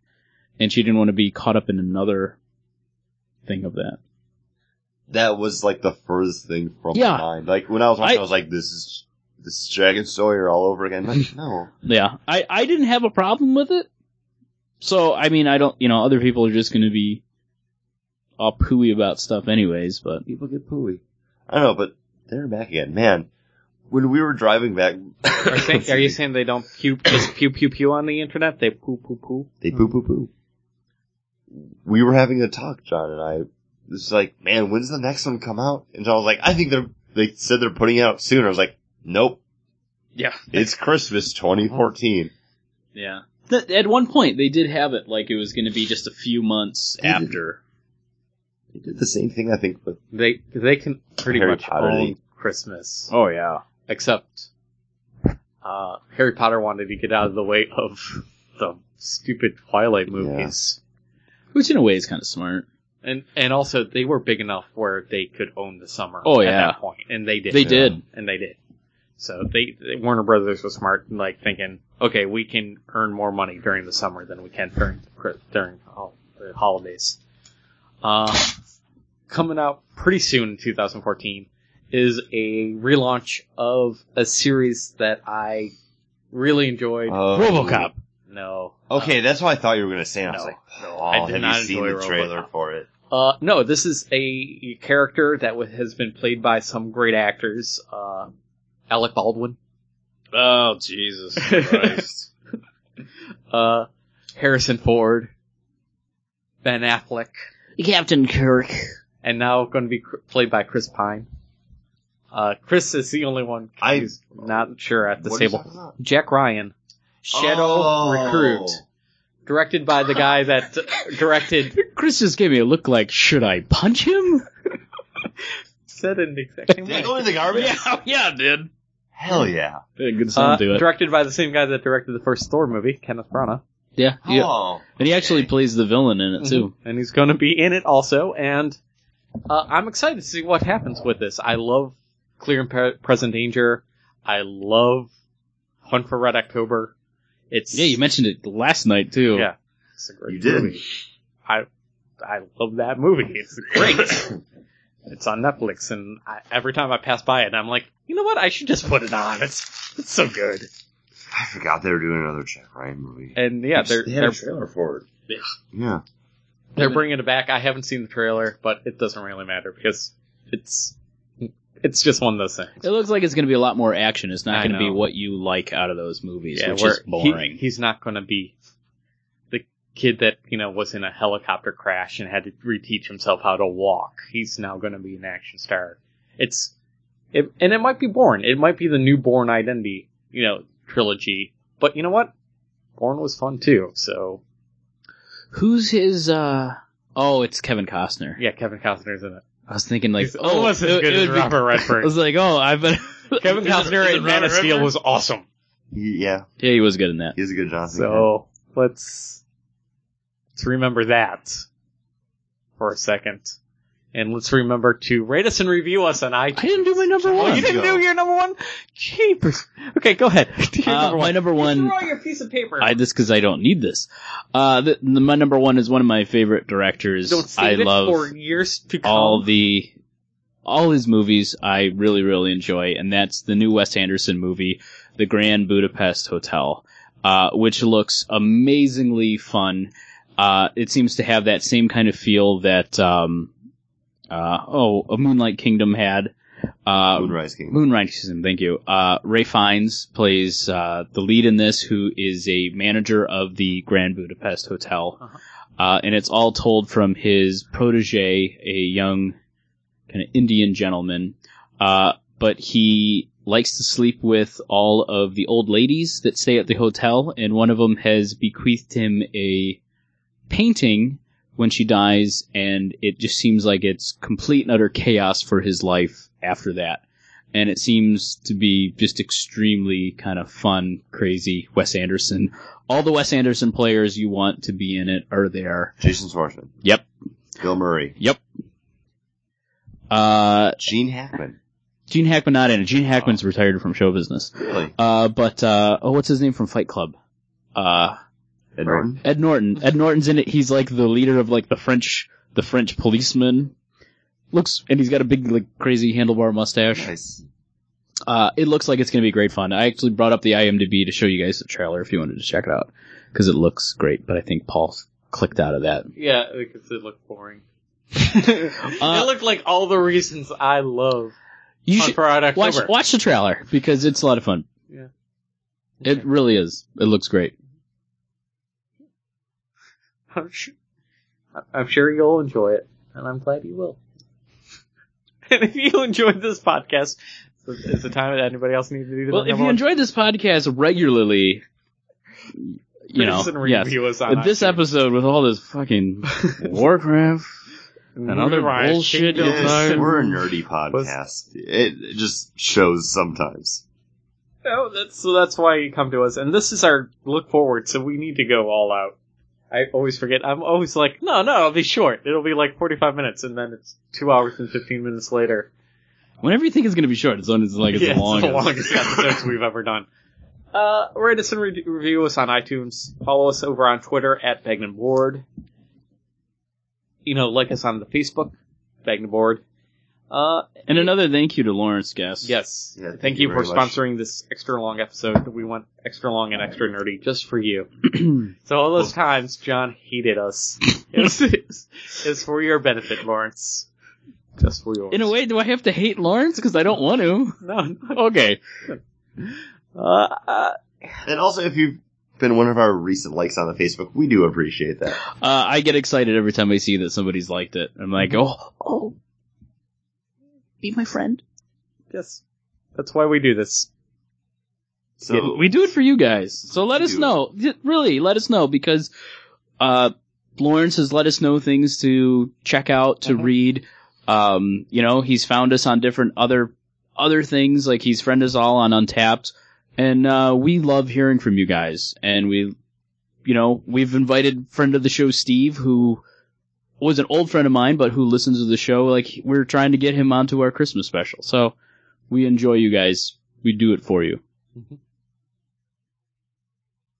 and she didn't want to be caught up in another thing of that. that was like the furthest thing from Yeah. my mind. Like when I was watching, I, I- was like, "This is this is Dragon Sawyer all over again." Like, no, Yeah, I I didn't have a problem with it. So I mean, I don't. You know, other people are just going to be all pooey about stuff, anyways. But people get pooey. I don't know, but they're back again, man. When we were driving back, Are you, saying, are you saying they don't pew just pew pew pew on the internet? They poo poo poo. they poo poo poo. We were having a talk, John and I. It's like, man, when's the next one come out? And John was like, I think they're they said they're putting it out soon. I was like, nope, yeah, it's Christmas 2014. Yeah. Th- at one point, they did have it like it was going to be just a few months They did. after. They did the same thing, I think, with They they can pretty Harry much Potter, own they- Christmas, Oh yeah. except uh, Harry Potter wanted to get out of the way of the stupid Twilight movies, Which, in a way, is kind of smart. and and also they were big enough where they could own the summer. Oh, at yeah. that point, and they did. They did. and they did. So they, they Warner Brothers was smart, in like thinking, okay, we can earn more money during the summer than we can during the- during hol- the holidays. Uh, coming out pretty soon in 2014 is a relaunch of a series that I really enjoyed. uh, no, Okay, that's what I thought you were gonna say. And I was Uh, No. like, oh, I did have not you seen enjoy the Robocop. trailer for it? Uh, no, this is a character that w- has been played by some great actors. Uh, Alec Baldwin, Oh Jesus Christ. uh, Harrison Ford, Ben Affleck, Captain Kirk. and now going to be cr- played by Chris Pine. Uh, Chris is the only one I- who's not sure at this What are you table. talking about? Jack Ryan, Shadow Oh. Recruit, directed by the guy that directed Chris just gave me a look like, should I punch him? said it in the exact same Did I way. go in the garbage? yeah, yeah, dude. Hell yeah. Yeah, good Uh, sound to it. directed by the same guy that directed the first Thor movie, Kenneth Branagh. yeah, yeah. Oh. And he actually plays the villain in Mm-hmm. it too. And he's going to be in it also. And uh, I'm excited to see what happens with this. I love Clear and Pre- Present Danger. I love Hunt for Red October. It's Yeah, you mentioned it last night too. Yeah. it's a great You did. movie. I I love that movie. It's great. it's on Netflix, and I, every time I pass by it, I'm like, you know what? I should just put it on. It's it's so good. I forgot they were doing another Jack Ryan movie. And yeah, they're they had they're a trailer for it. Yeah. Yeah. They're bringing it back. I haven't seen the trailer, but it doesn't really matter because it's it's just one of those things. It looks like it's going to be a lot more action. It's I not going to be know. what you like out of those movies, which where is boring. he- he's not going to be the kid that you know was in a helicopter crash and had to reteach himself how to walk. He's now going to be an action star. It's it, and it might be Born. It might be the new Born identity, you know, trilogy. But you know what? Born was fun too. So Who's his? uh Oh, it's Kevin Costner. yeah, Kevin Costner's in it. I was thinking like, He's oh, almost as it- good it as would be- Robert I Redford. was like, oh, I bet Kevin Is it- is Costner it in Man of Robert Steel Redford? was awesome. He, yeah. Yeah, he was good in that. He's a good Johnson. So let's let's remember that for a second, and let's remember to rate us and review us on iTunes. I didn't do my number Oh, one. you didn't Go. do your number one? Jeepers. Okay, go ahead. Do your Uh, number my one. number one. Throw your piece of paper. I this because I don't need this. Uh, the, the, my number one is one of my favorite directors. Don't I save love it for years to come. all the all his movies I really really enjoy, and that's the new Wes Anderson movie, The Grand Budapest Hotel, uh, which looks amazingly fun. Uh, it seems to have that same kind of feel that um, uh, oh, a Moonlight Kingdom had. Uh, Moonrise King. Moonrise, thank you. Uh, Ray Fiennes plays uh, the lead in this, who is a manager of the Grand Budapest Hotel, Uh-huh. uh, and it's all told from his protege, a young kind of Indian gentleman. Uh, but he likes to sleep with all of the old ladies that stay at the hotel, and one of them has bequeathed him a painting when she dies, and it just seems like it's complete and utter chaos for his life after that. And it seems to be just extremely kind of fun, crazy Wes Anderson. All the Wes Anderson players you want to be in it are there. Jason Schwartzman. Yep. Bill Murray. Uh, Gene Hackman. Gene Hackman not in it. Gene Hackman's retired from show business. Really? Uh, but uh, oh, what's his name from Fight Club? Uh, Ed Norton. Ed Norton. Ed Norton's in it. He's like the leader of like the French, the French policeman. Looks and he's got a big like crazy handlebar mustache. Nice. Uh, it looks like it's gonna be great fun. I actually brought up the IMDb to show you guys the trailer if you wanted to check it out because it looks great. But I think Paul clicked out of that. yeah, because it looked boring. Uh, it looked like all the reasons I love You on should Friday, watch October. watch the trailer because it's a lot of fun. Yeah. It really is. It looks great. I'm sure, I'm sure you'll enjoy it, and I'm glad you will. and if you enjoyed this podcast, is is the time that anybody else needs to do the Well, if number you one? enjoyed this podcast regularly, you know, Listen, yes. review us on But this iTunes. episode with all this fucking Warcraft, and other Moonrise bullshit Kingdom you'll Yes, find- and- we're a nerdy podcast. It it just shows sometimes. Oh, that's so that's why you come to us, and this is our look forward. So we need to go all out. I always forget. I'm always like, no, no, it'll be short. It'll be like 45 minutes, and then it's two hours and 15 minutes later. whenever you think it's going to be short, it's, on- it's like it's yeah, long. It's the longest episodes we've ever done. Uh, rate us and re- review us on iTunes. Follow us over on Twitter at Bagnan Board. You know, like us on the Facebook, Bagnan Board. Uh, And another thank you to Lawrence Guest. yes. Yeah, thank, thank you, you for very much. sponsoring this extra long episode. We went extra long and extra nerdy just for you. so all those times John hated us. It's it's for your benefit, Lawrence. Just for yours. In a way, do I have to hate Lawrence because I don't want to? No. no. Okay. Uh, uh, And also, if you've been one of our recent likes on the Facebook, we do appreciate that. Uh, I get excited every time I see that somebody's liked it. I'm like, Mm-hmm. oh, oh, be my friend. yes. That's why we do this. So we do it for you guys. So let us do it. know. Y- Really, let us know because Uh-huh. uh, Lawrence has let us know things to check out, to read. Um, you know, he's found us on different other other things. Like he's friend us all on Untapped, and uh, we love hearing from you guys. And we, you know, we've invited friend of the show Steve, who was an old friend of mine, but who listens to the show. Like we're trying to get him onto our Christmas special. So we enjoy you guys. We do it for you.